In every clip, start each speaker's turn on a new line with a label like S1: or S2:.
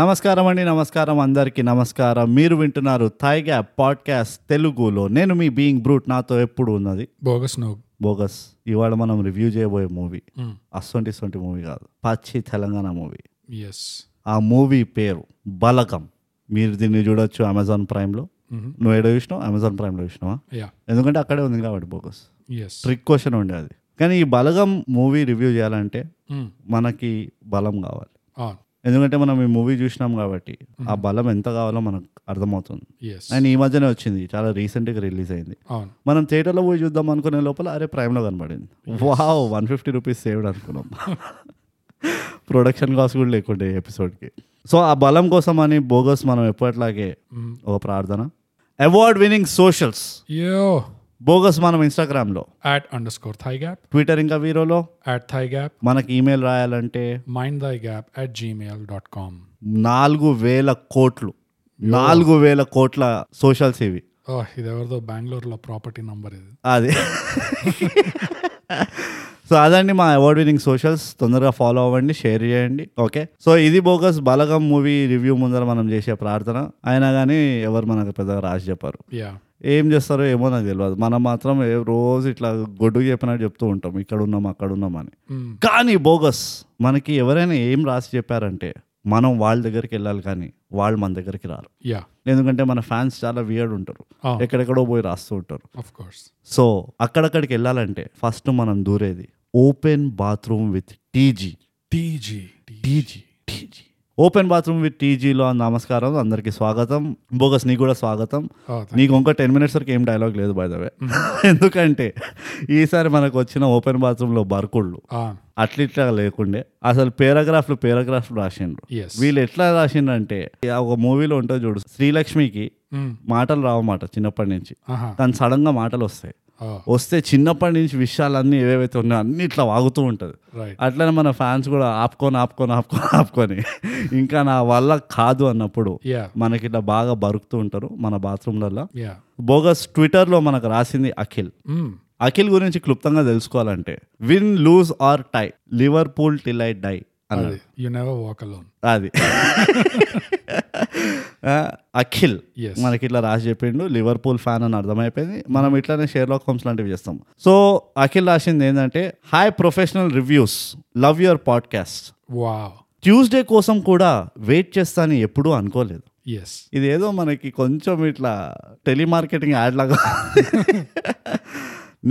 S1: నమస్కారం అండి నమస్కారం అందరికీ నమస్కారం మీరు వింటున్నారు థైగా పాడ్కాస్ట్ తెలుగులో నేను మీ బీయింగ్ బ్రూట్ నాతో ఎప్పుడు ఉన్నది
S2: బోగస్ నో
S1: బోగస్ ఇవాళ మనం రివ్యూ చేయబోయే మూవీ
S2: Mm.
S1: అసొంటి సొంటి మూవీ కాదు పచ్చి తెలంగాణ మూవీ
S2: ఎస్
S1: ఆ మూవీ పేరు బలకం మీరు దీన్ని చూడొచ్చు అమెజాన్ ప్రైమ్లో
S2: Mm-hmm.
S1: నువ్వు ఎడ చూసినావు అమెజాన్ ప్రైమ్లో చూసినావా
S2: యా
S1: ఎందుకంటే అక్కడే ఉంది కాబట్టి బోగస్
S2: ఎస్
S1: ట్రిక్ క్వశ్చన్ ఉండే అది కానీ ఈ బలగం మూవీ రివ్యూ చేయాలంటే
S2: Mm.
S1: మనకి బలం కావాలి
S2: ఆన్
S1: ఎందుకంటే మనం ఈ మూవీ చూసినాం కాబట్టి ఆ బలం ఎంత కావాలో మనకు అర్థమవుతుంది
S2: ఎస్
S1: అండ్ ఈ మధ్యనే వచ్చింది చాలా రీసెంట్గా రిలీజ్ అయింది
S2: ఆన్
S1: మనం థియేటర్లో పోయి చూద్దాం అనుకునే లోపల అరే ప్రైమ్లో కనబడింది wow one fifty rupees saved అనుకున్నాం ప్రొడక్షన్ కాస్ట్ కూడా లేకుండే ఎపిసోడ్కి సో ఆ బలం కోసం అని బోగస్ మనం ఎప్పట్లాగే ఒక ప్రార్థన award winning socials
S2: yo
S1: bogus మనం ఇన్స్టాగ్రామ్లో
S2: at under score thigh gap
S1: Twitter ఇంకా వీరోలో
S2: యాట్ థై గ్యాప్
S1: మనకి ఈమెయిల్ రాయాలంటే
S2: mind thigh gap at Gmail dot com
S1: నాలుగు వేల కోట్లు నాలుగు వేల కోట్ల సోషల్స్ ఇవి
S2: ఓహ్ ఇది ఎవరిదో బెంగళూరులో ప్రాపర్టీ నంబర్ ఇది
S1: అది సో అదండి మా అవార్డ్ వినింగ్ సోషల్స్ తొందరగా ఫాలో అవ్వండి షేర్ చేయండి ఓకే సో ఇది బోగస్ బలగం మూవీ రివ్యూ ముందర మనం చేసే ప్రార్థన అయినా కానీ ఎవరు మనకు పెద్దగా రాసి చెప్పారు
S2: యా
S1: ఏం చేస్తారో ఏమో నాకు తెలియదు మనం మాత్రం ఏ- రోజు ఇట్లా గొడ్డు చెప్పినట్టు చెప్తూ ఉంటాం ఇక్కడ ఉన్నాం అక్కడ ఉన్నాం అని
S2: Mm.
S1: కానీ బోగస్ మనకి ఎవరైనా ఏం రాసి చెప్పారంటే మనం వాళ్ళ దగ్గరికి వెళ్ళాలి కానీ వాళ్ళు మన దగ్గరికి రారు
S2: యా
S1: ఎందుకంటే మన ఫ్యాన్స్ చాలా వియర్డ్ ఉంటారు
S2: Oh.
S1: ఎక్కడెక్కడో పోయి రాస్తూ ఉంటారు
S2: ఆఫ్ కోర్స్
S1: సో అక్కడక్కడికి వెళ్ళాలంటే ఫస్ట్ మనం దూరేది open bathroom with TG
S2: TG
S1: TG TG open bathroom with టీజీలో నమస్కారం అందరికీ స్వాగతం బోగస్ నీకు కూడా స్వాగతం
S2: Oh,
S1: నీకు ఇంకా టెన్ మినిట్స్ వరకు ఏం డైలాగ్ లేదు by the way ఎందుకంటే ఈసారి మనకు వచ్చిన ఓపెన్ బాత్రూంలో బర్కుళ్ళు
S2: ఆన్
S1: అట్లా ఇట్లా లేకుండే అసలు పేరాగ్రాఫ్లు పేరాగ్రాఫ్లు రాసిండ్రు
S2: ఎస్
S1: వీళ్ళు ఎట్లా రాసిండ్రంటే ఆ ఒక మూవీలో ఉంటుంది చూడు శ్రీలక్ష్మికి
S2: Mm.
S1: మాటలు రావమాట చిన్నప్పటి నుంచి
S2: ఆహా
S1: తను సడన్గా మాటలు వస్తాయి
S2: ఓ
S1: వస్తే చిన్నప్పటి నుంచి విషయాలన్నీ ఏవేవైతే ఉన్నాయో అన్ని ఇట్లా వాగుతూ ఉంటుంది
S2: రైట్
S1: అట్లనే మన ఫ్యాన్స్ కూడా ఆపుకొని ఆపుకొని ఆపుకొని ఆపుకొని ఇంకా నా వల్ల కాదు అన్నప్పుడు
S2: యా
S1: మనకి ఇట్లా బాగా బరుకుతూ ఉంటారు మన బాత్రూమ్లలో
S2: యా
S1: బోగస్ ట్విట్టర్లో మనకు రాసింది అఖిల్
S2: Mm.
S1: అఖిల్ గురించి క్లుప్తంగా తెలుసుకోవాలంటే win lose or tie Liverpool till I die అని
S2: అది యు నెవర్ వాక్ అలోన్
S1: అది ఆ, అఖిల్
S2: Yes.
S1: మనకి ఇట్లా రాసి చెప్పిండు లివర్పూల్ ఫ్యాన్ అని అర్థమైపోయింది మనం ఇట్లానే షేర్లాక్ హోమ్స్ లాంటివి చేస్తాం సో అఖిల్ రాసింది ఏంటంటే hi professional reviews love your podcast
S2: wow
S1: Tuesday కోసం కూడా వెయిట్ చేస్తాను ఎప్పుడూ అనుకోలేదు
S2: ఎస్
S1: ఇది ఏదో మనకి కొంచెం ఇట్లా టెలిమార్కెటింగ్ యాడ్ లాగా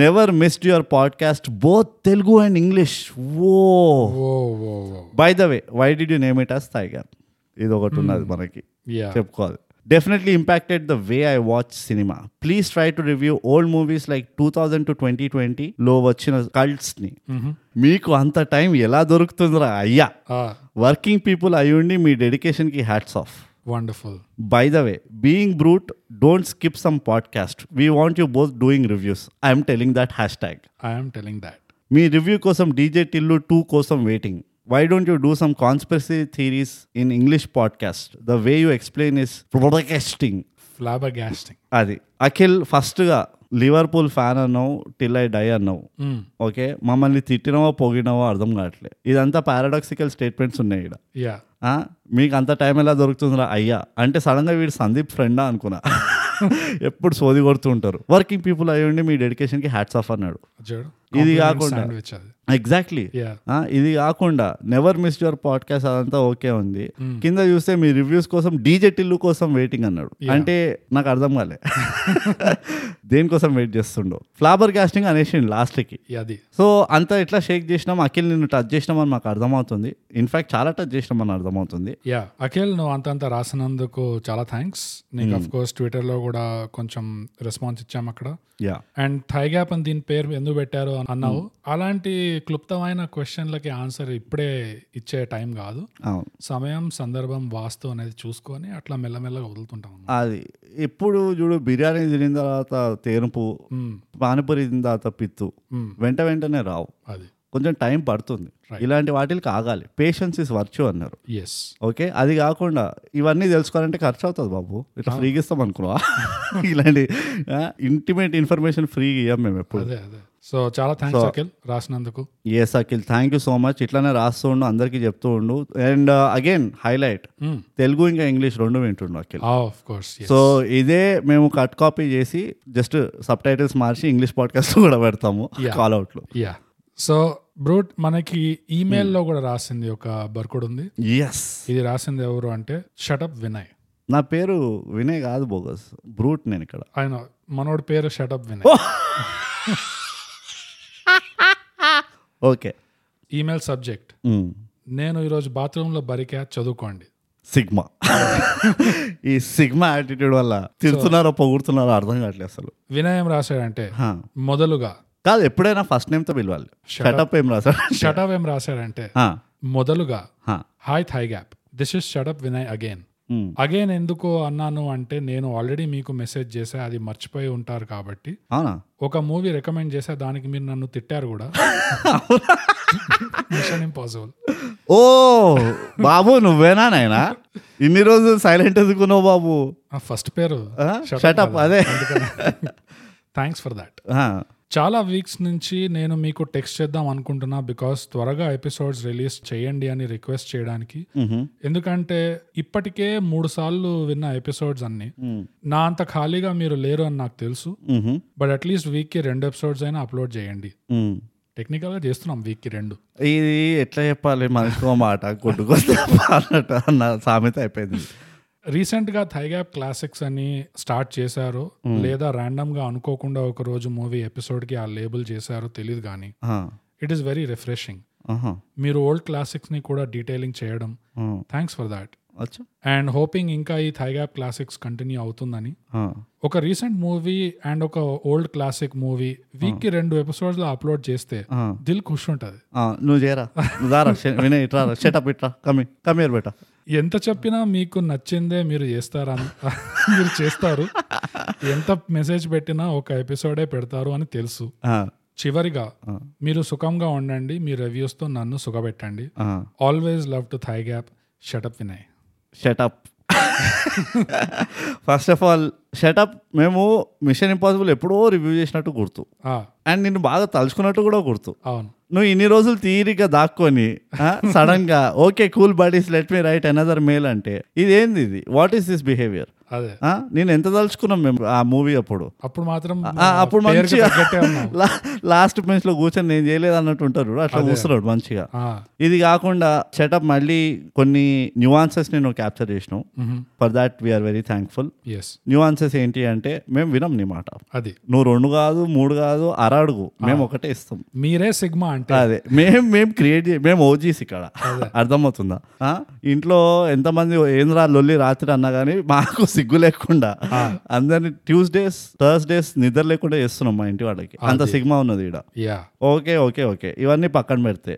S1: never missed your podcast both Telugu and English oh
S2: oh oh oh
S1: by the way why did you name it as థైగర్ ఇది ఒకటి ఉన్నది మనకి
S2: యా
S1: చెప్పుకోవాలి definitely impacted the way I watch cinema please try to review old movies like two thousand to twenty ట్వంటీలో వచ్చిన కల్ట్స్ని మీకు అంత టైం ఎలా దొరుకుతుందిరా అయ్యా
S2: Ah,
S1: వర్కింగ్ పీపుల్ అయ్యుండి మీ డెడికేషన్కి hats off
S2: wonderful
S1: by the way being brute don't skip some podcast we want you both doing reviews I'm telling that hashtag
S2: I'm telling that
S1: మీ రివ్యూ కోసం DJ Tillu two కోసం waiting why don't you do some conspiracy theories in English podcast the way you explain is podcasting
S2: flabbergasting
S1: అది అఖిల్ ఫస్ట్గా Liverpool fan అన్నావు till I die అన్నావు okay మమ్మల్ని తిట్టినవో పొగిడినవో అర్థం కావట్లే ఇదంతా పారాడాక్సికల్ స్టేట్మెంట్స్ ఉన్నాయి ఇక్కడ
S2: యా
S1: ఆ, మీకు అంత టైం ఎలా దొరుకుతుందిరా అయ్యా అంటే సడన్గా వీడు సందీప్ ఫ్రెండా అనుకున్నా ఎప్పుడు సోది కొడుతూ ఉంటారు వర్కింగ్ పీపుల్ అయ్యండి మీ డెడికేషన్కి హ్యాట్స్ ఆఫ్ అన్నాడు
S2: చూడు
S1: ఇది కాకుండా
S2: శాండ్విచ్ అది
S1: ఎగ్జాక్ట్లీ
S2: యా
S1: ఆ, ఇది కాకుండా నెవర్ మిస్ యువర్ పాడ్కాస్ట్ అదంతా ఓకే ఉంది కింద చూస్తే మీ రివ్యూస్ కోసం డీజే టిల్లు కోసం వెయిటింగ్ అన్నాడు అంటే నాకు అర్థం కాలే దేనికోసం వెయిట్ చేస్తుండో ఫ్లాబర్ కాస్టింగ్ అనేసి లాస్ట్కి
S2: అది
S1: సో అంతా ఎట్లా షేక్ చేసినాం అఖిల్ నిన్ను టచ్ చేసినామని మాకు అర్థమవుతుంది ఇన్ఫ్యాక్ట్ చాలా టచ్ చేసినామని అర్థమవుతుంది
S2: యా అఖిల్ నువ్వు అంత అంత రాసినందుకు చాలా థ్యాంక్స్ నీకు
S1: Hmm.
S2: అఫ్ కోర్స్ ట్విట్టర్లో కూడా కొంచెం రెస్పాన్స్ ఇచ్చాము అక్కడ
S1: యా
S2: అండ్ థై గ్యాప్ అని దీని పేరు ఎందుకు పెట్టారు అని అన్నావు
S1: Hmm.
S2: అలాంటి క్లుప్తమైన క్వశ్చన్లకి ఆన్సర్ ఇప్పుడే ఇచ్చే టైం కాదు
S1: అవును
S2: సమయం సందర్భం వాస్తు అనేది చూసుకొని అట్లా మెల్లమెల్లగా వదులుతుంటాం అన్నమాట.
S1: అది ఎప్పుడు చూడు బిర్యానీ తినిన తర్వాత తేనుపు
S2: Hmm.
S1: పానీపూరి తిన్న తర్వాత పిత్తు
S2: మ్మ్.
S1: వెంట వెంటనే రావు
S2: Hmm. అది
S1: కొంచెం టైం పడుతుంది ఇలాంటి వాటికి ఆగాలి పేషెన్స్ ఇస్ వర్చ్యూ అన్నారు
S2: ఎస్
S1: ఓకే అది కాకుండా ఇవన్నీ తెలుసుకోవాలంటే ఖర్చు అవుతుంది బాబు ఇట్లా ఫ్రీగా ఇస్తాం అనుకున్నా ఇలాంటి ఇంటిమేట్ ఇన్ఫర్మేషన్ ఫ్రీగా ఇవ్వం మేము ఎప్పుడు
S2: అదే అదే సో చాలా థ్యాంక్స్ అఖిల్ రాసినందుకు
S1: yes Akhil thank you so much ఇట్లానే రాస్తూ ఉండు అందరికీ చెప్తూ ఉండు అండ్ అగైన్ హైలైట్ తెలుగు ఇంకా ఇంగ్లీష్ రెండు వింటుండు అఖిల్
S2: ఆఫ్ కోర్స్
S1: సో ఇదే మేము కట్ కాపీ చేసి జస్ట్ సబ్ టైటిల్స్ మార్చి ఇంగ్లీష్ పాడ్కాస్ట్ కూడా పెడతాము కాల్ అవుట్లు
S2: యా సో బ్రూట్ మనకి ఈమెయిల్ లో కూడా రాసింది ఒక బర్కుడు ఉంది
S1: ఎస్
S2: ఇది రాసింది ఎవరు అంటే షటప్ వినయ్
S1: నా పేరు వినయ్ కాదు బోగస్ బ్రూట్ నేను ఇక్కడ
S2: ఆయన మనోడి పేరు shut up Vinay
S1: okay
S2: email subject నేను ఈరోజు బాత్రూంలో బరికా చదువుకోండి
S1: సిగ్మా ఈ సిగ్మా యాటిట్యూడ్ వల్ల తిడుతున్నారో పొగుడుతున్నారో అర్థం కావట్లేదు అసలు
S2: వినయ్ ఏం రాశాడంటే
S1: హా.
S2: మొదలుగా
S1: కాదు ఎప్పుడైనా ఫస్ట్ నేమ్తో పిలవాలి
S2: Shut
S1: షటప్ ఏం రాసాడు
S2: షటప్ ఏం రాశాడంటే మొదలుగా hi thigh gap this is shut up Vinay again again ఎందుకు అన్నాను అంటే నేను ఆల్రెడీ మీకు మెసేజ్ చేసా అది మర్చిపోయి ఉంటారు కాబట్టి
S1: అవునా
S2: ఒక మూవీ రికమెండ్ చేసా దానికి మీరు నన్ను తిట్టారు కూడా మిషన్ ఇంపాసిబుల్
S1: ఓ బాబు నువ్వేనా నాయనా ఇన్ని రోజులు సైలెంట్ ఎందుకున్నావు బాబు
S2: ఫస్ట్ పేరు
S1: ఆ? Shut up, అదే
S2: థ్యాంక్స్ ఫర్ దాట్
S1: ఆ,
S2: చాలా వీక్స్ నుంచి నేను మీకు టెక్స్ట్ చేద్దాం అనుకుంటున్నా బికాస్ త్వరగా ఎపిసోడ్స్ రిలీజ్ చేయండి అని రిక్వెస్ట్ చేయడానికి
S1: మ్హూ.
S2: ఎందుకంటే ఇప్పటికే మూడు సార్లు విన్న ఎపిసోడ్స్ అన్ని
S1: మ్,
S2: నా అంత ఖాళీగా మీరు లేరు అని నాకు తెలుసు
S1: మ్హూ.
S2: బట్ అట్లీస్ట్ వీక్ కి రెండు ఎపిసోడ్స్ అయినా అప్లోడ్ చేయండి
S1: మ్.
S2: టెక్నికల్ గా చేస్తున్నాం వీక్ కి రెండు
S1: ఇది ఎట్లా చెప్పాలి మనసుకో మాట కొట్టుకొస్తే అన్నట్టు అన్న సామెత అయిపోయింది
S2: రీసెంట్ గా థైగ్యాప్ క్లాసిక్స్ అని స్టార్ట్ చేశారు లేదా రాండమ్ గా అనుకోకుండా ఒక రోజు మూవీ ఎపిసోడ్ కి ఆ లేబుల్ చేశారో తెలియదు కానీ
S1: ఆ,
S2: ఇట్ ఈస్ వెరీ రిఫ్రెషింగ్
S1: ఆహా,
S2: మీరు ఓల్డ్ క్లాసిక్స్ ని కూడా డీటెయిలింగ్ చేయడం
S1: ఆ,
S2: థ్యాంక్స్ ఫర్ దాట్
S1: అచ్చా
S2: అండ్ హోపింగ్ ఇంకా ఈ థైగ్యాప్ క్లాసిక్స్ కంటిన్యూ అవుతుందని
S1: ఆ,
S2: ఒక రీసెంట్ మూవీ అండ్ ఒక ఓల్డ్ క్లాసిక్ మూవీ వీక్ కి రెండు ఎపిసోడ్స్ లో అప్లోడ్ చేస్తే
S1: ఆ,
S2: దిల్ ఖుష్ ఉంటుంది
S1: ఆ, నువ్వు చేయరా నువ్వు దారా షె- వినయ్ ఇట్రా షటప్ ఇట్రా కమి కమేర్ బేట
S2: ఎంత చెప్పినా మీకు నచ్చిందే మీరు చేస్తారా మీరు చేస్తారు ఎంత మెసేజ్ పెట్టినా ఒక ఎపిసోడే పెడతారు అని తెలుసు
S1: ఆ,
S2: చివరిగా
S1: ఆ.
S2: మీరు సుఖంగా ఉండండి మీ reviews తో నన్ను సుఖపెట్టండి
S1: ఆ,
S2: always love to thy gap shut up Vinay
S1: shut up first of all shut up మేము మిషన్ ఇంపాసిబుల్ ఎప్పుడో రివ్యూ చేసినట్టు గుర్తు
S2: ఆ,
S1: అండ్ నేను బాగా తలుచుకున్నట్టు కూడా గుర్తు
S2: అవును
S1: నువ్వు ఇన్ని రోజులు తీరిక దాక్కొని సడన్ గా okay cool bodies let me write another mail అంటే ఇదేంది ఇది వాట్ ఈస్ దిస్ బిహేవియర్
S2: అదే
S1: నేను ఎంత తలుచుకున్నాం మేము ఆ మూవీ అప్పుడు
S2: అప్పుడు మాత్రం
S1: ఆ, అప్పుడు
S2: పేరుకి
S1: మంచి
S2: తగ్గట్టే ఉన్నావు.
S1: లాస్ట్ బెంచ్ లో కూర్చొని నేను చేయలేదు అన్నట్టు ఉంటారు చూడు, అట్లా కూర్చున్నాడు మంచిగా
S2: ఆ,
S1: ఇది కాకుండా సెటప్ మళ్ళీ కొన్ని న్యూఆన్సెస్ నేను క్యాప్చర్ చేసినావు
S2: మ్హమ్.
S1: For that we're very thankful
S2: yes
S1: nuances ఏంటి అంటే మేము వినం నీ మాట
S2: అది
S1: నువ్వు రెండు కాదు మూడు కాదు అర అడుగు మేము ఒకటే ఇస్తాం
S2: మీరే సిగ్మా అంటే
S1: అదే మేము మేము క్రియేట్ చే మేము ఓజీస్ ఇక్కడ అర్థమవుతుందా ఆ? ఇంట్లో ఎంతమంది ఏంద్రా లొల్లి రాత్రి అన్నా కానీ మాకు సిగ్గు లేకుండా అందరిని ట్యూస్డేస్ థర్స్డేస్ నిద్ర లేకుండా చేస్తున్నాం మా ఇంటి వాళ్ళకి అంత సిగ్మా ఉన్నది ఇక్కడ
S2: యా
S1: ఓకే ఓకే ఓకే ఇవన్నీ పక్కన పెడితే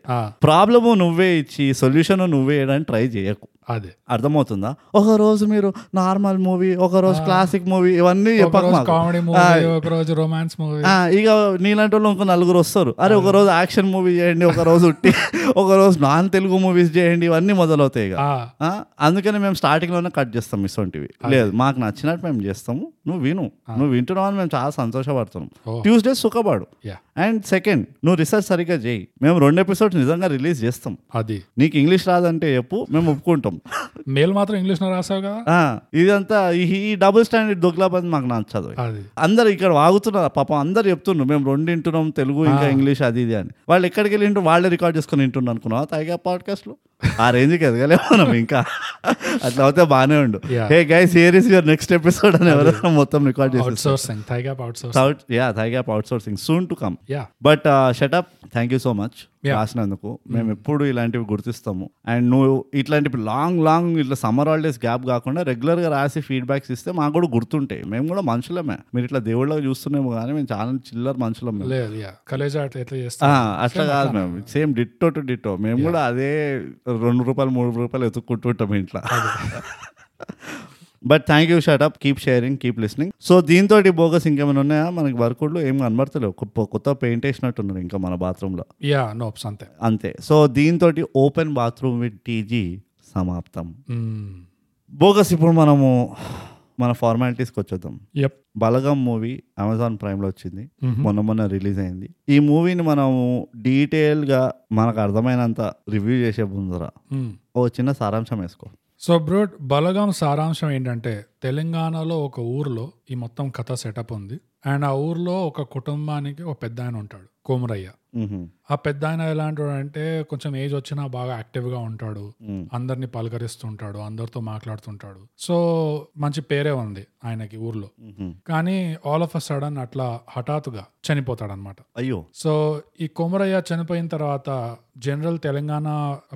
S1: ప్రాబ్లము నువ్వే ఇచ్చి సొల్యూషన్ నువ్వే వేయడానికి ట్రై చేయకు
S2: అదే
S1: అర్థమవుతుందా ఒక రోజు మీరు నార్మల్ మూవీ ఒక రోజు క్లాసిక్ మూవీ ఇవన్నీ చెప్పకు
S2: ఒకరోజు
S1: మాకు.
S2: కామెడీ మూవీ ఒకరోజు రొమాన్స్ మూవీ
S1: ఆ, ఇక నీలాంటి వాళ్ళు ఇంకో నలుగురు వస్తారు అరే ఒక రోజు యాక్షన్ మూవీ చేయండి ఒక రోజు ఉట్టి ఒక రోజు నాన్ తెలుగు మూవీస్ చేయండి ఇవన్నీ మొదలవుతాయి ఇక ఆ, అందుకని మేము స్టార్టింగ్ లోనే కట్ చేస్తాం ఇసొంటివి లేదు మాకు నచ్చినట్టు మేము చేస్తాము నువ్వు విను నువ్వు వింటున్నావు అని మేము చాలా సంతోషపడుతున్నాం
S2: ఓ.
S1: ట్యూస్డే సుఖపడు
S2: యా
S1: అండ్ సెకండ్ నువ్వు రీసెర్చ్ సరిగ్గా చేయి మేము రెండు ఎపిసోడ్స్ నిజంగా రిలీజ్ చేస్తాం
S2: అది
S1: నీకు ఇంగ్లీష్ రాదంటే చెప్పు మేము ఒప్పుకుంటాం
S2: మేల్ మాత్రం ఇంగ్లీష్ లో రాసావు కదా
S1: ఆ, ఇదంతా ఈ ఈ డబుల్ స్టాండర్డ్ దొగ్లాబాద్ మాకు నచ్చదు
S2: అది
S1: అందరు ఇక్కడ వాగుతున్నారు పాపం అందరు చెప్తున్నారు మేము రెండు వింటున్నాం తెలుగు ఇంకా ఇంగ్లీష్ అది ఇది అని వాళ్ళు ఎక్కడికి వెళ్ళి వింటూ వాళ్ళే రికార్డ్ చేసుకుని వింటున్నాం అనుకున్నావా తాయిగా పాడ్కాస్ట్లో ఆ రేంజ్కి ఎదగలేము మనం ఇంకా అట్లా అయితే బాగానే ఉండు
S2: Yeah.
S1: Hey guys here is your next episode అని ఎవరైనా మొత్తం రికార్డ్ చేసి
S2: అవుట్ సోర్సింగ్ థైగా అవుట్ సోర్స్
S1: సౌట్ యా తాయిగా outsourcing soon to come
S2: yeah
S1: but shut up thank you so much
S2: Yeah.
S1: రాసినందుకు మేము ఎప్పుడు ఇలాంటివి గుర్తిస్తాము అండ్ నువ్వు ఇట్లాంటి లాంగ్ లాంగ్ ఇట్లా సమ్మర్ హాలిడేస్ గ్యాప్ కాకుండా regular గా రాసి ఫీడ్బ్యాక్స్ ఇస్తే మాకు కూడా గుర్తుంటాయి మేము కూడా మనుషులమే మీరు ఇట్లా దేవుళ్ళగా చూస్తున్నాము కానీ మేము చాలా చిల్లర మనుషులం మేము
S2: లేదు యా కలేజా అట్లా ఎట్లా
S1: ఆ,
S2: చేస్తా
S1: అట్లా కాదు మేము సేమ్ డిట్టో టు డిట్టో మేము కూడా అదే రెండు రూపాయలు మూడు రూపాయలు ఎత్తుక్కుంటుంటాం ఇంట్లో but thank you shut up keep sharing keep listening so దీంతో బోగస్ ఇంకేమైనా ఉన్నాయా మనకి వర్కౌట్లో ఏం కనబడతలేవు కొత్త- కొత్త పెయింట్ వేసినట్టున్నారు ఇంకా మన బాత్రూంలో
S2: యా నోప్స్ అంతే
S1: అంతే సో దీంతో open
S2: Hmm.
S1: Bathroom with TG సమాప్తం
S2: మ్మ్.
S1: బోగస్ ఇప్పుడు మనము మన ఫార్మాలిటీస్కి వచ్చేద్దాం
S2: యప్
S1: బలగం మూవీ అమెజాన్ ప్రైమ్లో వచ్చింది
S2: మ్మ్.
S1: మొన్న మొన్న రిలీజ్ అయింది ఈ మూవీని మనము డీటెయిల్గా మనకు అర్థమైనంత రివ్యూ చేసే ముందర
S2: మ్మ్.
S1: ఓ చిన్న సారాంశం వేసుకో
S2: సో బ్రోడ్ బలగాం సారాంశం ఏంటంటే తెలంగాణలో ఒక ఊర్లో ఈ మొత్తం కథ సెటప్ ఉంది అండ్ ఆ ఊర్లో ఒక కుటుంబానికి ఒక పెద్ద ఆయన ఉంటాడు కోమురయ్య
S1: మ్మ్.
S2: ఆ పెద్ద ఆయన ఎలాంటి అంటే కొంచెం ఏజ్ వచ్చినా బాగా యాక్టివ్గా ఉంటాడు
S1: మ్మ్.
S2: అందరినీ పలకరిస్తుంటాడు అందరితో మాట్లాడుతుంటాడు సో మంచి పేరే ఉంది ఆయనకి ఊర్లో
S1: మ్మ్.
S2: కానీ ఆల్ ఆఫ్ అ సడన్ అట్లా హఠాత్తుగా చనిపోతాడనమాట
S1: అయ్యో
S2: సో ఈ కొమరయ్య చనిపోయిన తర్వాత జనరల్ తెలంగాణ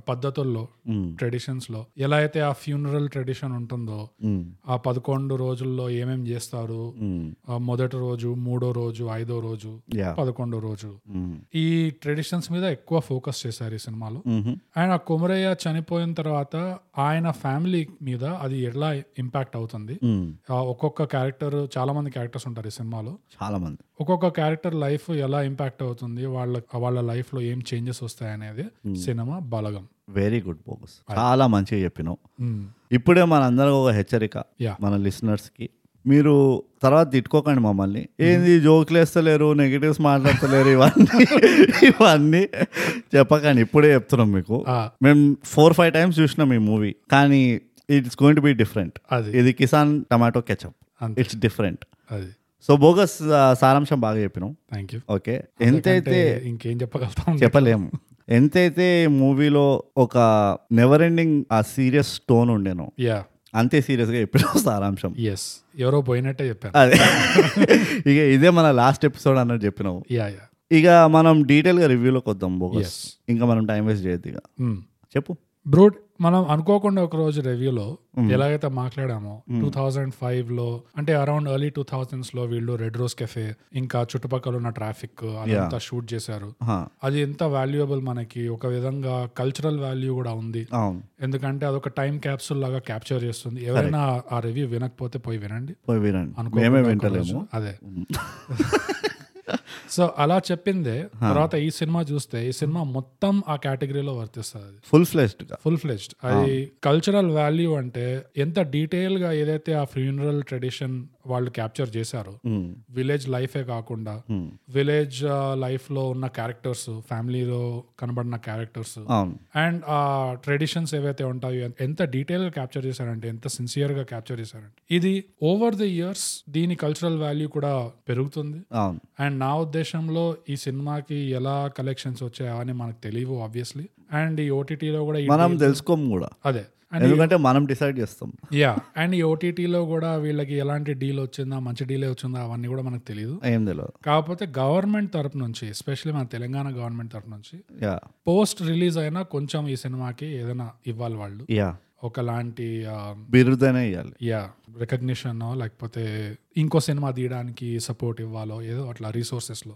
S2: పద్ధతుల్లో
S1: మ్మ్.
S2: ట్రెడిషన్స్ లో ఎలా అయితే ఆ ఫ్యూనరల్ ట్రెడిషన్ ఉంటుందో
S1: మ్మ్.
S2: ఆ పదకొండు రోజుల్లో ఏమేం చేస్తారు
S1: మ్మ్.
S2: ఆ మొదటి రోజు మూడో రోజు ఐదో రోజు
S1: యా
S2: పదకొండో రోజు
S1: మ్మ్.
S2: ఈ ట్రెడిషన్స్ మీద ఎక్కువ ఫోకస్ చేశారు ఈ సినిమాలో
S1: మ్మ్.
S2: అండ్ ఆ కొమరయ్య చనిపోయిన తర్వాత ఆయన ఫ్యామిలీ మీద అది ఎలా ఇంపాక్ట్ అవుతుంది
S1: మ్మ్.
S2: ఆ ఒక్కొక్క క్యారెక్టర్ చాలా మంది క్యారెక్టర్స్ ఉంటారు ఈ సినిమాలో
S1: చాలా మంది
S2: ఒక్కొక్క క్యారెక్టర్ లైఫ్ ఎలా ఇంపాక్ట్ అవుతుంది వాళ్ళ వాళ్ళ లైఫ్ లో ఏం చేంజెస్ వస్తాయి అనేది సినిమా బలగం
S1: వెరీ గుడ్ బోగస్ చాలా మంచిగా చెప్పినావు
S2: మ్మ్.
S1: ఇప్పుడే మనందరం ఒక హెచ్చరిక
S2: యా
S1: మన లిసనర్స్కి మీరు తర్వాత తిట్టుకోకండి మమ్మల్ని ఏంది జోకులు వేస్తలేరు నెగిటివ్స్ మాట్లాడతలేరు ఇవన్నీ ఇవన్నీ చెప్పకండి ఇప్పుడే చెప్తున్నాం మీకు
S2: ఆ,
S1: మేము ఫోర్ ఫైవ్ టైమ్స్ చూసినాం ఈ మూవీ కానీ it's going to be different
S2: అది
S1: ఇది కిసాన్ టమాటో కెచప్
S2: అంతే.
S1: ఇట్స్ డిఫరెంట్
S2: అది
S1: సో బోగస్ ఆ, uh, సారాంశం బాగా చెప్పినాం
S2: థ్యాంక్ యూ
S1: ఓకే ఎంతైతే
S2: ఇంకేం చెప్పగలుగుతాం
S1: చెప్పలేము ఎంతైతే మూవీలో ఒక నెవర్ ఎండింగ్ ఆ సీరియస్ టోన్ ఉండేనో
S2: యా
S1: అంతే సీరియస్గా చెప్పినాం సారాంశం
S2: ఎస్ ఎవరో పోయినట్టే చెప్పారు
S1: అదే ఇక ఇదే మన లాస్ట్ ఎపిసోడ్ అన్నట్టు చెప్పినావు
S2: యా యా
S1: ఇక మనం డీటెయిల్గా రివ్యూలోకి వద్దాం బోగస్
S2: ఎస్
S1: ఇంకా మనం టైం వేస్ట్ చేయొద్దు ఇక చెప్పు
S2: Hmm. బ్రూట్ మనం అనుకోకుండా ఒక రోజు రివ్యూలో ఎలాగైతే మాట్లాడామో టూ థౌజండ్ ఫైవ్ లో అంటే అరౌండ్ ఎర్లీ టూ థౌజండ్స్ లో వీళ్ళు రెడ్ రోజ్ కెఫే ఇంకా చుట్టుపక్కల ఉన్న ట్రాఫిక్ అదంతా షూట్ చేశారు
S1: హా,
S2: అది ఎంత వాల్యుయబుల్ మనకి ఒక విధంగా కల్చరల్ వాల్యూ కూడా ఉంది
S1: అవును
S2: ఎందుకంటే అదొక టైం క్యాప్సూల్ లాగా క్యాప్చర్ చేస్తుంది ఎవరైనా ఆ రివ్యూ వినకపోతే పోయి వినండి
S1: పోయి వినండి
S2: అనుకోకుండా
S1: మేమే
S2: ఒక
S1: వింటలేము
S2: రోజు. అదే సో అలా చెప్పిందే తర్వాత ఈ సినిమా చూస్తే ఈ సినిమా మొత్తం ఆ కేటగిరీలో వర్తిస్తుంది
S1: ఫుల్ ఫ్లెష్డ్గా
S2: ఫుల్ ఫ్లెజ్డ్ అది కల్చరల్ వాల్యూ అంటే ఎంత డీటెయిల్ గా ఏదైతే ఆ ఫ్యూనరల్ ట్రెడిషన్ వాళ్ళు క్యాప్చర్ చేశారో విలేజ్ లైఫే కాకుండా విలేజ్ లైఫ్ లో ఉన్న క్యారెక్టర్స్ ఫ్యామిలీలో కనబడిన క్యారెక్టర్స్
S1: అవును
S2: అండ్ ఆ ట్రెడిషన్స్ ఏవైతే ఉంటాయో ఎంత- ఎంత డీటెయిల్ గా క్యాప్చర్ చేశారంటే ఎంత సిన్సియర్ గా క్యాప్చర్ చేశారంటే ఇది ఓవర్ ది ఇయర్స్ దీని కల్చరల్ వాల్యూ కూడా పెరుగుతుంది
S1: అవును
S2: అండ్ నా ఉద్దేశంలో ఈ సినిమాకి ఎలా కలెక్షన్స్ వచ్చాయో అని మనకు తెలియవు ఆబ్వియస్లీ అండ్ ఈ ఓటీటీలో కూడా ఈ-
S1: మనం తెలుసుకోము కూడా
S2: అదే అండ్
S1: ఎందుకంటే మనం డిసైడ్ చేస్తాం
S2: యా అండ్ ఈ ఓటీటీలో కూడా వీళ్ళకి ఎలాంటి డీల్ వచ్చిందా మంచి డీలే వచ్చిందా అవన్నీ కూడా మనకు తెలియదు
S1: ఏం తెలియదు
S2: కాకపోతే గవర్నమెంట్ తరపు నుంచి ఎస్పెషల్లీ మన తెలంగాణ గవర్నమెంట్ తరపు నుంచి
S1: యా
S2: పోస్ట్ రిలీజ్ అయినా కొంచెం ఈ సినిమాకి ఏదైనా ఇవ్వాలి వాళ్ళు
S1: యా
S2: ఒకలాంటి ఆ,
S1: బిరుదనే ఇవ్వాలి
S2: యా రికగ్నిషన్ లేకపోతే ఇంకో సినిమా తీయడానికి సపోర్ట్ ఇవ్వాలో ఏదో అట్లా resources లో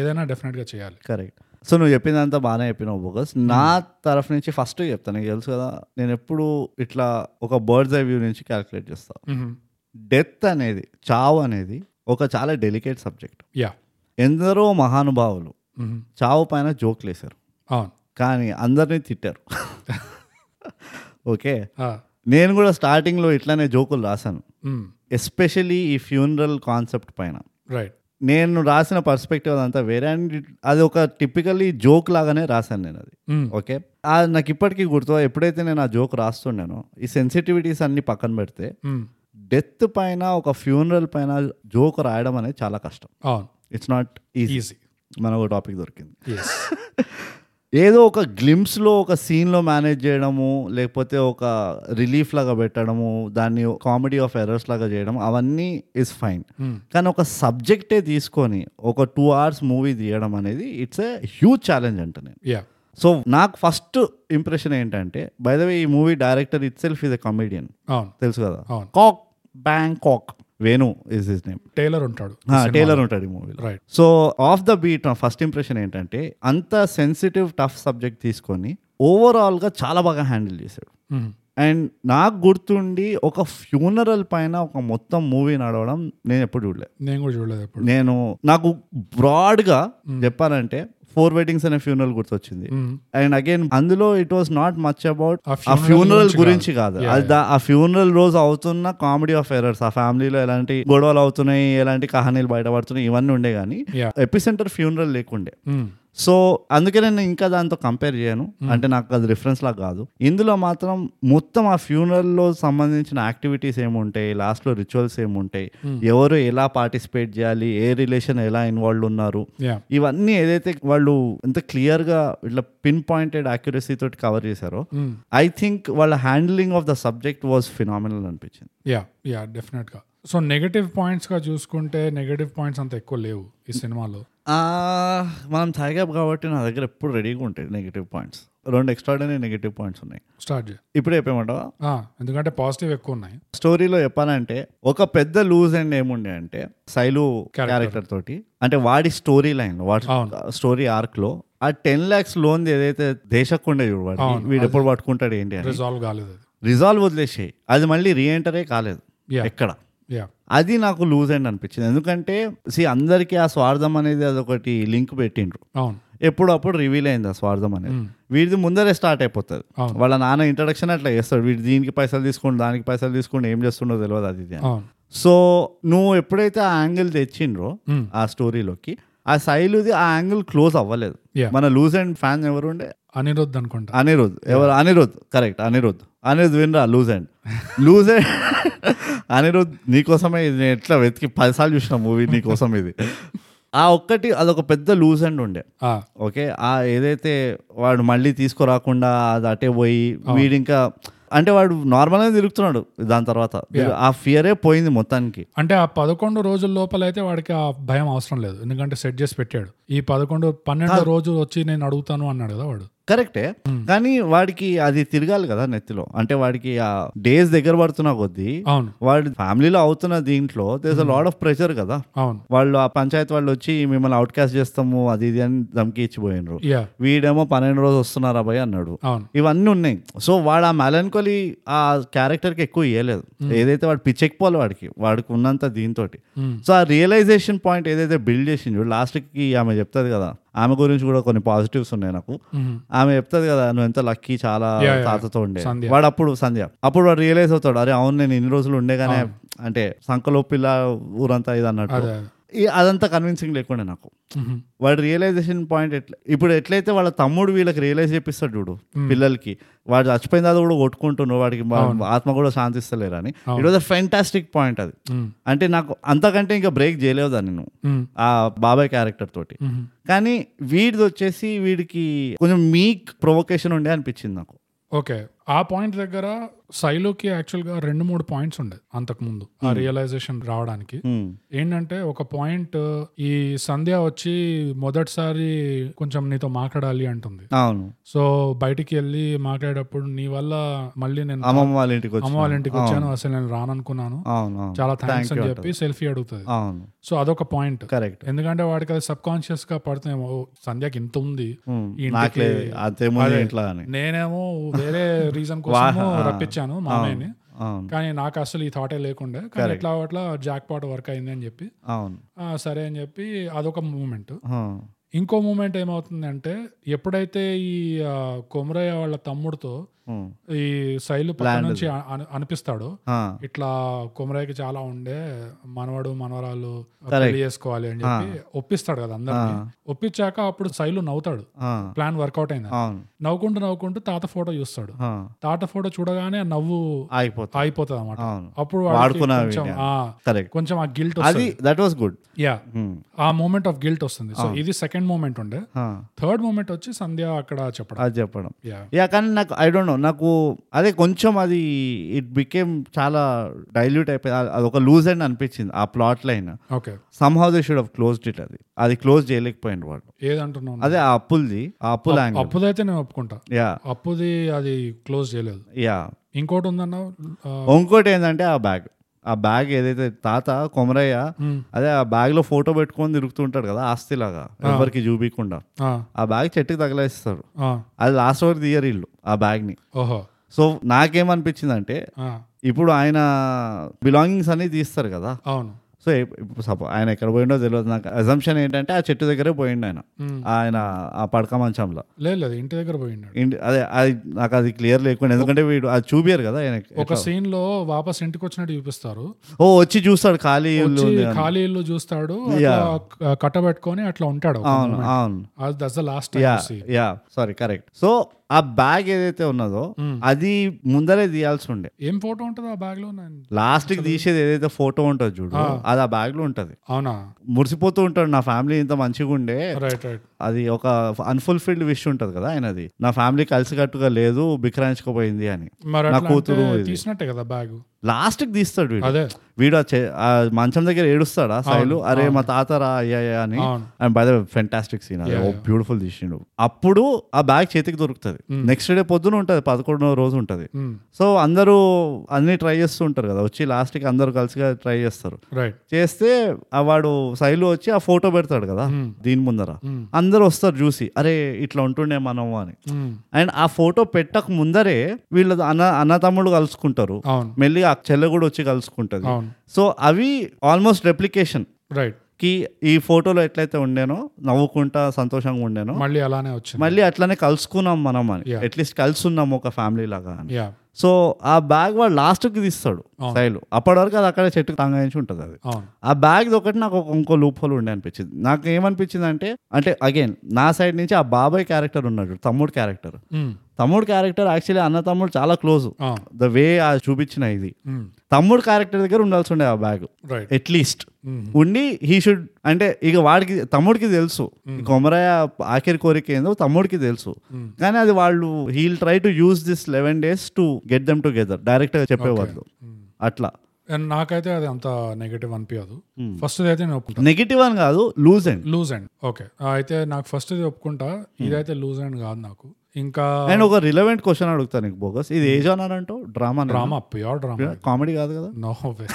S2: ఏదైనా డెఫినెట్ గా చేయాలి
S1: కరెక్ట్ సో నువ్వు చెప్పిందంతా బాగానే చెప్పినావు బోగస్ నా తరఫు నుంచి ఫస్ట్ చెప్తాను నీకు తెలుసు కదా నేను ఎప్పుడు ఇట్లా ఒక బర్డ్స్ ఐ వ్యూ నుంచి క్యాలిక్యులేట్ చేస్తాను డెత్ అనేది చావు అనేది ఒక చాలా డెలికేట్ సబ్జెక్ట్
S2: యా
S1: ఎందరో మహానుభావులు చావు పైన జోక్లు వేశారు
S2: అవును
S1: కానీ అందరినీ తిట్టారు ఓకే
S2: ఆ,
S1: నేను కూడా స్టార్టింగ్లో ఇట్లానే జోకులు రాశాను
S2: మ్మ్.
S1: ఎస్పెషలీ ఈ ఫ్యూనరల్ కాన్సెప్ట్ పైన
S2: రైట్
S1: నేను రాసిన పర్స్పెక్టివ్ అదంతా వేరే అండ్ అది ఒక టిపికల్లీ జోక్ లాగానే రాశాను నేను అది
S2: మ్మ్.
S1: ఓకే ఆ నాకు ఇప్పటికీ గుర్తు ఎప్పుడైతే నేను ఆ జోక్ రాస్తున్నానో ఈ సెన్సిటివిటీస్ అన్ని పక్కన పెడితే
S2: మ్మ్.
S1: డెత్ పైన ఒక ఫ్యూనరల్ పైన జోక్ రాయడం అనేది చాలా కష్టం
S2: అవును
S1: ఇట్స్ నాట్ ఈజీ
S2: ఈజీ
S1: మన ఒక టాపిక్ దొరికింది
S2: ఎస్
S1: ఏదో ఒక గ్లిమ్స్లో ఒక సీన్లో మేనేజ్ చేయడము లేకపోతే ఒక రిలీఫ్ లాగా పెట్టడము దాన్ని కామెడీ ఆఫ్ ఎర్రర్స్ లాగా చేయడం అవన్నీ ఇస్ ఫైన్ కానీ ఒక సబ్జెక్టే తీసుకొని ఒక టూ అవర్స్ మూవీ తీయడం అనేది ఇట్స్ ఏ హ్యూజ్ ఛాలెంజ్ అంట నేను
S2: యా
S1: సో నాకు ఫస్ట్ ఇంప్రెషన్ ఏంటంటే బై ద వే ఈ movie director itself is a comedian
S2: అవును
S1: తెలుసు కదా
S2: అవును.
S1: కాక్ బ్యాంగ్ కాక్ Venu is his name
S2: tailor ఉంటాడు
S1: టైలర్ Ah, ఉంటాడు ఈ మూవీలో
S2: right
S1: so off the beat నా ఫస్ట్ ఇంప్రెషన్ ఏంటంటే అంత సెన్సిటివ్ టఫ్ సబ్జెక్ట్ తీసుకొని ఓవరాల్గా చాలా బాగా హ్యాండిల్ చేశాడు అండ్ నాకు గుర్తుండి ఒక ఫ్యూనరల్ పైన ఒక మొత్తం మూవీ నడవడం నేను ఎప్పుడు చూడలేదు
S2: నేను కూడా చూడలేదు ఎప్పుడు
S1: నేను నాకు బ్రాడ్గా చెప్పాలంటే ఫోర్ వెడ్డింగ్స్ అనే ఫ్యూనరల్ గుర్తొచ్చింది అండ్ అగైన్ అందులో it was not much about
S2: ఆ
S1: ఆ
S2: funeral
S1: ఫ్యూనరల్
S2: గురించి
S1: గురించి కాదు అది దా- ఆ ఫ్యూనరల్ రోజు అవుతున్న కామెడీ ఆఫ్ ఎరర్స్ ఆ ఫ్యామిలీలో ఎలాంటి గొడవలు అవుతున్నాయి ఎలాంటి కహానీలు బయటపడుతున్నాయి ఇవన్నీ ఉండే కానీ
S2: Yeah.
S1: ఎపిసెంటర్ ఫ్యూనరల్ లేకుండే
S2: మ్మ్.
S1: సో అందుకే నేను ఇంకా దాంతో కంపేర్ చేయను అంటే నాకు అది రిఫరెన్స్ లాగా కాదు ఇందులో మాత్రం మొత్తం ఆ ఫ్యూనరల్లో సంబంధించిన యాక్టివిటీస్ ఏముంటాయి లాస్ట్లో రిచువల్స్ ఏముంటాయి ఎవరు ఎలా పార్టిసిపేట్ చేయాలి ఏ రిలేషన్ ఎలా ఇన్వాల్వ్ ఉన్నారు
S2: యా
S1: ఇవన్నీ ఏదైతే వాళ్ళు ఎంత క్లియర్గా ఇట్లా పిన్ పాయింటెడ్ యాక్యురసీ తోటి కవర్ చేశారో
S2: మ్మ్.
S1: ఐ థింక్ వాళ్ళ handling of the subject was phenomenal అనిపించింది
S2: యా యా డెఫినెట్ గా సో నెగటివ్ పాయింట్స్ గా చూసుకుంటే నెగటివ్ పాయింట్స్ అంత ఎక్కువ లేవు ఈ సినిమాలో
S1: ఆ, మనం తాగాం కాబట్టి నా దగ్గర ఎప్పుడు రెడీగా ఉంటాయి నెగిటివ్ పాయింట్స్ రెండు ఎక్స్ట్రాడనరీ నెగిటివ్ పాయింట్స్ ఉన్నాయి
S2: స్టార్ట్ చేయి
S1: ఇప్పుడు చెప్పేమంటావా
S2: ఆ, ఎందుకంటే పాజిటివ్ ఎక్కువ ఉన్నాయి
S1: స్టోరీలో చెప్పాలంటే ఒక పెద్ద లూజ్ అండ్ ఏముండే అంటే సైలు
S2: Character.
S1: క్యారెక్టర్ తోటి అంటే వాడి స్టోరీ లైన్ వాడి స్టోరీ ఆర్క్ లో ఆ టెన్ లాక్స్ లోన్ ఏదైతే దేశకుండా చూడవాడు
S2: అవును.
S1: వీడు ఎప్పుడు పట్టుకుంటాడు ఏంటి అని
S2: రిజాల్వ్ కాలేదు అది
S1: రిజాల్వ్ వదిలేసాయి అది మళ్ళీ రీఎంటరే కాలేదు
S2: Yeah.
S1: ఎక్కడ
S2: యా
S1: అది నాకు లూజ్ అండ్ అనిపించింది ఎందుకంటే సి అందరికీ ఆ స్వార్థం అనేది అదొకటి లింక్ పెట్టిండ్రు
S2: అవును
S1: ఎప్పుడు అప్పుడు రివీల్ అయింది ఆ స్వార్థం అనేది
S2: మ్మ్.
S1: వీడిది ముందరే స్టార్ట్ అయిపోతుంది
S2: అవును.
S1: వాళ్ళ నాన్న ఇంట్రడక్షన్ అట్లా చేస్తాడు వీడు దీనికి పైసలు తీసుకోండి దానికి పైసలు తీసుకోండి ఏం చేస్తుండో తెలియదు అది ఇది అని.
S2: అవును
S1: సో నువ్వు ఎప్పుడైతే ఆ యాంగిల్ తెచ్చిండ్రో
S2: మ్మ్.
S1: ఆ స్టోరీలోకి ఆ శైలుది ఆ యాంగిల్ క్లోజ్ అవ్వలేదు
S2: Yeah.
S1: మన లూజ్ అండ్ ఫ్యాన్ ఎవరు ఉండే
S2: అనిరుద్ధ్ అనుకుంటా
S1: అనిరుద్ ఎవరు అనిరుద్ కరెక్ట్ అనిరుద్ అనిరుద్ వినరా loose and loose and Anirudh నీకోసమే ఇది నేను ఎట్లా వెతికి పదిసార్లు చూసిన మూవీ నీకోసం ఇది ఆ ఒక్కటి అదొక పెద్ద లూజ్ అండ్ ఉండే
S2: ఆ,
S1: ఓకే ఆ ఏదైతే వాడు మళ్ళీ తీసుకురాకుండా అది అటే పోయి వీడు ఇంకా అంటే వాడు నార్మల్గా తిరుగుతున్నాడు దాని తర్వాత ఆ ఫియరే పోయింది మొత్తానికి
S2: అంటే ఆ పదకొండు రోజుల లోపల అయితే వాడికి ఆ భయం అవసరం లేదు ఎందుకంటే సెట్ చేసి పెట్టాడు ఈ పదకొండు పన్నెండు రోజులు వచ్చి నేను అడుగుతాను అన్నాడు కదా వాడు
S1: కరెక్టే కానీ వాడికి అది తిరగాలి కదా నెత్తిలో అంటే వాడికి ఆ డేస్ దగ్గర పడుతున్న కొద్దీ
S2: అవును
S1: వాడి ఫ్యామిలీలో అవుతున్న దీంట్లో there's a lord of pressure కదా
S2: అవును
S1: వాళ్ళు ఆ పంచాయతీ వాళ్ళు వచ్చి మిమ్మల్ని అవుట్కాస్ట్ చేస్తాము అది ఇది అని ధమ్కి ఇచ్చిపోయినరు
S2: యా
S1: వీడేమో పన్నెండు రోజు వస్తున్నారా భయ్ అన్నాడు
S2: అవును
S1: ఇవన్నీ ఉన్నాయి సో వాడు ఆ మెలన్కొలి ఆ క్యారెక్టర్కి ఎక్కువ ఇవ్వలేదు ఏదైతే వాడు పిచ్చెక్కిపోవాలి వాడికి వాడికి ఉన్నంత దీంతో
S2: Hmm.
S1: సో ఆ రియలైజేషన్ పాయింట్ ఏదైతే బిల్డ్ చేసిందో లాస్ట్కి ఆమె చెప్తుంది కదా ఆమె గురించి కూడా కొన్ని పాజిటివ్స్ ఉన్నాయి నాకు
S2: మ్మ్.
S1: ఆమె చెప్తుంది కదా నువ్వు ఎంత లక్కీ చాలా
S2: Yeah, yeah,
S1: తాతతో ఉండే
S2: సంధ్య.
S1: వాడు అప్పుడు సంధ్య అప్పుడు వాడు రియలైజ్ అవుతాడు అరే అవును నేను ఇన్ని రోజులు ఉండేగానే అంటే సంకలో పిల్ల ఊరంతా ఇది అన్నట్టు
S2: అదే
S1: ఈ- అదంతా కన్విన్సింగ్ లేకుండా నాకు
S2: మ్మ్.
S1: వాడు రియలైజేషన్ పాయింట్ ఎట్లా ఇప్పుడు ఎట్లయితే వాళ్ళ తమ్ముడు వీళ్ళకి రియలైజ్ చేపిస్తాడు చూడు పిల్లలకి వాడు చచ్చిపోయిన తర్వాత కూడా కొట్టుకుంటున్నాడు వాడికి మా- ఆత్మ కూడా శాంతిస్తలేరని it was a fantastic point అది
S2: మ్మ్.
S1: అంటే నాకు అంతకంటే ఇంకా బ్రేక్ చేయలేవు దాన్ని నువ్వు
S2: మ్మ్.
S1: ఆ బాబాయ్ క్యారెక్టర్ తోటి
S2: మ్మ్.
S1: కానీ వీడిది వచ్చేసి వీడికి కొంచెం మీక్ ప్రొవొకేషన్ ఉండే అనిపించింది నాకు
S2: ఓకే ఆ పాయింట్ దగ్గర సైలోకి యాక్చువల్ గా రెండు మూడు పాయింట్స్ ఉండే అంతకు ముందు ఆ రియలైజేషన్ రావడానికి
S1: Hmm.
S2: ఏంటంటే ఒక పాయింట్ ఈ సంధ్య వచ్చి మొదటిసారి కొంచెం నీతో మాట్లాడాలి అంటుంది
S1: అవును
S2: సో బయటికి వెళ్ళి మాట్లాడేటప్పుడు నీ వల్ల మళ్ళీ నేను
S1: అమ్మమ్మ వాళ్ళ ఇంటికి వచ్చి
S2: అమ్మ వాళ్ళ ఇంటికి వచ్చాను అసలు నేను రాననుకున్నాను
S1: అవును అవును
S2: చాలా థ్యాంక్స్
S1: Thank
S2: అని
S1: you
S2: చెప్పి సెల్ఫీ అడుగుతుంది
S1: అవును
S2: సో అదొక పాయింట్
S1: కరెక్ట్
S2: ఎందుకంటే వాడికి అది సబ్ కాన్షియస్ గా పడుతున్నాయి ఓ సంధ్యకి ఇంత ఉంది ఈ ఇంటికి-
S1: నాకులే అంతేమో
S2: అదే.
S1: ఇంట్లో అని
S2: నేనేమో వేరే రీజన్ కోసం
S1: వా-
S2: రప్పించాను మామయ్యని
S1: అవును
S2: కానీ నాకు అసలు ఈ థాటే లేకుండే కానీ ఎట్లా అట్లా జాక్ పాట్ వర్క్ అయింది అని చెప్పి
S1: అవును
S2: ఆ, సరే అని చెప్పి అదొక మూమెంట్
S1: అవును.
S2: ఇంకో మూమెంట్ ఏమవుతుందంటే ఎప్పుడైతే ఈ ఆ, కొమరయ్య వాళ్ళ తమ్ముడితో
S1: Hmm.
S2: ఈ శైలు పక్క నుంచి అ- అన- అనిపిస్తాడు
S1: ఆ.
S2: ఇట్లా కొమరయ్యకి చాలా ఉండే మనవడు మనవరాలు
S1: Correct.
S2: పెళ్లి చేసుకోవాలి అని చెప్పి ఒప్పిస్తాడు కదా అందరినీ ఒప్పించాక అప్పుడు శైలు నవ్వుతాడు
S1: ఆ,
S2: ప్లాన్ వర్కౌట్ అయింది
S1: అవును
S2: నవ్వుకుంటూ నవ్వుకుంటూ తాత ఫోటో చూస్తాడు
S1: ఆ,
S2: తాత ఫోటో చూడగానే ఆ నవ్వు
S1: ఆగిపోతుంది
S2: ఆగిపోతుంది అనమాట
S1: అవును
S2: అప్పుడు వాడికి
S1: వాడుకున్న
S2: కొంచెం
S1: విషయం.
S2: ఆ,
S1: కరెక్ట్
S2: కొంచెం ఆ గిల్ట్
S1: అది దట్ వాస్ గుడ్
S2: యా ఆ మూమెంట్ ఆఫ్ గిల్ట్ వస్తుంది సో ఇది సెకండ్ మూమెంట్ ఉండే థర్డ్ మూమెంట్ వచ్చి సంధ్య అక్కడ చెప్పడం
S1: అది చెప్పడం
S2: యా
S1: యా కానీ నాకు ఐ డోంట్ నో నాకు అదే కొంచెం అది ఇట్ బికేమ్ చాలా డైల్యూట్ అయిపోయింది అది- అది ఒక లూజ్ అండ్ అనిపించింది ఆ plot line
S2: okay
S1: somehow they should have closed it అది అది క్లోజ్ చేయలేకపోయింది వాడు
S2: ఏదంటున్నావు
S1: అదే ఆ అప్పుల్ది ఆ అప్పుల యాంగిల్
S2: అప్పుదైతే నేను ఒప్పుకుంటా
S1: యా
S2: అప్పుది అది క్లోజ్ చేయలేదు
S1: యా
S2: ఇంకోటి ఉందన్నావు ఆ,
S1: ఇంకోటి ఏంటంటే ఆ బ్యాగ్ ఆ బ్యాగ్ ఏదైతే తాత కొమరయ్య
S2: Hmm.
S1: అదే ఆ బ్యాగ్ లో ఫోటో పెట్టుకొని తిరుగుతుంటాడు కదా ఆస్తిలాగా ఎవరికి చూపించకుండా
S2: ఆ,
S1: ఆ బ్యాగ్ చెట్టుకి తగిలేస్తాడు
S2: ఆ,
S1: అది లాస్ట్ వరకు తీయరు ఇల్లు ఆ బ్యాగ్ని
S2: ఓహో
S1: సో నాకేమనిపించింది అంటే
S2: ఆ,
S1: ఇప్పుడు ఆయన బిలాంగింగ్స్ అన్ని తీస్తారు కదా
S2: అవును
S1: సో ఇప్- ఇప్పుడు సపో ఆయన ఎక్కడ పోయిండో తెలియదు నాకు అజంప్షన్ ఏంటంటే ఆ చెట్టు దగ్గరే పోయిండు ఆయన
S2: మ్మ్.
S1: ఆయన ఆ పడక మంచంలో
S2: లేదు లేదు ఇంటి దగ్గర పోయిండు
S1: ఇంటి అదే అది నాకు అది క్లియర్ లేకుండా ఎందుకంటే వీడు అది చూపియరు కదా ఆయన
S2: ఒక సీన్ లో వాపస్ ఇంటికి వచ్చినట్టు చూపిస్తారు
S1: ఓ వచ్చి చూస్తాడు ఖాళీ ఇల్లు
S2: వచ్చి
S1: ఉంది అని.
S2: ఖాళీ ఇల్లు చూస్తాడు అట్లా క- కట్టబెట్టుకొని అట్లా ఉంటాడు
S1: అవును అవును
S2: that's the last
S1: yeah yeah sorry correct so ఆ బ్యాగ్ ఏదైతే ఉన్నదో అది ముందరే తీయాల్సి ఉండే
S2: ఏం ఫోటో ఉంటుంది ఆ బ్యాగ్ లో నేను-
S1: లాస్ట్ కి తీసేది ఏదైతే ఫోటో ఉంటుంది చూడు అది ఆ బ్యాగ్ లో ఉంటది
S2: అవునా
S1: మురిసిపోతూ ఉంటాడు నా ఫ్యామిలీ ఇంత మంచిగా ఉండే
S2: రైట్ రైట్
S1: అది ఒక అన్ఫుల్ఫిల్డ్ విష్ ఉంటది కదా ఆయనది నా ఫ్యామిలీ కలిసికట్టుగా లేదు బిక్రాయించుకోపోయింది అని
S2: మరి
S1: నా
S2: అట్లా
S1: కూతురు
S2: అంటే
S1: ఇది.
S2: తీసినట్టే కదా బ్యాగ్
S1: లాస్ట్ కి తీస్తాడు వీడు
S2: అదే
S1: వీడు ఆ చే- ఆ మంచం దగ్గర ఏడుస్తాడా శైలు అరే మా తాత రా అయ్యా అయ్యా" అని
S2: అవును.
S1: And by the fantastic scene అది బ్యూటిఫుల్ తీసిండు అప్పుడు ఆ బ్యాగ్ చేతికి దొరుకుతుంది నెక్స్ట్ డే పొద్దున ఉంటుంది పదకొండవ రోజు ఉంటుంది
S2: మ్,
S1: సో అందరూ అన్ని ట్రై చేస్తూ ఉంటారు కదా వచ్చి లాస్ట్కి అందరూ కలిసిగా ట్రై చేస్తారు
S2: రైట్
S1: చేస్తే ఆ వాడు శైలు వచ్చి ఆ ఫోటో పెడతాడు కదా దీని ముందర అందరూ వస్తారు చూసి అరే ఇట్లా ఉంటుండే మనం అని
S2: మ్,
S1: అండ్ ఆ ఫోటో పెట్టక ముందరే వీళ్ళ అన్న అన్నతమ్ముడు కలుసుకుంటారు
S2: అవును
S1: మెల్లిగా ఆ చెల్లె కూడా వచ్చి కలుసుకుంటుంది
S2: అవును
S1: సో అవి ఆల్మోస్ట్ రెప్లికేషన్
S2: రైట్
S1: కి ఈ ఫోటోలో ఎట్లయితే ఉండేనో నవ్వుకుంటా సంతోషంగా ఉండేనో
S2: మళ్ళీ అలానే వచ్చింది
S1: మళ్ళీ అట్లనే కలుసుకున్నాం మనం అని
S2: Yeah.
S1: అట్లీస్ట్ కలిసి ఉన్నాం ఒక ఫ్యామిలీ లాగా అని
S2: యా
S1: సో ఆ బ్యాగ్ వాడు లాస్ట్కి తీస్తాడు
S2: అవును.
S1: శైలు అప్పటి వరకు అది అక్కడ చెట్టుకు తంగాయించి ఉంటుంది అది
S2: అవును
S1: ఆ బ్యాగ్ ఒకటి నాకు ఒక- ఇంకో లూప్ హోల్ ఉండే అనిపించింది నాకు ఏమనిపించింది అంటే అంటే అగైన్ నా సైడ్ నుంచి ఆ బాబాయ్ క్యారెక్టర్ ఉన్నాడు తమ్ముడు క్యారెక్టర్
S2: మ్,
S1: తమ్ముడు క్యారెక్టర్ యాక్చువల్లీ అన్న తమ్ముడు చాలా క్లోజ్
S2: అవును
S1: ద వే ఆ చూపించిన ఇది
S2: మ్,
S1: తమ్ముడు క్యారెక్టర్ దగ్గర ఉండాల్సి ఉండే ఆ బ్యాగ్
S2: రైట్
S1: అట్లీస్ట్
S2: మ్,
S1: ఉండి హీ షుడ్ అంటే ఇక వాడికి తమ్ముడికి తెలుసు కొమరయ్య ఆఖరి కోరిక ఏందో తమ్ముడికి తెలుసు కానీ అది వాళ్ళు he'll try to use this eleven days to get them together direct గా చెప్పేవాళ్ళు అట్లా
S2: And నాకైతే అది అంత నెగటివ్ అనిపించదు ఫస్ట్ అయితే నేను ఒప్పుకుంటా
S1: నెగిటివ్ అని కాదు loose and
S2: loose and okay అయితే నాకు ఫస్ట్ ఇది ఒప్పుకుంటా ఇదైతే లూజ్ అండ్ కాదు నాకు ఇంకా
S1: అండ్ ఒక రిలవెంట్ క్వశ్చన్ అడుగుతాను నీకు బోగస్
S2: Hmm.
S1: ఇది ఏ జానర్ అంటూ drama
S2: drama pure drama
S1: comedy కాదు కదా
S2: నో వే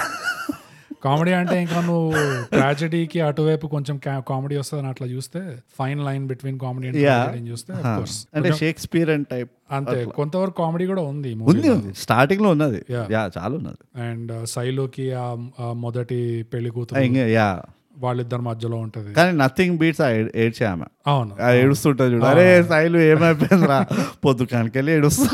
S2: కామెడీ అంటే ఇంకా నువ్వు ట్రాజడీకి అటువైపు కొంచెం కామెడీ వస్తుంది అట్లా చూస్తే fine line between comedy and
S1: Yeah.
S2: Tragedy చూస్తే of course.
S1: Ah. అంటే షేక్స్పియర్ అండ్ టైప్
S2: అంతే కొంతవరకు కామెడీ కూడా ఉంది
S1: ఉంది ఉంది స్టార్టింగ్ లో ఉన్నది
S2: Yeah.
S1: యా చాలా ఉన్నది
S2: అండ్ సైలోకి uh, ఆ ఆ మొదటి పెళ్లి కూతురు
S1: యా
S2: వాళ్ళిద్దరి మధ్యలో ఉంటది
S1: కానీ నథింగ్ బీట్స్ ఏడ్చే ఆమె
S2: అవును
S1: ఆ ఏడుస్తుంటుంది చూడు అరే
S2: Ah.
S1: శైలు ఏమైపోయిందిరా పొద్దు కనుకెళ్ళి ఏడుస్తా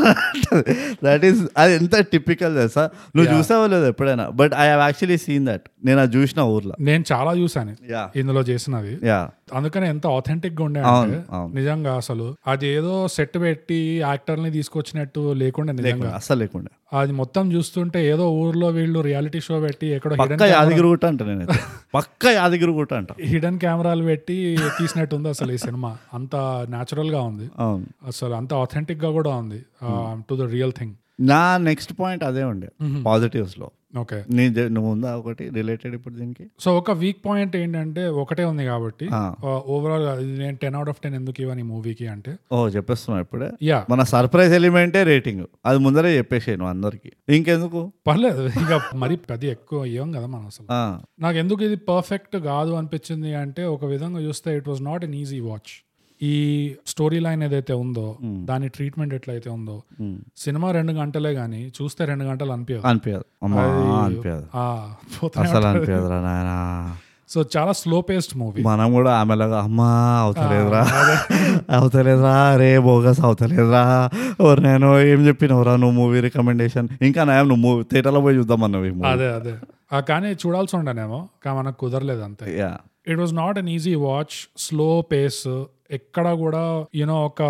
S1: దట్ ఈస్ అది ఎంత టిపికల్ తెలుసా నువ్వు చూసావో లేదు ఎప్పుడైనా but I have actually seen that నేను అది చూసిన ఊర్లో
S2: నేను చాలా చూసాను
S1: యా
S2: ఇందులో చేసినవి
S1: యా
S2: అందుకనే ఎంత ఆథెంటిక్ గా ఉండే
S1: అవును,
S2: అంటే
S1: అవును.
S2: నిజంగా అసలు అది ఏదో సెట్ పెట్టి యాక్టర్ ని తీసుకొచ్చినట్టు లేకుండా నిజంగా
S1: లేకుండా అస్సలు లేకుండా
S2: అది మొత్తం చూస్తుంటే ఏదో ఊర్లో వీళ్ళు రియాలిటీ షో పెట్టి ఎక్కడో
S1: పక్క యాదగిరిగుట్ట అంట నేనైతే పక్క యాదగిరిగుట్ట అంట
S2: హిడెన్ కెమెరాలు పెట్టి తీసినట్టు ఉంది అసలు ఈ సినిమా అంత న్యాచురల్ గా ఉంది
S1: అవును
S2: అసలు అంత ఆథెంటిక్ గా కూడా ఉంది
S1: Hmm.
S2: To the real thing
S1: నా నెక్స్ట్ పాయింట్ అదే ఉండే పాజిటివ్స్ లో
S2: ఓకే
S1: నీ జ- నువ్వు ఉందా ఒకటి రిలేటెడ్ ఇప్పుడు దీనికి
S2: సో ఒక వీక్ పాయింట్ ఏంటంటే ఒకటే ఉంది కాబట్టి
S1: ఆ.
S2: ఓవరాల్ నేను టెన్ అవుట్ ఆఫ్ టెన్ ఎందుకు ఇవ్వని మూవీకి అంటే
S1: ఓ చెప్పేస్తున్నా ఇప్పుడే
S2: యా
S1: మన సర్ప్రైజ్ ఎలిమెంటే రేటింగ్ అది ముందరే చెప్పేసాను అందరికి ఇంకెందుకు
S2: పర్లేదు ఇక మరి పెద్ద ఎక్కువ ఇవ్వం కదా మనం అసలు
S1: ఆ,
S2: నాకు ఎందుకు ఇది పర్ఫెక్ట్ కాదు అనిపించింది అంటే ఒక విధంగా చూస్తే it was not an easy watch ఈ స్టోరీ లైన్ ఏదైతే ఉందో దాని ట్రీట్మెంట్ ఎట్లయితే ఉందో సినిమా రెండు గంటలే గానీ చూస్తే రెండు గంటలు అనిపించదు
S1: అనిపించదు అమ్మా అనిపించదు
S2: ఆ, పోతూనే
S1: అసలు
S2: ఉంటుంది.
S1: అనిపించదురా నాయనా
S2: సో చాలా స్లో పేస్డ్ మూవీ
S1: మనం కూడా ఆమెలాగా అమ్మా అవుతలేదురా అవుతలేదురా రే బోగస్ అవుతలేదురా ఓర్ నేను ఏం చెప్పినవురా నువ్వు మూవీ రికమెండేషన్ ఇంకా నయం నువ్వు మూవీ థియేటర్లో పోయి చూద్దాం అన్నవి
S2: అదే అదే ఆ, కానీ చూడాల్సి ఉండనేమో కానీ మనకు కుదరలేదు అంతే
S1: yeah
S2: it was not an easy watch slow pace ఎక్కడ కూడా యూనో ఒక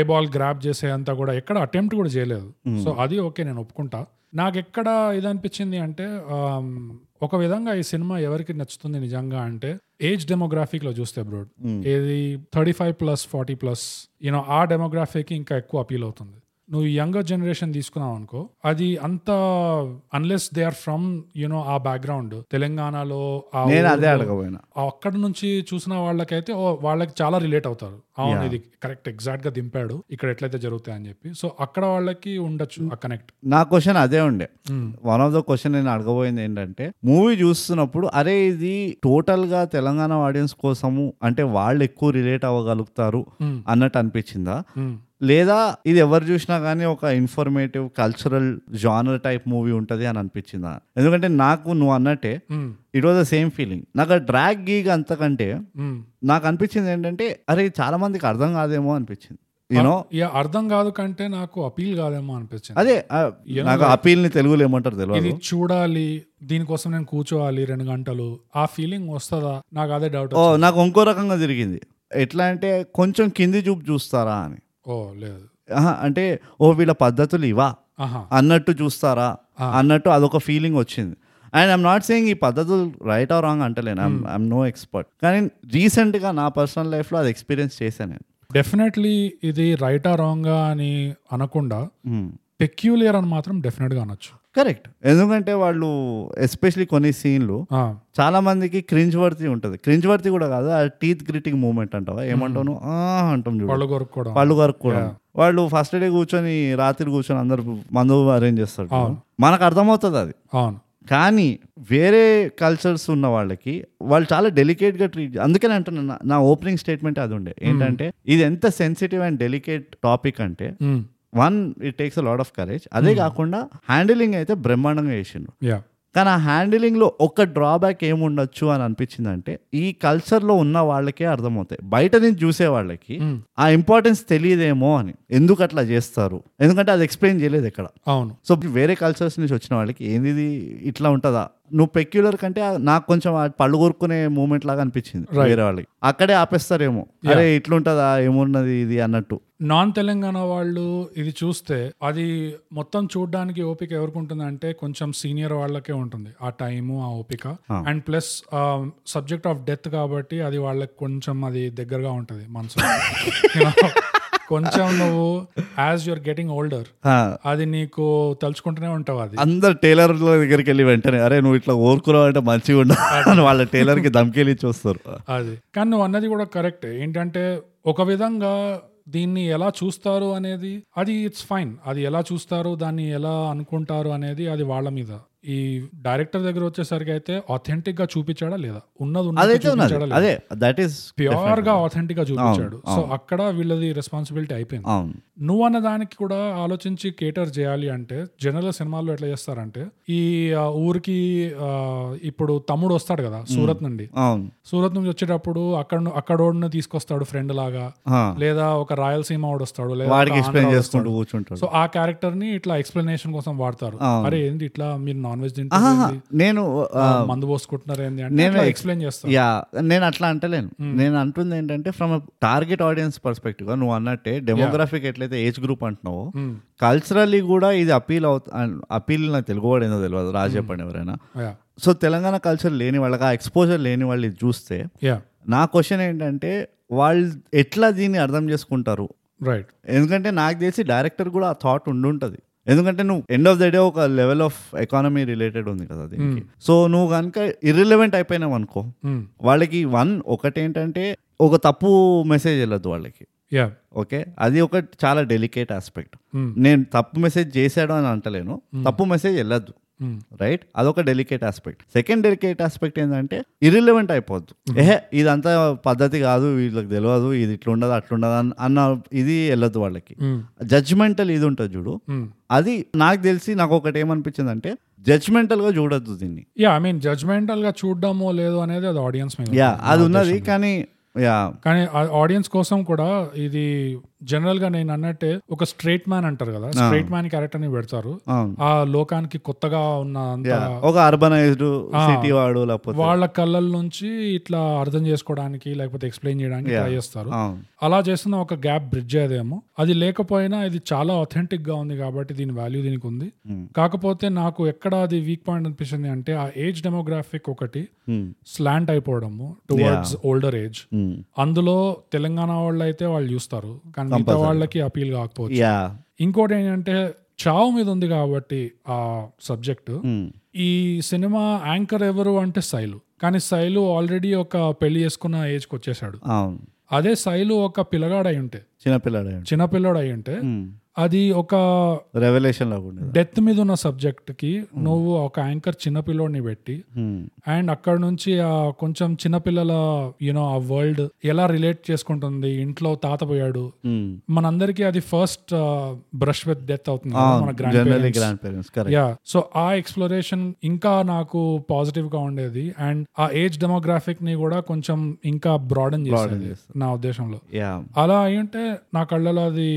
S2: ఐబాల్ గ్రాప్ చేసేంత కూడా ఎక్కడ అటెంప్ట్ కూడా చేయలేదు
S1: Hmm.
S2: సో అది ఓకే నేను ఒప్పుకుంటా నాకు ఎక్కడ ఇది అనిపించింది అంటే ఆమ్, ఒక విధంగా ఈ సినిమా ఎవరికి నచ్చుతుంది నిజంగా అంటే ఏజ్ డెమోగ్రాఫిక్ లో చూస్తే బ్రోడ్
S1: Hmm.
S2: ఏది thirty five plus forty plus you know ఆ డెమోగ్రాఫీకి ఇంకా ఎక్కువ అపీల్ అవుతుంది నువ్వు యంగర్ జనరేషన్ తీసుకున్నావు అనుకో అది అంత unless they are from you know ఆ బ్యాక్గ్రౌండ్ తెలంగాణలో ఆ
S1: నేను అదే అడగబోయినా
S2: అక్కడ నుంచి చూసిన వాళ్ళకైతే ఓ వాళ్ళకి చాలా రిలేట్ అవుతారు అవును ఇది కరెక్ట్ ఎగ్జాక్ట్ గా దింపాడు ఇక్కడ ఎట్లయితే జరుగుతాయి అని చెప్పి సో అక్కడ వాళ్ళకి ఉండొచ్చు ఆ కనెక్ట్
S1: నా క్వశ్చన్ అదే ఉండే వన్ ఆఫ్ ద క్వశ్చన్ నేను అడగబోయింది ఏంటంటే మూవీ చూస్తున్నప్పుడు అరే ఇది టోటల్ గా తెలంగాణ ఆడియన్స్ కోసము అంటే వాళ్ళు ఎక్కువ రిలేట్ అవ్వగలుగుతారు
S2: Hmm.
S1: అన్నట్టు అనిపించిందా లేదా ఇది ఎవరు చూసినా కానీ ఒక informative cultural genre type movie ఉంటుంది అని అనిపించిందా ఎందుకంటే నాకు నువ్వు అన్నట్టే
S2: Hmm.
S1: It was the same feeling నాకు డ్రాగ్ గీగ్ అంతకంటే
S2: Hmm.
S1: నాకు అనిపించింది ఏంటంటే అరే చాలా మందికి అర్థం కాదేమో అనిపించింది యూనో
S2: ఇక అర్థం కాదు కంటే నాకు అపీల్ కాదేమో అనిపించింది
S1: అదే ఆ, నాకు appeal ని తెలుగులో ఏమంటారు
S2: ఇది
S1: తెలియదు
S2: చూడాలి దీనికోసం నేను కూర్చోవాలి రెండు గంటలు ఆ ఫీలింగ్ వస్తుందా నాకు అదే డౌట్
S1: ఓ నాకు ఇంకో రకంగా తిరిగింది ఎట్లా అంటే కొంచెం కింది చూపు చూస్తారా అని
S2: ఓ లేదు
S1: ఆహా, అంటే ఓ వీళ్ళ పద్ధతులు ఇవా
S2: ఆహా
S1: అన్నట్టు చూస్తారా అన్నట్టు అదొక ఫీలింగ్ వచ్చింది అండ్ ఐమ్ నాట్ సేయింగ్ ఈ పద్ధతులు రైట్ ఆర్ రాంగ్ అంటలేను ఐఎమ్ నో ఎక్స్పర్ట్ కానీ రీసెంట్గా నా పర్సనల్ లైఫ్లో అది ఎక్స్పీరియన్స్ చేశాను నేను
S2: డెఫినెట్లీ ఇది రైటా రాంగా అని అనకుండా పెక్యులియర్ అని మాత్రం డెఫినెట్ గా అనొచ్చు
S1: కరెక్ట్ ఎందుకంటే వాళ్ళు ఎస్పెషలీ కొన్ని సీన్లు
S2: ఆ,
S1: చాలా మందికి క్రింజ్ వర్తి ఉంటుంది క్రింజ్ వర్తి కూడా కాదు ఆ టీత్ గ్రిటింగ్ మూమెంట్ అంటావా ఏమంటావు నువ్వు? ఆ అంటాం చూడు
S2: పళ్ళు కొరుక్కోవడం
S1: పళ్ళు కరుక్కోవడం వాళ్ళు ఫస్ట్ డే కూర్చొని రాత్రి కూర్చొని అందరు మందు అరేంజ్ చేస్తారు
S2: అవును.
S1: మనకు అర్థమవుతుంది అది
S2: అవును
S1: కానీ వేరే కల్చర్స్ ఉన్న వాళ్ళకి వాళ్ళు చాలా డెలికేట్గా ట్రీట్ అందుకని అంటున్నాను నా- నా ఓపెనింగ్ స్టేట్మెంట్ అది ఉండే ఏంటంటే ఇది ఎంత సెన్సిటివ్ అండ్ డెలికేట్ టాపిక్ అంటే
S2: మ్మ్.
S1: One it takes a lord of courage అదే కాకుండా హ్యాండిలింగ్ అయితే బ్రహ్మాండంగా చేసిండు
S2: యా
S1: కానీ ఆ హ్యాండిలింగ్లో ఒక్క డ్రాబ్యాక్ ఏముండొచ్చు అని అనిపించిందంటే ఈ కల్చర్లో ఉన్న వాళ్ళకే అర్థమవుతాయి బయట నుంచి చూసే వాళ్ళకి
S2: మ్మ్.
S1: ఆ ఇంపార్టెన్స్ తెలియదేమో అని ఎందుకు అట్లా చేస్తారు ఎందుకంటే అది ఎక్స్ప్లెయిన్ చేయలేదు ఎక్కడ
S2: అవును
S1: సో వేరే కల్చర్స్ నుంచి వచ్చిన వాళ్ళకి ఏంది ఇది ఇట్లా ఉంటుందా నువ్వు పెక్యులర్ కంటే ఆ- నాకు కొంచెం ఆ పళ్ళు కొరుకునే మూమెంట్ లాగా అనిపించింది
S2: Right.
S1: వేరే వాళ్ళకి అక్కడే ఆపేస్తారేమో అరే ఇట్లుంటుందా ఏమున్నది ఇది అన్నట్టు
S2: నాన్ తెలంగాణ వాళ్ళు ఇది చూస్తే అది మొత్తం చూడడానికి ఓపిక ఎవరికి ఉంటుంది అంటే కొంచెం సీనియర్ వాళ్ళకే ఉంటుంది ఆ టైము ఆ ఓపిక and plus subject of death కాబట్టి అది వాళ్ళకి కొంచెం అది దగ్గరగా ఉంటుంది మనసు కొంచెం నువ్వు యాజ్ యుర్ గెటింగ్ ఓల్డర్
S1: ఆ,
S2: అది నీకు తలుచుకుంటూనే ఉంటావు అది
S1: అందరు టైలర్ దగ్గరికి వెళ్ళి వెంటనే అరే నువ్వు ఇట్లా కోరుకున్నావు అంటే మంచిగా ఉండవు అని వాళ్ళ టైలర్కి దమ్కేలి చూస్తారు
S2: అది కానీ నువ్వు అన్నది కూడా కరెక్ట్ ఏంటంటే ఒక విధంగా దీన్ని ఎలా చూస్తారు అనేది అది ఇట్స్ ఫైన్ అది ఎలా చూస్తారు దాన్ని ఎలా అనుకుంటారు అనేది అది వాళ్ళ మీద ఈ డైరెక్టర్ దగ్గర వచ్చేసరికి అయితే ఆథెంటిక్ గా చూపించాడా లేదా ఉన్నది ఉన్నది
S1: అదైతే ఉన్నది అదే దట్ ఈస్
S2: ప్యూర్ గా ఆథెంటిక్ గా చూపించాడు సో అక్కడ వీళ్ళది రెస్పాన్సిబిలిటీ అయిపోయింది
S1: అవును
S2: నువ్వు అన్న దానికి కూడా ఆలోచించి కేటర్ చేయాలి అంటే జనరల్ సినిమాల్లో ఎట్లా చేస్తారంటే ఈ ఆ, ఊరికి ఆ, ఇప్పుడు తమ్ముడు వస్తాడు కదా సూరత్ నుండి
S1: అవును
S2: సూరత్ నుంచి వచ్చేటప్పుడు అక్కడ అక్కడోడిని తీసుకొస్తాడు ఫ్రెండ్ లాగా
S1: ఆ,
S2: లేదా ఒక రాయలసీమ వాడు వస్తాడు లేదా
S1: వాడికి
S2: ఒక ఆంధ్రా
S1: ఎక్స్ప్లెయిన్
S2: వాడు
S1: చేసుకుంటూ
S2: వస్తాడు.
S1: కూర్చుంటాడు
S2: సో ఆ క్యారెక్టర్ ని ఇట్లా ఎక్స్ప్లెనేషన్ కోసం వాడతారు
S1: అవును.
S2: అరే ఏంది ఇట్లా మీరు నాన్ వెజ్
S1: ఆహా,
S2: తింటారు ఏంది?
S1: నేను
S2: ఆ,
S1: ఆ,
S2: మందు పోసుకుంటున్నారు ఏంది అంటే
S1: నేను
S2: ఇట్లా
S1: ex-
S2: ఎక్స్ప్లెయిన్ చేస్తాను
S1: యా నేను అట్లా అంటలేను నేను అంటుంది ఏంటంటే ఫ్రమ్ టార్గెట్ ఆడియన్స్ పర్స్పెక్టివ్ గా నువ్వు అన్నట్టే డెమోగ్రాఫిక్ ఎట్లయితే ఏజ్ గ్రూప్ అంటున్నావో
S2: మ్మ్.
S1: కల్చరల్లీ కూడా ఇది అపీల్ అవుత అపీల్ నాకు తెలుగువాడు ఏందో తెలియదు రాజు చెప్పండి ఎవరైనా
S2: యా
S1: సో తెలంగాణ కల్చర్ లేని వాళ్ళకి ఆ ఎక్స్పోజర్ లేని వాళ్ళు ఇది చూస్తే
S2: యా
S1: నా క్వశ్చన్ ఏంటంటే వాళ్ళు ఎట్లా దీన్ని అర్థం చేసుకుంటారు
S2: రైట్
S1: ఎందుకంటే నాకు తెలిసి డైరెక్టర్ కూడా ఆ థాట్ ఉండుంటది ఎందుకంటే నువ్వు ఎండ్ ఆఫ్ ద డే ఒక లెవెల్ ఆఫ్ ఎకానమీ రిలేటెడ్ ఉంది కదా
S2: Hmm.
S1: దీనికి సో నువ్వు కనుక ఇర్రిలవెంట్ అయిపోయినావు అనుకో వాళ్ళకి వన్ ఒకటేంటంటే ఒక తప్పు మెసేజ్ వెళ్ళదు వాళ్ళకి
S2: యా
S1: ఓకే అది ఒక చాలా డెలికేట్ ఆస్పెక్ట్ నేను తప్పు మెసేజ్ చేశాడు అని అంటలేను తప్పు మెసేజ్ వెళ్ళద్దు రైట్ అదొక delicate aspect second delicate aspect ఏంటంటే ఇరిలెవెంట్ అయిపోద్దు ఏహే ఇదంతా పద్ధతి కాదు వీళ్ళకి తెలియదు ఇది ఇట్లా ఉండదు అట్లా ఉండదు అన్న- అన్న ఇది వెళ్ళదు వాళ్ళకి జడ్జ్మెంటల్ ఇది ఉంటుంది చూడు అది నాకు తెలిసి నాకు ఒకటి ఏమనిపించింది అంటే జడ్జ్మెంటల్గా చూడొద్దు దీన్ని
S2: యా ఐ మీన్ జడ్జ్మెంటల్ గా చూడడమో లేదో అనేది అది ఆడియన్స్ మీద
S1: యా అది ఉన్నది కానీ యా
S2: కానీ ఆడియన్స్ కోసం కూడా ఇది జనరల్ గా నేను అన్నట్టే ఒక స్ట్రైట్ మ్యాన్ అంటారు కదా స్ట్రైట్ మ్యాన్ క్యారెక్టర్ ని పెడతారు
S1: అవును.
S2: ఆ లోకానికి కొత్తగా ఉన్న అంత
S1: యా, ఒక అర్బనైజ్డ్ సిటీ వాడు లేకపోతే
S2: వాళ్ళ కళ్ళల నుంచి ఇట్లా అర్థం చేసుకోవడానికి లేకపోతే ఎక్స్ప్లెయిన్ చేయడానికి ట్రై చేస్తారు
S1: అవును
S2: అలా చేస్తున్న ఒక గ్యాప్ బ్రిడ్జ్ అదేమో అది లేకపోయినా ఇది చాలా అథెంటిక్ గా ఉంది కాబట్టి దీని వాల్యూ దీనికి ఉంది కాకపోతే నాకు ఎక్కడ అది వీక్ పాయింట్ అనిపిస్తుంది అంటే ఆ ఏజ్ డెమోగ్రాఫిక్ ఒకటి
S1: Hmm.
S2: స్లాంట్ అయిపోవడము టువర్డ్స్ ఓల్డర్ ఏజ్
S1: Hmm.
S2: అందులో తెలంగాణ వాళ్ళు అయితే వాళ్ళు చూస్తారు కానీ మిగతా వాళ్ళకి అపీల్ కాకపోవచ్చు
S1: యా
S2: ఇంకోటి ఏంటంటే చావు మీద ఉంది కాబట్టి ఆ సబ్జెక్ట్
S1: Hmm.
S2: ఈ సినిమా యాంకర్ ఎవరు అంటే శైలు కానీ శైలు ఆల్రెడీ ఒక పెళ్లి చేసుకున్న ఏజ్కి వచ్చేసాడు
S1: అవును
S2: అదే శైలు ఒక పిల్లగాడై ఉంటే
S1: చిన్నపిల్లాడే
S2: చిన్నపిల్లోడు అయి ఉంటే అది ఒక
S1: రెవల్యూషన్ Hmm. లాగా ఉండేది
S2: డెత్ మీద ఉన్న సబ్జెక్ట్ కి నువ్వు ఒక యాంకర్ చిన్నపిల్లోడిని పెట్టి
S1: ఉమ్.
S2: అండ్ అక్కడ నుంచి ఆ కొంచెం చిన్నపిల్లల యూనో ఆ వరల్డ్ ఎలా రిలేట్ చేసుకుంటుంది ఇంట్లో తాత పోయాడు
S1: ఉమ్.
S2: మనందరికీ అది ఫస్ట్ బ్రష్ విత్ డెత్ అవుతుంది కదా, Ah, మన
S1: generally
S2: grand
S1: grand parents correct
S2: yeah so ఆ ఎక్స్ప్లోరేషన్ ఇంకా నాకు పాజిటివ్ గా ఉండేది అండ్ ఆ ఏజ్ డెమోగ్రాఫిక్ ని కూడా కొంచెం ఇంకా బ్రాడన్ చేసేది
S1: చేస్తుంది.
S2: నా ఉద్దేశంలో
S1: యా
S2: అలా అయి ఉంటే నా కళ్ళలో అది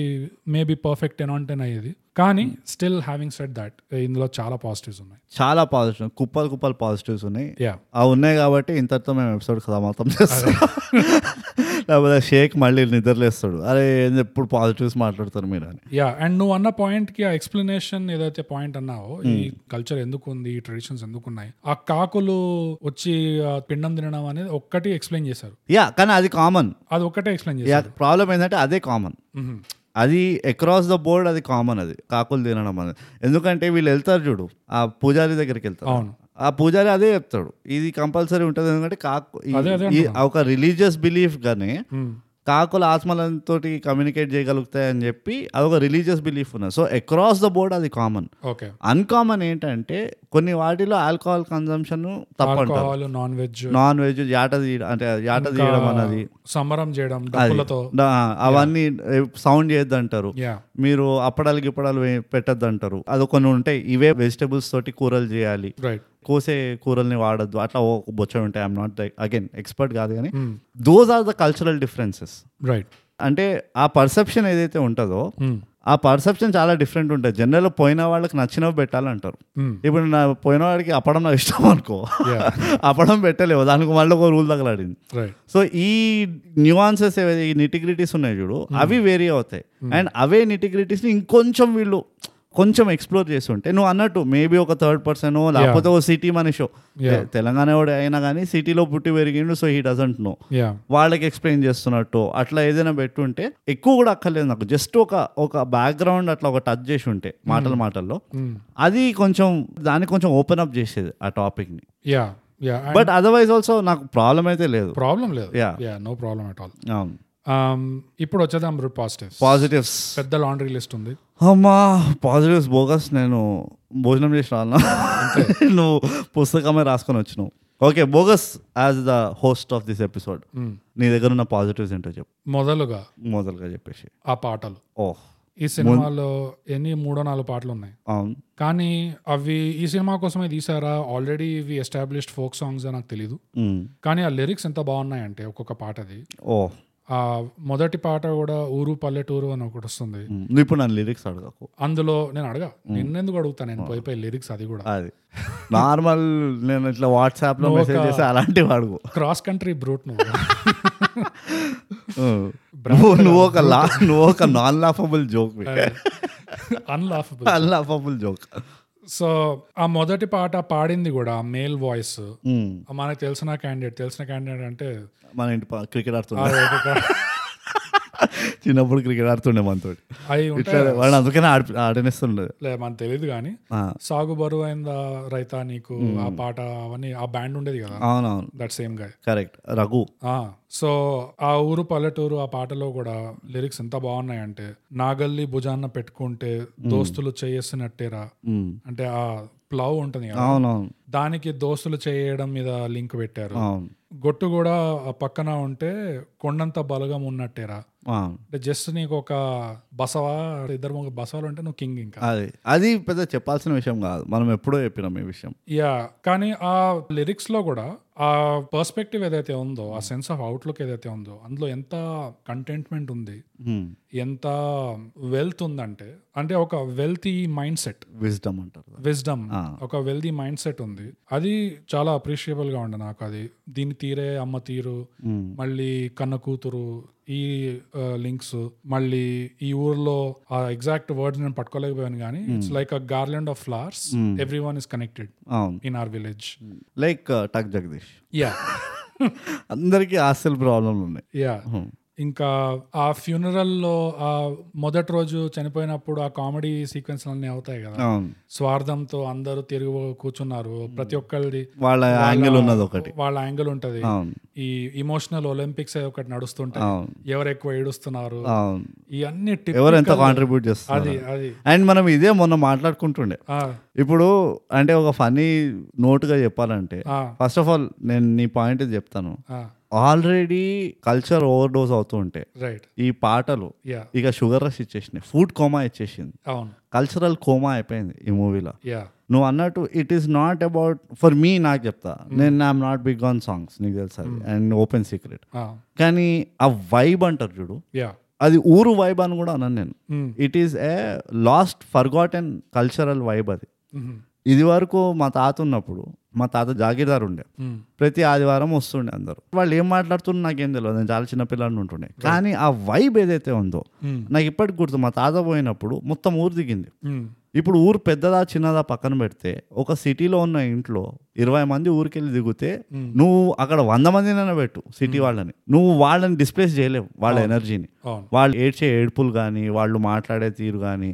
S2: maybe perfect ten on ten అయ్యేది కానీ స్టిల్ హ్యావింగ్ సెట్ దాట్ ఇందులో చాలా పాజిటివ్స్ ఉన్నాయి
S1: చాలా పాజిటివ్ కుప్పలు కుప్పలు పాజిటివ్స్ ఉన్నాయి
S2: యా
S1: ఆ ఉన్నాయి కాబట్టి ఇంతటితో మేము ఎపిసోడ్ సమాప్తం చేస్తాం లేకపోతే షేక్ మళ్ళీ నిద్రలేస్తాడు అరే ఏంది ఎప్పుడు పాజిటివ్స్ మాట్లాడతారు మీరు అని
S2: యా అండ్ నువ్వు అన్న పాయింట్ కి ఆ ఎక్స్ప్లెనేషన్ ఏదైతే పాయింట్ అన్నావో ఈ కల్చర్ ఎందుకు ఉంది ఈ ట్రెడిషన్స్ ఎందుకు ఉన్నాయి ఆ కాకులు వచ్చి ఆ పిండం తినడం అనేది ఒక్కటి ఎక్స్ప్లెయిన్ చేశారు
S1: యా కానీ అది కామన్
S2: అది ఒక్కటే ఎక్స్ప్లెయిన్
S1: యా
S2: చేశారు Mm-hmm.
S1: ప్రాబ్లం ఏంటంటే అదే కామన్
S2: మ్మ్.
S1: అది అక్రాస్ ద బోర్డ్ అది కామన్ అది కాకులు తినడం అనేది ఎందుకంటే వీళ్ళు వెళ్తారు చూడు ఆ పూజారి దగ్గరికి వెళ్తారు
S2: అవును
S1: ఆ పూజారి అదే చెప్తాడు ఇది కంపల్సరీ ఉంటుంది ఎందుకంటే కాకు ఈ-
S2: అదే, అదే
S1: ఈ ఒక రిలీజియస్ బిలీఫ్ గానే
S2: మ్మ్.
S1: కాకుల ఆత్మలతోటి కమ్యూనికేట్ చేయగలుగుతాయని చెప్పి అదొక రిలీజియస్ బిలీఫ్ ఉన్నది సో అక్రాస్ ద బోర్డ్ అది కామన్
S2: ఓకే
S1: అన్కామన్ ఏంటంటే కొన్ని వాటిలో ఆల్కహాల్ కన్సంప్షన్ తప్పంటారు
S2: alcohol non veg
S1: non veg యాట తీయడం అంటే యాట తీయడం అన్నది
S2: సంబరం చేయడం
S1: అది
S2: డబ్బులతో
S1: దా- అవన్నీ సౌండ్ చేయొద్దు అంటారు
S2: యా
S1: మీరు అప్పడాలు గిప్పడాలు పెట్టద్దు అంటారు అది కొన్ని ఉంటాయి ఇవే వెజిటబుల్స్ తోటి కూరలు చేయాలి
S2: రైట్
S1: కోసే కూరల్ని వాడద్దు అట్లా ఓ బొచ్చ ఉంటాయి ఐఎమ్ నాట్ అగైన్ ఎక్స్పర్ట్ కాదు కానీ
S2: Hmm,
S1: those are the cultural differences
S2: right
S1: అంటే ఆ పర్సెప్షన్ ఏదైతే ఉంటుందో
S2: మ్మ్.
S1: ఆ పర్సెప్షన్ చాలా డిఫరెంట్ ఉంటుంది జనరల్ పోయిన వాళ్ళకి నచ్చినవి పెట్టాలంటారు
S2: మ్మ్.
S1: ఇప్పుడు నా పోయిన వాడికి అప్పడం నాకు ఇష్టం అనుకో
S2: Yeah.
S1: అప్పడం పెట్టలేవు దానికి మళ్ళీ ఒక రూల్ తగలాడింది
S2: రైట్
S1: సో ఈ న్యూఆన్సెస్ ఏవైతే ఈ నిటిగ్రిటీస్ ఉన్నాయి చూడు
S2: Hmm.
S1: అవి వేరీ అవుతాయి అండ్ అవే నిటిగ్రిటీస్ని ఇంకొంచెం వీళ్ళు కొంచెం ఎక్స్ప్లోర్ చేసి ఉంటే నువ్వు అన్నట్టు మేబీ ఒక థర్డ్ పర్సన్ లేకపోతే ఓ సిటీ మనిషో
S2: Yeah.
S1: తెలంగాణ వాడు అయినా కానీ సిటీలో పుట్టి పెరిగిండు so he doesn't know
S2: yeah
S1: వాళ్ళకి ఎక్స్ప్లెయిన్ చేస్తున్నట్టు అట్లా ఏదైనా పెట్టుంటే ఎక్కువ కూడా అక్కర్లేదు నాకు జస్ట్ ఒక ఒక బ్యాక్గ్రౌండ్ అట్లా ఒక టచ్ చేసి ఉంటే మాటల మాటల్లో
S2: మ్మ్.
S1: అది కొంచెం దాన్ని కొంచెం ఓపెన్ అప్ చేసేది ఆ టాపిక్ని
S2: yeah yeah
S1: but otherwise also నాకు ప్రాబ్లం అయితే లేదు Um,
S2: ప్రాబ్లం లేదు
S1: Yeah.
S2: Yeah no problem at all Um, ఇప్పుడు వచ్చేద్దాం రూట్ పాజిటివ్స్
S1: పాజిటివ్స్
S2: పెద్ద లాండ్రీ లిస్ట్ ఉంది
S1: అమ్మా పాజిటివ్స్ బోగస్ నేను భోజనం చేసి రాను నువ్వు పుస్తకమే రాసుకొని వచ్చినావు okay bogus as the host of this episode
S2: Mm.
S1: నీ దగ్గర ఉన్న పాజిటివ్స్ ఏంటో చెప్పు
S2: మొదలుగా
S1: మొదలుగా చెప్పేసి
S2: ఆ పాటలు
S1: ఓహ్
S2: ఈ సినిమాలో ఎన్ని మూడో నాలుగు పాటలు ఉన్నాయి
S1: అవును
S2: కానీ అవి ఈ సినిమా కోసమే తీసారా ఆల్రెడీ ఇవి ఎస్టాబ్లిష్డ్ ఫోక్ సాంగ్స్ నాకు తెలియదు
S1: Mm.
S2: కానీ ఆ లిరిక్స్ ఎంత బాగున్నాయంటే ఒక్కొక్క పాటది
S1: ఓ
S2: ఆ మొదటి పాట కూడా ఊరు పల్లెటూరు అని ఒకటి వస్తుంది
S1: మ్. నువ్వు ఇప్పుడు నన్ను లిరిక్స్ అడగకు
S2: అందులో నేను అడగా నిన్నెందుకు అడుగుతాను నేను పోయి పోయి లిరిక్స్ అది కూడా
S1: అది నార్మల్ నేను ఇట్లా వాట్సాప్ లో మెసేజ్ చేస్తే అలాంటివి అడుగు
S2: క్రాస్ కంట్రీ బ్రూట్ నువ్వు
S1: Mm. నువ్వు నువ్వు ఒక లా నువ్వు ఒక non laughable joke
S2: అన్లాఫబుల్
S1: unlaughable joke
S2: so ఆ మొదటి పాట పాడింది కూడా మేల్ వాయిస్ మనకు తెలిసిన క్యాండిడేట్ తెలిసిన క్యాండిడేట్ అంటే
S1: మన ఇంటి పా- క్రికెట్
S2: ఆ
S1: ఆడుతుండే
S2: ఒక-
S1: చిన్నప్పుడు క్రికెట్ ఆడుతుండే మనతోటి
S2: అవి
S1: ఇట్లా
S2: ఉంటాయి
S1: వాడిని అందుకనే ఆడి ఆడనేస్తుండే
S2: లే, మనకు తెలియదు కానీ
S1: ఆ,
S2: సాగు బరువు అయిందా రైతా నీకు ఆ పాట అవన్నీ ఆ బ్యాండ్ ఉండేది కదా
S1: అవునవును
S2: that same guy
S1: correct Raghu
S2: so ఆ ఊరు పల్లెటూరు ఆ పాటలో కూడా లిరిక్స్ ఎంత బాగున్నాయంటే నాగల్లి భుజాన్న పెట్టుకుంటే దోస్తులు చేయేసినట్టేరా
S1: ఉమ్,
S2: అంటే ఆ ప్లవ్ ఉంటుంది కదా
S1: అవునవును
S2: దానికి దోస్తులు చేయడం మీద లింక్ పెట్టారు
S1: అవును
S2: గొట్టు కూడా ఆ పక్కన ఉంటే కొండంత బలగం ఉన్నట్టేరా
S1: అవును
S2: అంటే జస్ట్ నీకు ఒక బసవా ఇద్దరు ముగ్గురు బసవాలు ఉంటే నువ్వు కింగ్ ఇంకా
S1: అది అది పెద్ద చెప్పాల్సిన విషయం కాదు మనం ఎప్పుడో చెప్పినాం ఈ విషయం
S2: యా కానీ ఆ లిరిక్స్ లో కూడా ఆ పర్స్పెక్టివ్ ఏదైతే ఉందో ఆ సెన్స్ ఆఫ్ అవుట్లుక్ ఏదైతే ఉందో అందులో ఎంత కంటెంట్మెంట్ ఉంది ఎంత వెల్త్ ఉందంటే అంటే ఒక వెల్తీ మైండ్ సెట్
S1: విజ్డమ్ అంటారు
S2: విజ్డమ్ ఒక వెల్దీ మైండ్ సెట్ ఉంది అది చాలా అప్రిషియబుల్ గా ఉండే నాకు అది దీని తీరే అమ్మ తీరు మళ్ళీ కన్న కూతురు ఈ లింక్స్ మళ్ళీ ఈ ఊర్లో ఆ ఎగ్జాక్ట్ వర్డ్స్ నేను పట్టుకోలేకపోయాను కానీ it's like a garland of flowers every one is connected
S1: అవును
S2: in our village
S1: like uh, టక్ జగదీష్
S2: యా
S1: అందరికీ ఆస్తుల ప్రాబ్లంలు ఉన్నాయి
S2: యా ఇంకా ఆ ఫ్యూనరల్లో ఆ మొదటి రోజు చనిపోయినప్పుడు ఆ కామెడీ సీక్వెన్స్ అన్నీ అవుతాయి కదా
S1: అవును
S2: స్వార్థంతో అందరూ తిరుగు కూర్చున్నారు ప్రతి ఒక్కరిది
S1: వాళ్ళ యాంగిల్ ఉన్నది ఒకటి
S2: వాళ్ళ యాంగిల్ ఉంటది
S1: అవును
S2: ఈ ఇమోషనల్ ఒలింపిక్స్ అవి ఒకటి నడుస్తుంటాయి
S1: అవును
S2: ఎవరు ఎక్కువ ఏడుస్తున్నారు
S1: అవును
S2: ఇవన్నీ tip-
S1: ఎవరు ఎంత కాంట్రిబ్యూట్ చేస్తారు
S2: అది అది
S1: అండ్ మనం ఇదే మొన్న మాట్లాడుకుంటుండే
S2: ఆ,
S1: ఇప్పుడు అంటే ఒక ఫనీ నోట్గా చెప్పాలంటే
S2: ఆ,
S1: ఫస్ట్ ఆఫ్ ఆల్ నేను నీ పాయింట్ చెప్తాను
S2: ఆ,
S1: ఆల్రెడీ కల్చర్ ఓవర్ డోస్ అవుతూ ఉంటే
S2: రైట్
S1: ఈ పాటలు
S2: యా
S1: ఇక షుగర్ రష్ ఇచ్చేసినాయి ఫుడ్ కోమా ఇచ్చేసింది
S2: అవును
S1: కల్చరల్ కోమా అయిపోయింది ఈ మూవీలో
S2: యా
S1: నువ్వు అన్నట్టు it is not about for me నాకు చెప్తా నేను I'm not big on songs నీకు తెలుసు అది అండ్ ఓపెన్ సీక్రెట్
S2: ఆ,
S1: కానీ ఆ వైబ్ అంటారు చూడు
S2: యా
S1: అది ఊరు వైబ్ అని కూడా అన్నాను నేను
S2: um,
S1: it is a lost forgot and cultural vibe అది
S2: ఉమ్,
S1: ఇది వరకు మా తాత ఉన్నప్పుడు మా తాత జాగీర్దార్ ఉండే
S2: ఉమ్,
S1: ప్రతి ఆదివారం వస్తుండే అందరూ వాళ్ళు ఏం మాట్లాడుతున్నా నాకేం తెలియదు నేను చాలా చిన్న పిల్లలు ఉంటుండే కానీ ఆ వైబ్ ఏదైతే ఉందో
S2: ఉమ్,
S1: నాకు ఇప్పటికి గుర్తు మా తాత పోయినప్పుడు మొత్తం ఊరు దిగింది
S2: ఉమ్,
S1: ఇప్పుడు ఊరు పెద్దదా చిన్నదా పక్కన పెడితే ఒక సిటీలో ఉన్న ఇంట్లో ఇరవై మంది ఊరికెళ్ళి దిగితే నువ్వు అక్కడ వంద మందినైనా పెట్టు సిటీ వాళ్ళని నువ్వు వాళ్ళని డిస్ప్లేస్ చేయలేవు వాళ్ళ ఎనర్జీని
S2: అవును
S1: వాళ్ళు ఏడ్చే ఏడుపులు కానీ వాళ్ళు మాట్లాడే తీరు కానీ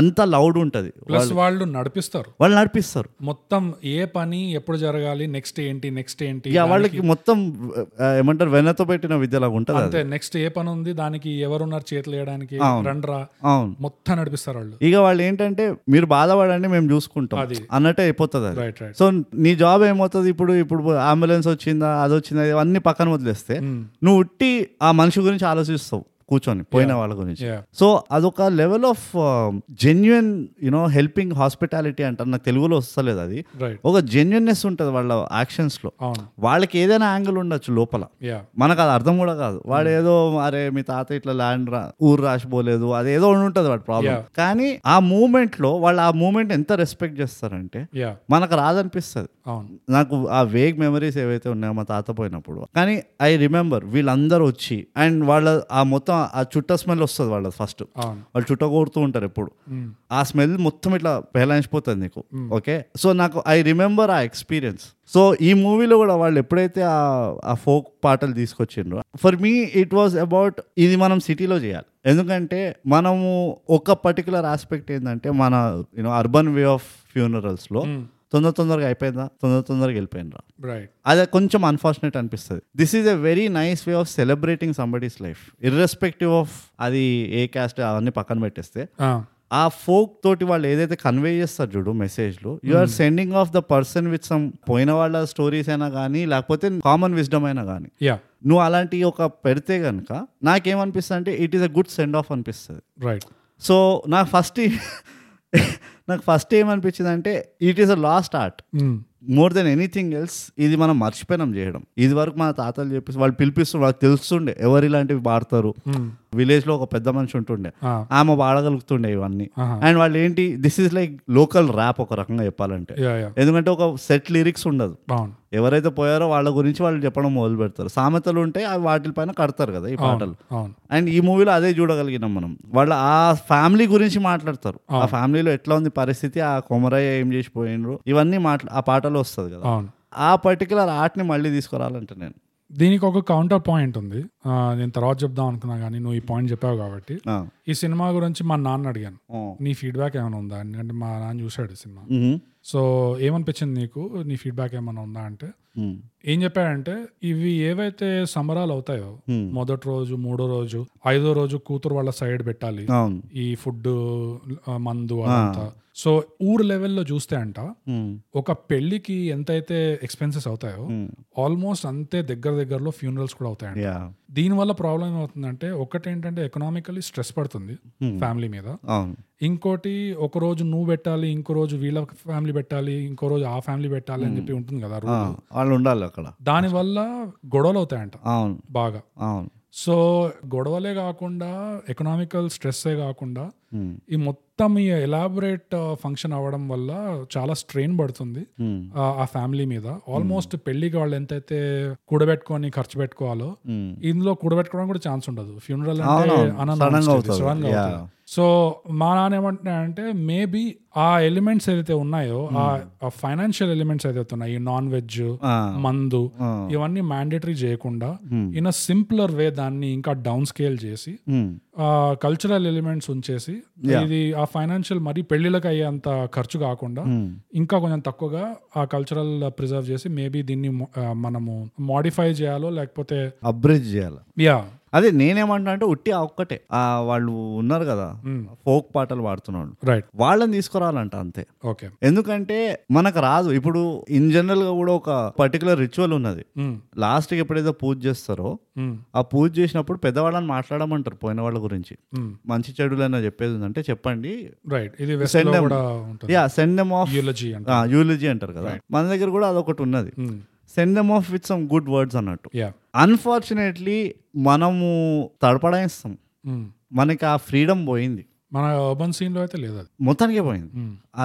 S1: అంత లౌడ్ ఉంటుంది
S2: ప్లస్ వాళ్ళు నడిపిస్తారు
S1: వాళ్ళు నడిపిస్తారు
S2: మొత్తం ఏ పని ఎప్పుడు జరగాలి నెక్స్ట్ ఏంటి నెక్స్ట్ ఏంటి
S1: ఇక వాళ్ళకి మొత్తం ఆ, ఏమంటారు వెనతో పెట్టిన విద్యలాగా ఉంటుంది అది
S2: అంతే నెక్స్ట్ ఏ పని ఉంది దానికి ఎవరున్నారు చేతులు వేయడానికి రండ్రా
S1: అవును
S2: మొత్తం నడిపిస్తారు వాళ్ళు
S1: ఇక వాళ్ళు ఏంటంటే మీరు బాధపడండి మేము చూసుకుంటాం
S2: అది.
S1: అన్నట్టే అయిపోతుంది అది
S2: రైట్ రైట్
S1: సో నీ జాబ్ ఏమవుతుంది ఇప్పుడు ఇప్పుడు అంబులెన్స్ వచ్చిందా అది వచ్చిందా అన్ని పక్కన వదిలేస్తే
S2: Hmm.
S1: నువ్వు ఉట్టి ఆ మనిషి గురించి ఆలోచిస్తావు కూర్చొని పోయిన వాళ్ళ గురించి
S2: Yeah.
S1: సో అదొక uh, level of genuine you know helping hospitality అంటారు నాకు తెలుగులో వస్తలేదు అది
S2: రైట్
S1: ఒక జెన్యున్నెస్ ఉంటుంది వాళ్ళ యాక్షన్స్లో
S2: అవును
S1: వాళ్ళకి ఏదైనా యాంగిల్ ఉండొచ్చు లోపల
S2: యా
S1: మనకు అది అర్థం కూడా కాదు వాడు
S2: Hmm.
S1: ఏదో అరే మీ తాత ఇట్లా ల్యాండ్ రా ఊరు రాసిపోలేదు అది ఏదో ఉంటుంది వాడు ప్రాబ్లం
S2: Yeah.
S1: కానీ ఆ మూమెంట్ లో వాళ్ళు ఆ మూమెంట్ ఎంత రెస్పెక్ట్ చేస్తారంటే
S2: యా
S1: మనకు రాదనిపిస్తుంది
S2: అవును
S1: నాకు ఆ వేగ్ మెమరీస్ ఏవైతే ఉన్నాయో మా తాత పోయినప్పుడు కానీ ఐ రిమెంబర్ వీళ్ళందరూ వచ్చి అండ్ వాళ్ళ ఆ మొత్తం ఆ చుట్ట స్మెల్ వస్తుంది వాళ్ళ ఫస్ట్
S2: అవును
S1: వాళ్ళు చుట్ట కొడుతూ ఉంటారు ఎప్పుడు ఆ స్మెల్ మొత్తం ఇట్లా పేలాయించిపోతుంది నీకు ఓకే సో నాకు ఐ రిమెంబర్ ఆ ఎక్స్పీరియన్స్ సో ఈ మూవీలో కూడా వాళ్ళు ఎప్పుడైతే ఆ ఆ ఫోక్ పాటలు తీసుకొచ్చిండ్రో for me it was about ఇది మనం సిటీలో చేయాలి ఎందుకంటే మనము ఒక పర్టికులర్ ఆస్పెక్ట్ ఏంటంటే మన యూనో అర్బన్ వే ఆఫ్ ఫ్యూనరల్స్లో తొందర తొందరగా అయిపోయిందా తొందర తొందరగా వెళ్ళిపోయినరా
S2: రైట్
S1: అది కొంచెం అన్ఫార్చునేట్ అనిపిస్తుంది this is a very nice way of celebrating somebody's life irrespective of అది ఏ క్యాస్ట్ అవన్నీ పక్కన పెట్టేస్తే ఆ ఫోక్ తోటి వాళ్ళు ఏదైతే కన్వే చేస్తారు చూడు మెసేజ్లు you are sending off the person with some పోయిన వాళ్ళ స్టోరీస్ అయినా కానీ లేకపోతే కామన్ విజ్డమ్ అయినా కానీ
S2: యా
S1: నువ్వు అలాంటి ఒక పెడితే కనుక నాకేమనిపిస్తుంది అంటే it is a good send off అనిపిస్తుంది
S2: రైట్
S1: సో నాకు ఫస్ట్ నాకు ఫస్ట్ ఏమనిపించింది అంటే it is a lost art
S2: Mm.
S1: More than anything else ఇది మనం మర్చిపోయినాం చేయడం ఇది వరకు మన తాతలు చెప్పేసి వాళ్ళు పిలిపిస్తుండే వాళ్ళకి తెలుస్తుండే ఎవరు ఇలాంటివి వాడతారు
S2: Mm.
S1: విలేజ్లో ఒక పెద్ద మనిషి ఉంటుండే
S2: Ah.
S1: ఆమె వాడగలుగుతుండే ఇవన్నీ
S2: ఆహా.
S1: అండ్ వాళ్ళు ఏంటి this is like local rap ఒక రకంగా చెప్పాలంటే
S2: యా యా
S1: ఎందుకంటే ఒక సెట్ లిరిక్స్ ఉండదు
S2: అవును
S1: ఎవరైతే పోయారో వాళ్ళ గురించి వాళ్ళు చెప్పడం మొదలు పెడతారు సామెతలు ఉంటే అవి వాటిపైన కడతారు కదా ఈ పాటలు
S2: అవును
S1: అండ్ ఈ మూవీలో అదే చూడగలిగినాం మనం వాళ్ళు ఆ ఫ్యామిలీ గురించి మాట్లాడతారు ఆ ఫ్యామిలీలో ఎట్లా ఉంది పరిస్థితి ఆ కొమరయ్య ఏం చేసిపోయినరు ఇవన్నీ మాట్లా ఆ పాటలో వస్తుంది కదా
S2: అవును
S1: ఆ పర్టికులర్ ఆర్ట్ని మళ్ళీ తీసుకురావాలంటే నేను
S2: దీనికి ఒక కౌంటర్ పాయింట్ ఉంది ఆ, నేను తర్వాత చెప్దాం అనుకున్నా కానీ నువ్వు ఈ పాయింట్ చెప్పావు కాబట్టి
S1: ఆ.
S2: ఈ సినిమా గురించి మా నాన్న అడిగాను
S1: ఆ.
S2: నీ ఫీడ్బ్యాక్ ఏమైనా ఉందా ఎందుకంటే మా నాన్న చూశాడు ఈ సినిమా
S1: మ్మ్.
S2: సో ఏమనిపించింది నీకు నీ ఫీడ్బ్యాక్ ఏమైనా ఉందా అంటే
S1: మ్మ్.
S2: ఏం చెప్పాడంటే ఇవి ఏవైతే సంబరాలు అవుతాయో మొదటి రోజు మూడో రోజు ఐదో రోజు కూతురు వాళ్ళ సైడ్ పెట్టాలి
S1: అవును
S2: ఈ ఫుడ్ ఆ, మందు అదంతా సో ఊరు లెవెల్లో చూస్తే అంట
S1: మ్మ్.
S2: ఒక పెళ్లికి ఎంతైతే ఎక్స్పెన్సెస్ అవుతాయో ఆల్మోస్ట్ అంతే దగ్గర దగ్గరలో ఫ్యూనరల్స్ కూడా అవుతాయంట
S1: యా
S2: దీనివల్ల ప్రాబ్లం ఏమవుతుందంటే ఒకటి ఏంటంటే ఎకనామికలీ స్ట్రెస్ పడుతుంది ఫ్యామిలీ మీద
S1: అవును
S2: ఇంకోటి ఒక రోజు నువ్వు పెట్టాలి ఇంకో రోజు వీళ్ళ ఫ్యామిలీ పెట్టాలి ఇంకో రోజు ఆ ఫ్యామిలీ పెట్టాలి అని చెప్పి ఉంటుంది కదా
S1: ఆ,
S2: రూల్
S1: వాళ్ళు ఉండాలి అక్కడ
S2: దానివల్ల గొడవలు అవుతాయంట
S1: అవును
S2: బాగా
S1: అవును
S2: సో గొడవలే కాకుండా ఎకనామికల్ స్ట్రెస్సే కాకుండా
S1: మ్మ్.
S2: ఈ మొత్తం ఈ ఎలాబొరేట్ ఫంక్షన్ అవ్వడం వల్ల చాలా స్ట్రెయిన్ పడుతుంది
S1: మ్మ్.
S2: ఆ- ఆ ఫ్యామిలీ మీద ఆల్మోస్ట్
S1: Hmm.
S2: పెళ్లికి వాళ్ళు ఎంతైతే కూడబెట్టుకొని ఖర్చు పెట్టుకోవాలో
S1: మ్మ్.
S2: ఇందులో కూడబెట్టుకోవడం కూడా ఛాన్స్ ఉండదు ఫ్యూనరల్
S1: అవునవును. Sudden గా
S2: అంటే
S1: అవుతుంది. Yeah.
S2: సో మా నాన్న ఏమంటున్నాడంటే మేబీ ఆ ఎలిమెంట్స్ ఏదైతే ఉన్నాయో
S1: Hmm.
S2: ఆ ఫైనాన్షియల్ ఎలిమెంట్స్ ఏదైతే ఉన్నాయో ఈ నాన్ వెజ్
S1: Ah.
S2: మందు ఇవన్నీ మ్యాండేటరీ చేయకుండా
S1: Hmm.
S2: In a simpler way దాన్ని ఇంకా డౌన్ స్కేల్ చేసి కల్చరల్ ఎలిమెంట్స్ ఉంచేసి ఇది ఆ ఫైనాన్షియల్ మరీ పెళ్లిలకు అయ్యేంత ఖర్చు కాకుండా
S1: Hmm.
S2: ఇంకా కొంచెం తక్కువగా ఆ కల్చరల్ ప్రిజర్వ్ చేసి మేబీ దీన్ని mo- ఆ, మనము మాడిఫై చేయాలో లేకపోతే
S1: అబ్రిజ్ చేయాలి
S2: యా
S1: అదే నేనేమంటా అంటే ఉట్టి ఆ ఒక్కటే ఆ వాళ్ళు ఉన్నారు కదా ఫోక్ పాటలు పాడుతున్నాడు
S2: రైట్
S1: వాళ్ళని తీసుకురావాలంట అంతే
S2: ఓకే
S1: ఎందుకంటే మనకు రాదు ఇప్పుడు ఇన్ జనరల్ గా కూడా ఒక పర్టికులర్ రిచువల్ ఉన్నది
S2: Hmm,
S1: లాస్ట్ కి ఎప్పుడైతే పూజ చేస్తారో ఆ పూజ చేసినప్పుడు పెద్దవాళ్ళని మాట్లాడమంటారు పోయిన వాళ్ళ గురించి మంచి చెడులైనా చెప్పేది ఉందంటే చెప్పండి
S2: రైట్ ఇది West
S1: Send
S2: లో
S1: them.
S2: కూడా ఉంటుంది
S1: yeah send them off
S2: eulogy అంట Hmm,
S1: యూలజీ అంటారు కదా మన దగ్గర కూడా అదొకటి ఉన్నది send them off with some good words అన్నట్టు
S2: యా
S1: అన్ఫార్చునేట్లీ మనము తడపడాయిస్తాం మనకి ఆ ఫ్రీడమ్ పోయింది
S2: hmm. మన అర్బన్ సీన్ లో అయితే లేదు అది Hmm,
S1: మొత్తానికే పోయింది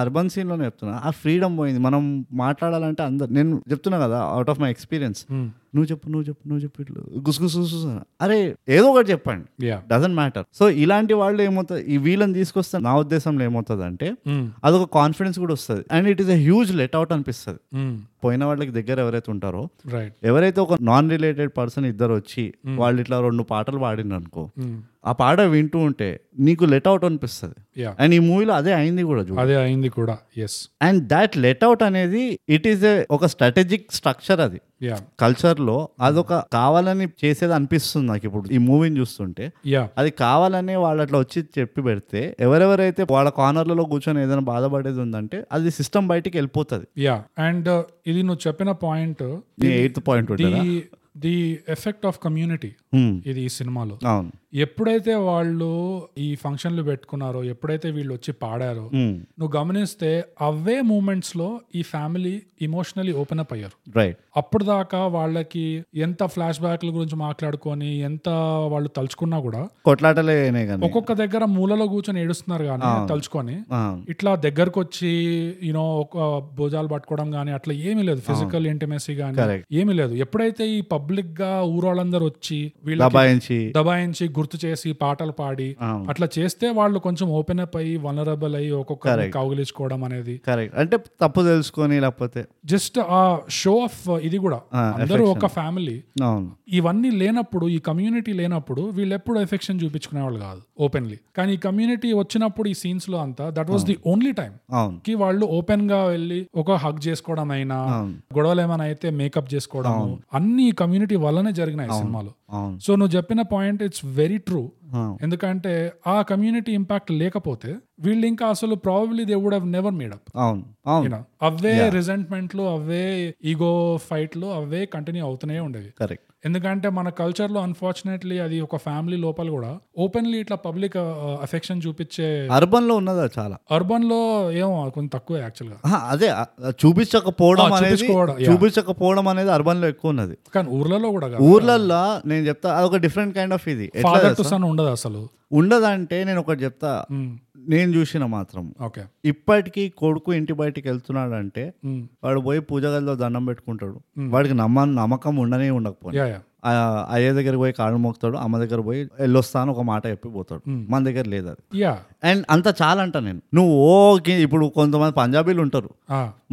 S1: అర్బన్ సీన్లోనే చెప్తున్నా ఆ ఫ్రీడమ్ పోయింది మనం మాట్లాడాలంటే అందరు నేను చెప్తున్నా కదా out of my experience
S2: Hmm.
S1: నువ్వు చెప్పు నువ్వు చెప్పు నువ్వు చెప్పు ఇట్లా గుసగుసు గుసగుస అని. అరే ఏదో ఒకటి చెప్పండి
S2: యా
S1: డజంట్ మ్యాటర్ సో ఇలాంటి వాళ్ళు ఏమవుతుంది ఈ వీళ్ళని తీసుకొస్తే నా ఉద్దేశంలో ఏమవుతుంది అంటే
S2: hmm,
S1: అదొక కాన్ఫిడెన్స్ కూడా వస్తుంది and it is a huge let out అనిపిస్తుంది
S2: hmm,
S1: పోయిన వాళ్ళకి దగ్గర ఎవరైతే ఉంటారో
S2: రైట్
S1: ఎవరైతే ఒక నాన్ రిలేటెడ్ పర్సన్ ఇద్దరు వచ్చి వాళ్ళు ఇట్లా రెండు పాటలు పాడిన అనుకో
S2: hmm,
S1: ఆ పాట వింటూ ఉంటే నీకు లెట్ అవుట్ అనిపిస్తుంది
S2: యా
S1: అండ్ ఈ మూవీలో అదే అయింది కూడా చూడు
S2: అదే అయింది కూడా yes
S1: and that let out అనేది ఇట్ ఈస్ ఒక స్ట్రాటజిక్ స్ట్రక్చర్ అది
S2: యా
S1: కల్చర్లో అదొక కావాలని చేసేది అనిపిస్తుంది నాకు ఇప్పుడు ఈ మూవీని చూస్తుంటే
S2: యా
S1: అది కావాలని వాళ్ళు అట్లా వచ్చి చెప్పి పెడితే ఎవరెవరైతే వాళ్ళ కార్నర్లలో కూర్చొని ఏదైనా బాధపడేది ఉందంటే అది సిస్టమ్ బయటికి వెళ్ళిపోతుంది
S2: యా అండ్ uh, ఇది నువ్వు చెప్పిన పాయింట్
S1: ఎయిత్ పాయింట్
S2: ది
S1: ఉంటుందా
S2: the effect of community
S1: Hmm.
S2: ఇది ఈ సినిమాలో
S1: అవును
S2: ఎప్పుడైతే వాళ్ళు ఈ ఫంక్షన్లు పెట్టుకున్నారో ఎప్పుడైతే వీళ్ళు వచ్చి పాడారో నువ్వు గమనిస్తే అవే మూమెంట్స్ లో ఈ ఫ్యామిలీ ఇమోషనలీ ఓపెన్ అప్ అయ్యారు
S1: రైట్
S2: అప్పుడు దాకా వాళ్ళకి ఎంత ఫ్లాష్ బ్యాక్ల గురించి మాట్లాడుకొని ఎంత వాళ్ళు తలుచుకున్నా కూడా
S1: కొట్లాటలే అయినాయి కానీ
S2: ఒక్కొక్క దగ్గర మూలలో కూర్చొని ఏడుస్తున్నారు కానీ తలుచుకొని
S1: అవును.
S2: ఇట్లా దగ్గరకు వచ్చి యూనో ఒక భోజాలు పట్టుకోవడం కానీ అట్లా ఏమీ లేదు ఫిజికల్ ఇంటిమెసీ కానీ
S1: Correct.
S2: ఏమీ లేదు ఎప్పుడైతే ఈ పబ్లిక్ గా ఊరోళ్ళందరూ వచ్చి వీళ్ళ
S1: దబాయించి
S2: దబాయించి గుర్తు చేసి పాటలు పాడి
S1: అవును.
S2: అట్లా చేస్తే వాళ్ళు కొంచెం ఓపెన్ అప్ అయ్యి వనరబుల్ అయ్యి ఒక్కొక్కరిని కౌగిలించుకోవడం అనేది
S1: కరెక్ట్ అంటే తప్పు తెలుసుకొని లేకపోతే
S2: జస్ట్ ఆ షో ఆఫ్ ఇది కూడా
S1: ఆ,
S2: అందరూ ఒక ఫ్యామిలీ
S1: అవును
S2: ఇవన్నీ లేనప్పుడు ఈ కమ్యూనిటీ లేనప్పుడు వీళ్ళు ఎప్పుడు ఎఫెక్షన్ చూపించుకునే వాళ్ళు కాదు ఓపెన్లీ కానీ ఈ కమ్యూనిటీ వచ్చినప్పుడు ఈ సీన్స్ లో అంతా that was the only time
S1: అవును
S2: కి వాళ్ళు ఓపెన్ గా వెళ్ళి ఒక హగ్ చేసుకోవడం అయినా గొడవలు ఏమైనా అయితే మేకప్ చేసుకోవడం అన్ని ఈ కమ్యూనిటీ వల్లనే జరిగినాయి ఈ సినిమాలో
S1: అవును
S2: సో నువ్వు చెప్పిన పాయింట్ ఇట్స్ వెరీ ట్రూ
S1: అవును.
S2: ఎందుకంటే ఆ కమ్యూనిటీ ఇంపాక్ట్ లేకపోతే వీళ్ళు ఇంకా అసలు probably they would have never made up
S1: అవును అవును
S2: అవే రిజెంట్మెంట్లు అవే ఈగో ఫైట్లు అవే కంటిన్యూ అవుతూనే ఉండేవి
S1: కరెక్ట్
S2: ఎందుకంటే మన culture లో అన్ఫార్చునేట్లీ అది ఒక ఫ్యామిలీ లోపల కూడా ఓపెన్లీ ఇట్లా పబ్లిక్ అఫెక్షన్ చూపించే
S1: అర్బన్ లో ఉన్నదా చాలా
S2: urban లో ఏమో కొంచెం తక్కువే యాక్చువల్గా
S1: ఆహా, అదే ఆ- ఆ చూపించకపోవడం
S2: ఆ,
S1: అనేది
S2: చూపించుకోవడం, yeah.
S1: చూపించకపోవడం అనేది అర్బన్ లో ఎక్కువ ఉన్నది
S2: కానీ ఊర్లలో కూడా
S1: ఊర్లల్లో నేను చెప్తా అదొక డిఫరెంట్ కైండ్ ఆఫ్ ఇది ఎట్లా
S2: ఫాదర్ టు సన్ ఉండదు అసలు
S1: ఉండదంటే నేను ఒకటి చెప్తా నేను చూసిన మాత్రం
S2: ఓకే
S1: ఇప్పటికీ కొడుకు ఇంటి బయటికి వెళ్తున్నాడంటే వాడు పోయి పూజ గదిలో దండం పెట్టుకుంటాడు
S2: Hmm.
S1: వాడికి నమ్మ నమ్మకం ఉండనే ఉండకపోయింది
S2: యా యా
S1: అయ్య దగ్గరికి పోయి కాళ్ళు మోగుతాడు అమ్మ దగ్గర పోయి వెళ్ళొస్తా అని ఒక మాట చెప్పి పోతాడు
S2: Hmm.
S1: మన దగ్గర లేదు అది
S2: యా
S1: అండ్ అంత చాలంట నేను నువ్వు ఓకే ఇప్పుడు కొంతమంది పంజాబీలు ఉంటారు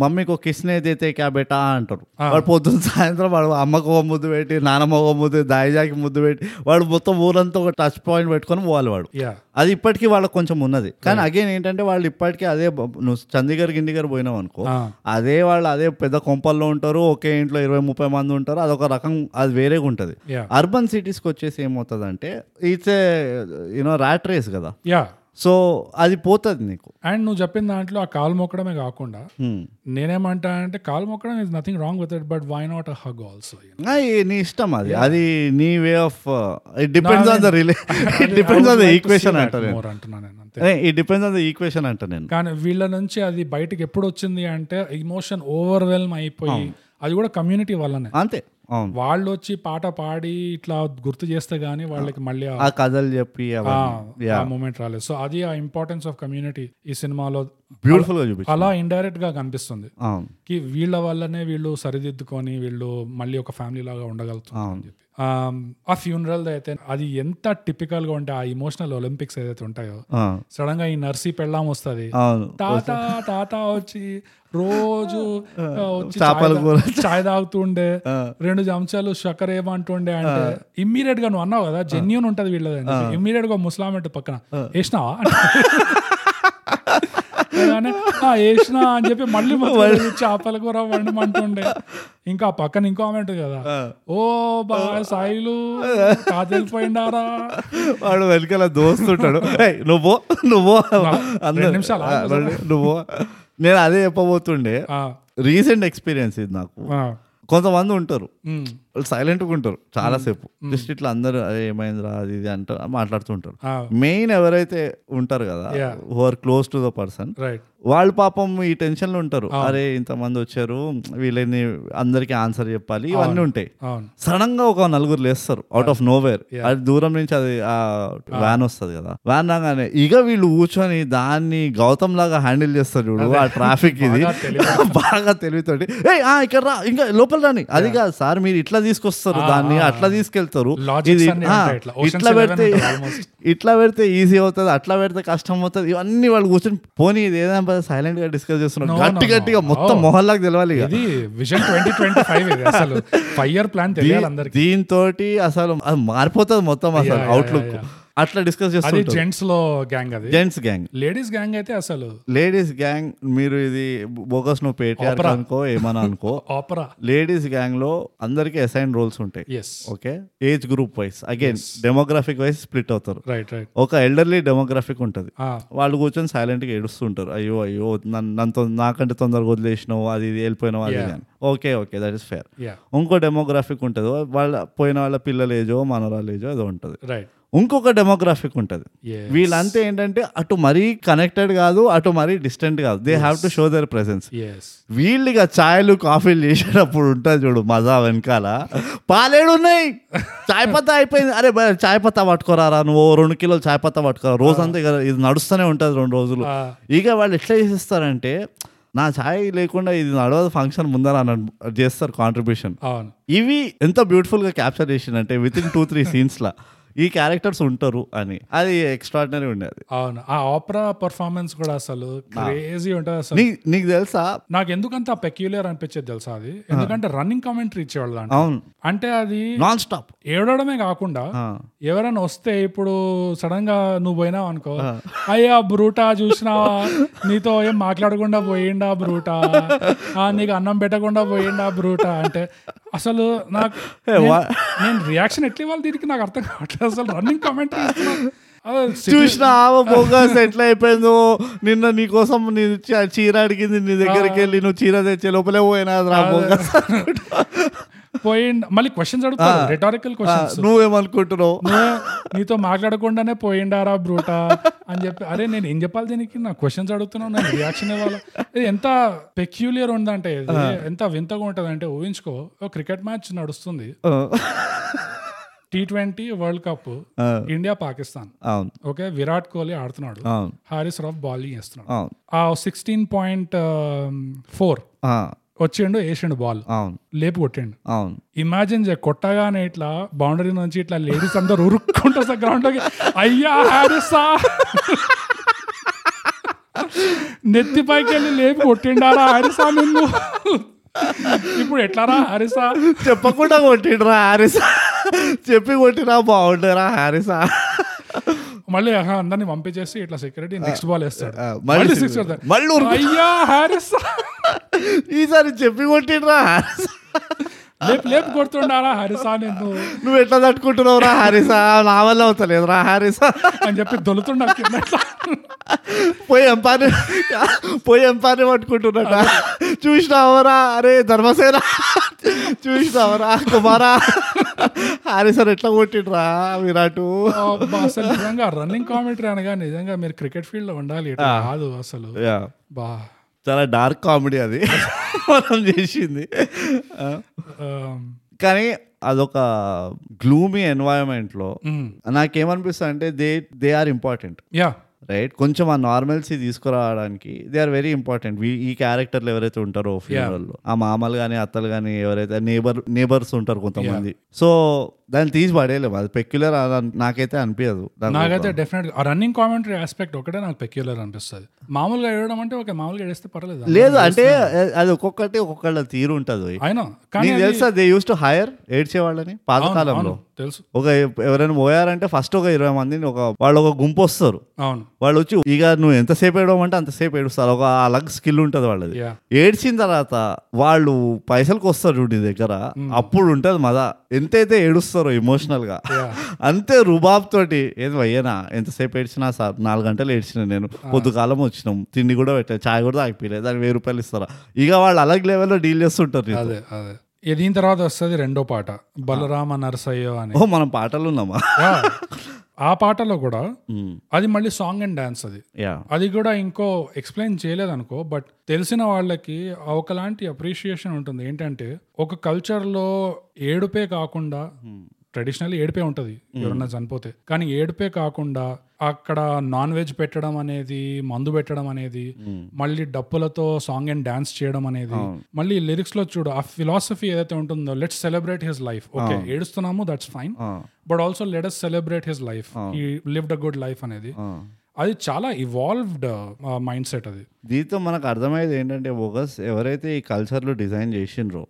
S1: మమ్మీకి ఒక కిస్నే దేతే క్యా బేటా అంటారు వాడు పొద్దున్న సాయంత్రం వాడు అమ్మకు ఒక ముద్దు పెట్టి నానమ్మ ఒక ముద్దు దాయిజాకి ముద్దు పెట్టి వాడు మొత్తం ఊరంతా ఒక టచ్ పాయింట్ పెట్టుకొని పోవాలి వాడు
S2: యా
S1: అది ఇప్పటికీ వాళ్ళకి కొంచెం ఉన్నది కానీ అగైన్ ఏంటంటే వాళ్ళు ఇప్పటికీ అదే బ- నువ్వు చండీగర్ గిండిగర్ పోయినావు అనుకో
S2: ఆ.
S1: అదే వాళ్ళు అదే పెద్ద కొంపల్లో ఉంటారు ఒకే ఇంట్లో ఇరవై ముప్పై మంది ఉంటారు అదొక రకం అది వేరేగా ఉంటుంది
S2: Yeah.
S1: అర్బన్ సిటీస్కి వచ్చేసి ఏమవుతుంది అంటే ఇట్స్ యూనో ర్యాట్ రేస్ కదా
S2: యా
S1: సో అది పోతుంది నీకు
S2: అండ్ నువ్వు చెప్పిన దాంట్లో ఆ కాలు మొక్కడమే కాకుండా
S1: Hmm.
S2: నేనేమంటా అంటే కాలు మొక్కడం is nothing wrong with it but why not a hug also
S1: ఆ, ఈ- నీ ఇష్టం అది అది నీ way of it depends on the రిలే it depends on the equation అంట నేను Eh,
S2: అంటున్నా నేను అంతే
S1: it depends on the equation అంట నేను
S2: కానీ వీళ్ళ నుంచి అది బయటకి ఎప్పుడు వచ్చింది అంటే ఇమోషన్ ఓవర్వెల్మ్ అయిపోయి అది కూడా కమ్యూనిటీ వల్లనే
S1: అంతే అవును
S2: వాళ్ళు వచ్చి పాట పాడి ఇట్లా గుర్తు చేస్తే గానీ వాళ్ళకి మళ్ళీ ఆ- Ah,
S1: ఆ కథలు చెప్పి అవన్నీ.
S2: ఆ మూమెంట్ రాలేదు సో అది ఆ ఇంపార్టెన్స్ ఆఫ్ కమ్యూనిటీ ఈ సినిమాలో
S1: బ్యూటిఫుల్
S2: ah.
S1: గా చూపించారు
S2: అలా ఇండైరెక్ట్ గా కనిపిస్తుంది
S1: అవును
S2: కి వీళ్ళ వల్లనే వీళ్ళు సరిదిద్దుకొని వీళ్ళు మళ్ళీ ఒక ఫ్యామిలీ లాగా ఉండగలుగుతున్నారు అని చెప్పి ఆ, ఆ ఫ్యూనరల్ అయితే అది ఎంత టిపికల్ గా ఉంటే ఆ ఇమోషనల్ ఒలింపిక్స్ ఏదైతే ఉంటాయో
S1: ఆ,
S2: సడన్ గా ఈ నర్సీ పెళ్ళాం వస్తుంది
S1: అవును
S2: తాత తాత వచ్చి రోజు ఆ, వచ్చి
S1: చేపల
S2: చాయ్ తా-
S1: కూర.
S2: చాయ్ తాగుతుండే రెండు చెంచాలు షక్కర్ ఏమంటుండే అంటే ఇమ్మీడియట్ గా నువ్వు అన్నావు కదా జెన్యున్ ఉంటది వీళ్ళది ఇమ్మీడియట్ గా ముస్లామెట్ పక్కన వేసినావా అలానే, "ఆ, వేసినా అని చెప్పి మళ్ళీ మొదలు చేపల కూర వండమంటుండే ఇంకా పక్కన ఇంకో ఆమె ఉంటుంది కదా ఓ బా సాయిలు కాదలిపోయిండారా
S1: వాడు వెనకాల దోస్తుంటాడు "ఏయ్, నువ్వు నువ్వు అందరూ,
S2: రెండు నిమిషాలు Ah.
S1: ఆ, రెండు- నువ్వు నేను అదే చెప్పబోతుండే
S2: ఆ,
S1: రీసెంట్ ఎక్స్పీరియన్స్ ఇది నాకు
S2: ఆ,
S1: కొంతమంది ఉంటారు
S2: ఉమ్,
S1: వాళ్ళు సైలెంట్గా ఉంటారు చాలాసేపు జస్ట్ ఇట్లా అందరూ "అరే, ఏమైందిరా అది ఇది అంటారు మాట్లాడుతుంటారు
S2: ఆ,
S1: మెయిన్ ఎవరైతే ఉంటారు కదా
S2: Yeah.
S1: Who are close to the person
S2: right
S1: వాళ్ళు పాపం ఈ టెన్షన్లో ఉంటారు అరే ఇంతమంది వచ్చారు వీళ్ళని అందరికీ ఆన్సర్ చెప్పాలి ఇవన్నీ ఉంటాయి
S2: అవును
S1: సడన్ గా ఒక నలుగురు లేస్తారు అవుట్ ఆఫ్ నోవేర్ అది దూరం నుంచి అది ఆ
S2: Ah.
S1: వ్యాన్ వస్తుంది కదా వ్యాన్ రాగానే ఇక వీళ్ళు కూర్చొని దాన్ని గౌతమ్ లాగా హ్యాండిల్ చేస్తారు చూడు ఆ ట్రాఫిక్ ఇది
S2: బాగా
S1: బాగా తెలివితోటి ఏ ఇక్కడ రా ఇంకా లోపల రాని అది కాదు సార్ మీరు ఇట్లా తీసుకొస్తారు దాన్ని అట్లా తీసుకెళ్తారు
S2: Ah. Logics
S1: ఇది
S2: అన్నీ
S1: ఆ,
S2: ఉంటాయి ఇట్లా. Ocean's
S1: ఇట్లా
S2: Eleven
S1: పెడితే
S2: ఉంటుంది almost.
S1: ఇట్లా పెడితే ఈజీ అవుతుంది అట్లా పెడితే కష్టం అవుతుంది ఇవన్నీ వాళ్ళు కూర్చొని పోనీ ఇది ఏదైనా సైలెంట్ గా డిస్కస్ చేస్తున్నారు
S2: No, no,
S1: గట్టి
S2: no.
S1: గట్టిగా మొత్తం
S2: Oh.
S1: మొహల్లాగా తెలవాలి ఇక.
S2: ఇది విజన్ ట్వంటీ ట్వంటీ ఫైవ్ ఇది అసలు ఫైవ్ ఇయర్ ప్లాన్ తెలియాలి అందరికి
S1: దీంతో అసలు అది మారిపోతుంది మొత్తం అసలు
S2: yeah,
S1: అవుట్లుక్
S2: yeah,
S1: అట్లా డిస్కస్
S2: అది
S1: చేస్తుంటారు
S2: జెంట్స్ లో గ్యాంగ్ అది
S1: జెంట్స్ గ్యాంగ్
S2: లేడీస్ గ్యాంగ్ అయితే అసలు
S1: లేడీస్ గ్యాంగ్ మీరు ఇది బోగస్ నువ్వు పేటీఆర్
S2: Opera.
S1: అనుకో ఏమని అనుకో
S2: ఆపరా
S1: లేడీస్ గ్యాంగ్ లో అందరికి అసైన్ రోల్స్ ఉంటాయి
S2: yes
S1: okay age group wise again demographic wise split అవుతారు
S2: రైట్ రైట్
S1: ఒక ఎల్డర్లీ డెమోగ్రాఫిక్ ఉంటుంది వాళ్ళు కూర్చొని సైలెంట్గా ఏడుస్తుంటారు అయ్యో అయ్యో నన్ను నన్ను తొం- నాకంటే తొందరగా వదిలేసినావు అది ఇది వెళ్ళిపోయినావు అది ఇది అని okay okay that is fair
S2: yeah
S1: ఇంకో డెమోగ్రాఫిక్ ఉంటుంది వాళ్ళ పోయిన వాళ్ళ పిల్లల ఏజో మనవరాల ఏజో అది ఉంటుంది
S2: రైట్
S1: ఇంకొక డెమోగ్రాఫిక్ ఉంటుంది
S2: Yes.
S1: వీళ్ళంతా ఏంటంటే అటు మరీ కనెక్టెడ్ కాదు అటు మరీ డిస్టెంట్ కాదు they have to show their presence
S2: yes
S1: వీళ్ళు ఇక చాయ్లు కాఫీలు చేసేటప్పుడు ఉంటుంది చూడు మజా వెనకాల పాలేడు ఉన్నాయి చాయ్ పత్తా అయిపోయింది అరే బా, చాయ్ పత్తా పట్టుకోరారా నువ్వు ఓ రెండు కిలోలు చాయ్ పత్తా పట్టుకోరా రోజంతా ఇక ఇది నడుస్తూనే ఉంటుంది రెండు రోజులు
S2: ఆ.
S1: ఇక వాళ్ళు ఎట్లా చేసేస్తారంటే నా చాయ్ లేకుండా ఇది నడవదు ఫంక్షన్ ముందర అని అన్- చేస్తారు కాంట్రిబ్యూషన్
S2: అవును
S1: ఇవి ఎంత బ్యూటిఫుల్ గా క్యాప్చర్ చేసిందంటే within two three scenes లా ఈ క్యారెక్టర్స్ ఉంటారు అని అది ఎక్స్ట్రాడినరీ ఉండేది
S2: అవును ఆ ఆపరా పర్ఫార్మెన్స్ కూడా అసలు క్రేజీ ఉంటుంది అసలు
S1: నీ నీకు తెలుసా
S2: నాకు ఎందుకంత పెక్యులర్ అనిపించేది తెలుసా అది ఎందుకంటే రన్నింగ్ కామెంటరీ ఇచ్చేవాళ్ళు దాంట్లో.
S1: అవును
S2: అంటే అది
S1: నాన్ స్టాప్
S2: ఏడవడమే కాకుండా ఎవరైనా వస్తే ఇప్పుడు సడన్ గా నువ్వు పోయినావు అనుకో అయ్యా బ్రూటా చూసినావా నీతో ఏం మాట్లాడకుండా పోయిండా బ్రూటా ఆ, నీకు అన్నం పెట్టకుండా పోయిండా బ్రూటా అంటే అసలు నాకు నేను- నేను రియాక్షన్ ఎట్లా ఇవ్వాలి దీనికి నాకు అర్థం కావట్లేదు అసలు రన్నింగ్ కామెంట్
S1: చూసిన ఆమె బోగస్ ఎట్లా అయిపోయిందో నిన్న నీకోసం నీ చ- చీర అడిగింది నీ దగ్గరికి వెళ్ళి నువ్వు చీర తెచ్చే లోపలే పోయినా రా బోగస్
S2: పోయిండా మళ్ళీ క్వశ్చన్స్ అడుగుతారు రిటారికల్ క్వశ్చన్స్
S1: నువ్వేమనుకుంటున్నావు
S2: నీతో మాట్లాడకుండానే పోయిండారా బ్రూటా అని చెప్పి అరే నేను ఏం చెప్పాలి దీనికి నా క్వశ్చన్స్ అడుగుతున్నావు నేను రియాక్షన్ ఇవ్వాలి ఇది ఎంత పెక్యులియర్ ఉందంటే ఇది ఎంత వింతగా ఉంటుంది అంటే ఊహించుకో ఒక క్రికెట్ మ్యాచ్ నడుస్తుంది
S1: ఆ,
S2: టీ ట్వంటీ వరల్డ్ కప్
S1: ఆ,
S2: ఇండియా పాకిస్తాన్
S1: అవును
S2: ఓకే విరాట్ కోహ్లీ ఆడుతున్నాడు
S1: అవును
S2: హారిస్ రాఫ్ బౌలింగ్ వేస్తున్నాడు
S1: అవును
S2: ఆ సిక్స్టీన్ పాయింట్ ఫోర్
S1: ఆ,
S2: వచ్చిండు వేసిండు బాల్
S1: అవును
S2: లేపు కొట్టిండు
S1: అవును
S2: ఇమాజిన్ చే కొట్టగానే ఇట్లా బౌండరీ నుంచి ఇట్లా లేడీస్ అందరూ ఉరుక్కుంటూ వస్తారు గ్రౌండ్ లోకి అయ్యా హారిసా నెత్తిపైకి వెళ్ళి లేపి కొట్టిండారా హారిసా నిన్ను ఇప్పుడు ఎట్లారా హారిసా
S1: చెప్పకుండా కొట్టిండ్రా హారిసా చెప్పి కొట్టినా బాగుండేరా హారిసా
S2: మళ్ళీ ఆహా, అందరిని పంపించేసి ఇట్లా సెక్యూరిటీ నెక్స్ట్ బాల్ వేస్తాడు
S1: ఆ, మళ్ళీ
S2: మళ్ళీ
S1: six
S2: సిక్స్ కొడతాడు
S1: మళ్ళీ ఉరుకు-
S2: అయ్యా హారిసా
S1: ఈసారి చెప్పి కొట్టిండ్రా హారిసా
S2: లేపు లేపు కొడుతుండారా హరిసా నిన్ను
S1: నువ్వు ఎట్లా తట్టుకుంటున్నావు రా హారిసా నా వల్ల అవుతలేదు రా హారిసా
S2: అని చెప్పి దొలుతుండ కింద ఇట్లా.
S1: పోయి ఎంపారిని పోయి ఎంపారిని పట్టుకుంటున్నాడా చూసినావరా అరే ధర్మసేన చూసినావరా కుమారా హారిసార్ ఎట్లా కొట్టిండ్రా విరాటు
S2: అబ్బా, అసలు నిజంగా రన్నింగ్ కామెంటరీ అనగా నిజంగా మీరు క్రికెట్ ఫీల్డ్ లో ఉండాలి ఇట్లా కాదు అసలు
S1: Yeah.
S2: బా
S1: చాలా డార్క్ కామెడీ అది మనం చేసింది ఆ.
S2: ఆమ్,
S1: కానీ అదొక గ్లూమీ ఎన్వైరన్మెంట్లో
S2: మ్,
S1: నాకేమనిపిస్తుంది అంటే they they are important
S2: yeah
S1: right కొంచెం ఆ నార్మల్సీ తీసుకురావడానికి దే ఆర్ వెరీ ఇంపార్టెంట్ ఈ క్యారెక్టర్లు ఎవరైతే ఉంటారో ఫ్యూనరల్లో ఆ మామలు కానీ అత్తలు కానీ ఎవరైతే నేబర్ నేబర్స్ ఉంటారు కొంతమంది సో దాన్ని తీసి పడేయలేము అది పెక్యులర్ నాకైతే అనిపించదు దాని
S2: నాకైతే డెఫినెట్ గా రన్నింగ్ కామెంటరీ ఆస్పెక్ట్ ఒకటే నాకు పెక్యులర్ అనిపిస్తుంది మామూలుగా ఏడడం అంటే ఓకే మామూలుగా ఏడిస్తే పర్లేదు
S1: లేదు అంటే అది ఒక్కొక్కటి ఒక్కొక్కళ్ళ తీరు ఉంటుంది
S2: అయినా కానీ
S1: నీకు తెలుసా దే యూస్ టు హైర్ ఏడ్చే వాళ్ళని పాతకాలంలో
S2: తెలుసు
S1: ఒక ఎవరైనా పోయారంటే ఫస్ట్ ఒక ఇరవై మందిని ఒక వాళ్ళు ఒక గుంపు వస్తారు
S2: అవును
S1: వాళ్ళు వచ్చి ఇక నువ్వు ఎంతసేపు ఏడవమంటే అంతసేపు ఏడుస్తారు ఒక అలాగ స్కిల్ ఉంటుంది వాళ్ళది
S2: Yeah.
S1: ఏడ్చిన తర్వాత వాళ్ళు పైసలకు వస్తారు చూడు నీ దగ్గర అప్పుడు ఉంటుంది మదా ఎంతైతే ఏడుస్తారో ఎమోషనల్ గా అంతే రుబాబ్ తోటి ఏది అయ్యేనా ఎంతసేపు ఏడ్చినా సార్ నాలుగు గంటలు ఏడ్చిన నేను పొద్దుకాలం వచ్చినాం తిండి కూడా పెట్టా చాయ్ కూడా తాగిపోయలేదు దానికి వెయ్యి రూపాయలు ఇస్తారా ఇక వాళ్ళు అలాగే లెవెల్లో డీల్ చేస్తుంటారు నీతో.
S2: అదే అదే ఇది దీని తర్వాత వస్తుంది రెండో పాట బలరామ నరసయ్యో అని
S1: ఓ మనం పాటలు ఉన్నామా
S2: యా. ఆ పాటలో కూడా అది మళ్ళీ సాంగ్ అండ్ డాన్స్ అది
S1: యా
S2: అది కూడా ఇంకో ఎక్స్ప్లెయిన్ చేయలేదు అనుకో బట్ తెలిసిన వాళ్ళకి ఒకలాంటి అప్రిషియేషన్ ఉంటుంది ఏంటంటే ఒక కల్చర్లో ఏడుపే కాకుండా ట్రెడిషనల్లీ ఏడుపే ఉంటుంది ఎవరన్నా చనిపోతే కానీ ఏడుపే కాకుండా అక్కడ నాన్ వెజ్ పెట్టడం అనేది మందు పెట్టడం అనేది మళ్ళీ డప్పులతో సాంగ్ అండ్ డాన్స్ చేయడం అనేది మళ్ళీ లిరిక్స్ లో చూడు ఆ ఫిలాసఫీ ఏదైతే ఉంటుందో let's celebrate his life okay ఏడుస్తున్నాము that's fine but also let us celebrate his life he lived a good life అనేది అది చాలా ఇవాల్వ్డ్ మైండ్ సెట్ అది
S1: దీంతో మనకు అర్థమయ్యేది ఏంటంటే బోగస్ ఎవరైతే ఈ కల్చర్లు డిజైన్ చేసిండ్రో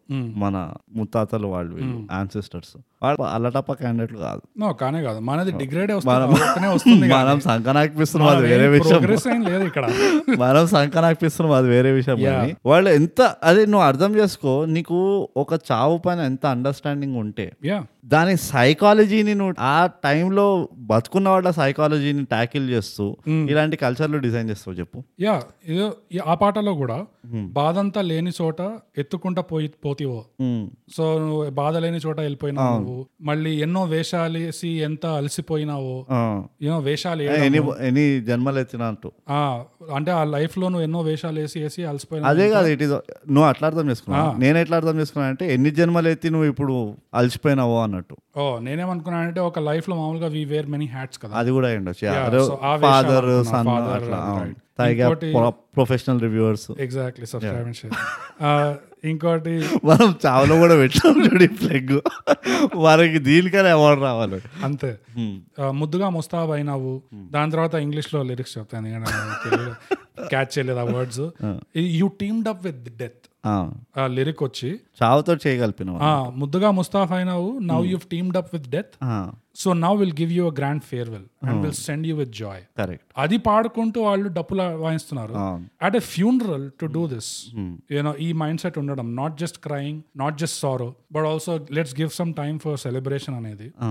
S1: మన ముత్తాతలు వాళ్ళు ఆన్సిస్టర్స్ వాళ్ళు అల్లటప్ప క్యాండిడేట్లు కాదు
S2: నో కానే కాదు మనది డిగ్రేడే వస్తుంది వస్తుంది
S1: మనం సంకనాకిపిస్తున్నాం అది వేరే విషయం
S2: ప్రోగ్రెస్ ఏం లేదు ఇక్కడ
S1: మనం సంకనాకిపిస్తున్నాం అది వేరే విషయం కానీ వాళ్ళు ఎంత అదే నువ్వు అర్థం చేసుకో నీకు ఒక చావు పైన ఎంత అండర్స్టాండింగ్ ఉంటే
S2: యా
S1: దాని సైకాలజీని నువ్వు ఆ టైంలో బతుకున్న వాళ్ళ సైకాలజీని ట్యాకిల్ చేస్తూ ఇలాంటి కల్చర్లు డిజైన్ చేస్తావు చెప్పు
S2: యా ఇదో ఈ- ఆ పాటలో కూడా
S1: Hmm.
S2: బాధంతా లేని చోట ఎత్తుకుంటా పోయి పోతివో
S1: ఉమ్.
S2: సో నువ్వు బాధ లేని చోట వెళ్ళిపోయినావు నువ్వు మళ్ళీ ఎన్నో వేషాలేసి ఎంత అలసిపోయినావో
S1: ఆ.
S2: ఎన్నో వేషాలు ఏ-
S1: ఎనీ ఎనీ జన్మలు ఎత్తినట్టు
S2: ఆ, అంటే ఆ లైఫ్ లో నువ్వు ఎన్నో వేషాలు వేసి వేసి అలసిపోయినా
S1: అదే కాదు ఇట్ ఇస్ నువ్వు అట్లా అర్థం చేసుకున్నావు నేను ఎట్లా అర్థం చేసుకున్నా అంటే ఎన్ని జన్మలు ఎత్తి నువ్వు ఇప్పుడు అలసిపోయినావో అన్నట్టు
S2: ఓ నేనేమనుకున్నానంటే ఒక లైఫ్ లో మామూలుగా వి వేర్ మెనీ హ్యాట్స్ కదా
S1: అది కూడా అయ్యండొచ్చు
S2: so ఆ విషయాలు
S1: ఫాదర్
S2: అనుకున్నా,
S1: సన్
S2: father,
S1: అట్లా
S2: right.
S1: తైగా
S2: ఇంకోటి-
S1: professional reviewers
S2: exactly subscribe and share Uh, ఇంకోటి
S1: మనం చావలో కూడా పెట్టాం చూడు ఫ్లెగ్ వారికి దీనికనే అవార్డు రావాలి
S2: అంతే ఆ, ముద్దుగా ముస్తాబ్ అయినావు దాని తర్వాత ఇంగ్లీష్ లో లిరిక్స్ చెప్తాను క్యాచ్ చేయలేదు ఆ words you teamed up with death
S1: ఆ,
S2: ఆ లిరిక్ వచ్చి
S1: చావుతో చేయగలిపినావు
S2: ఆ, ముద్దుగా ముస్తాఫ్ అయినావు now you teamed up with death
S1: ఆ,
S2: so now will give you a grand farewell and will send you with joy
S1: correct
S2: అది పాడుకుంటూ వాళ్ళు డప్పులు వాయిస్తున్నారు at a funeral to do this you know ఈ మైండ్ సెట్ ఉండడం not just crying not just sorrow but also let's give some time for celebration అనేది
S1: ఆ,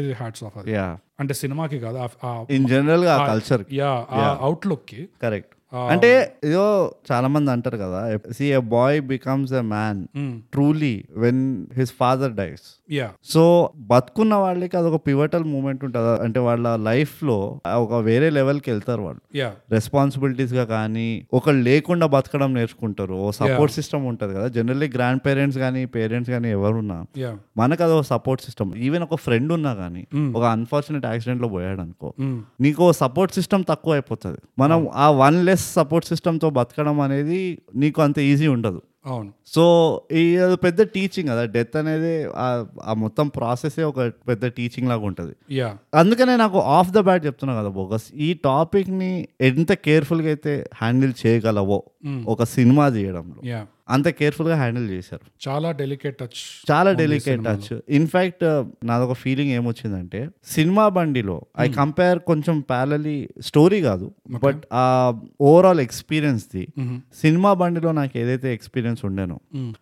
S2: ఇది హ్యాట్స్ ఆఫ్ అది
S1: యా
S2: అంటే సినిమాకి కాదు ఆ- ఆ-
S1: ఇన్ జనరల్ గా కల్చర్
S2: యా ఆ అవుట్లుక్ కి
S1: కరెక్ట్ అంటే ఇదో చాలా మంది అంటారు కదా see a boy becomes a man
S2: Hmm.
S1: Truly when his father dies
S2: yeah
S1: so బతుకున్న వాళ్ళకి అదొక పివటల్ మూమెంట్ ఉంటుంది అంటే వాళ్ళ లైఫ్ లో ఒక వేరే లెవెల్కి వెళ్తారు వాళ్ళు
S2: యా
S1: రెస్పాన్సిబిలిటీస్ గా కానీ ఒకళ్ళు లేకుండా బతకడం నేర్చుకుంటారు ఓ సపోర్ట్ సిస్టమ్ ఉంటుంది కదా జనరల్లీ గ్రాండ్ పేరెంట్స్ కానీ పేరెంట్స్ కానీ ఎవరున్నా
S2: యా
S1: మనకు అదో సపోర్ట్ సిస్టమ్ ఈవెన్ ఒక ఫ్రెండ్ ఉన్నా కానీ ఒక అన్ఫార్చునేట్ యాక్సిడెంట్ లో పోయాడు అనుకో
S2: hmm,
S1: నీకు సపోర్ట్ సిస్టమ్ తక్కువ అయిపోతుంది మనం ఆ వన్ లెస్ సపోర్ట్ సిస్టమ్ తో బతకడం అనేది నీకు అంత ఈజీ ఉండదు
S2: అవును
S1: సో ఈ అది పెద్ద టీచింగ్ కదా డెత్ అనేది ఆ- ఆ మొత్తం ప్రాసెసే ఒక పెద్ద టీచింగ్ లాగా ఉంటుంది
S2: యా
S1: అందుకనే నాకు ఆఫ్ ద బ్యాట్ చెప్తున్నా కదా బోగస్ ఈ టాపిక్ ని ఎంత కేర్ఫుల్ గా అయితే హ్యాండిల్ చేయగలవో ఒక సినిమా తీయడంలో
S2: యా
S1: అంత కేర్ఫుల్ గా హ్యాండిల్ చేశారు
S2: చాలా డెలికేట్ టచ్
S1: చాలా డెలికేట్ టచ్ ఇన్ఫ్యాక్ట్ నాదొక ఫీలింగ్ ఏమొచ్చిందంటే సినిమా బండిలో ఐ కంపేర్ కొంచెం ప్యారలీ స్టోరీ కాదు బట్ ఆ overall experience the
S2: Mm-hmm,
S1: cinema బండిలో నాకు ఏదైతే ఎక్స్పీరియన్స్ ఉండేనో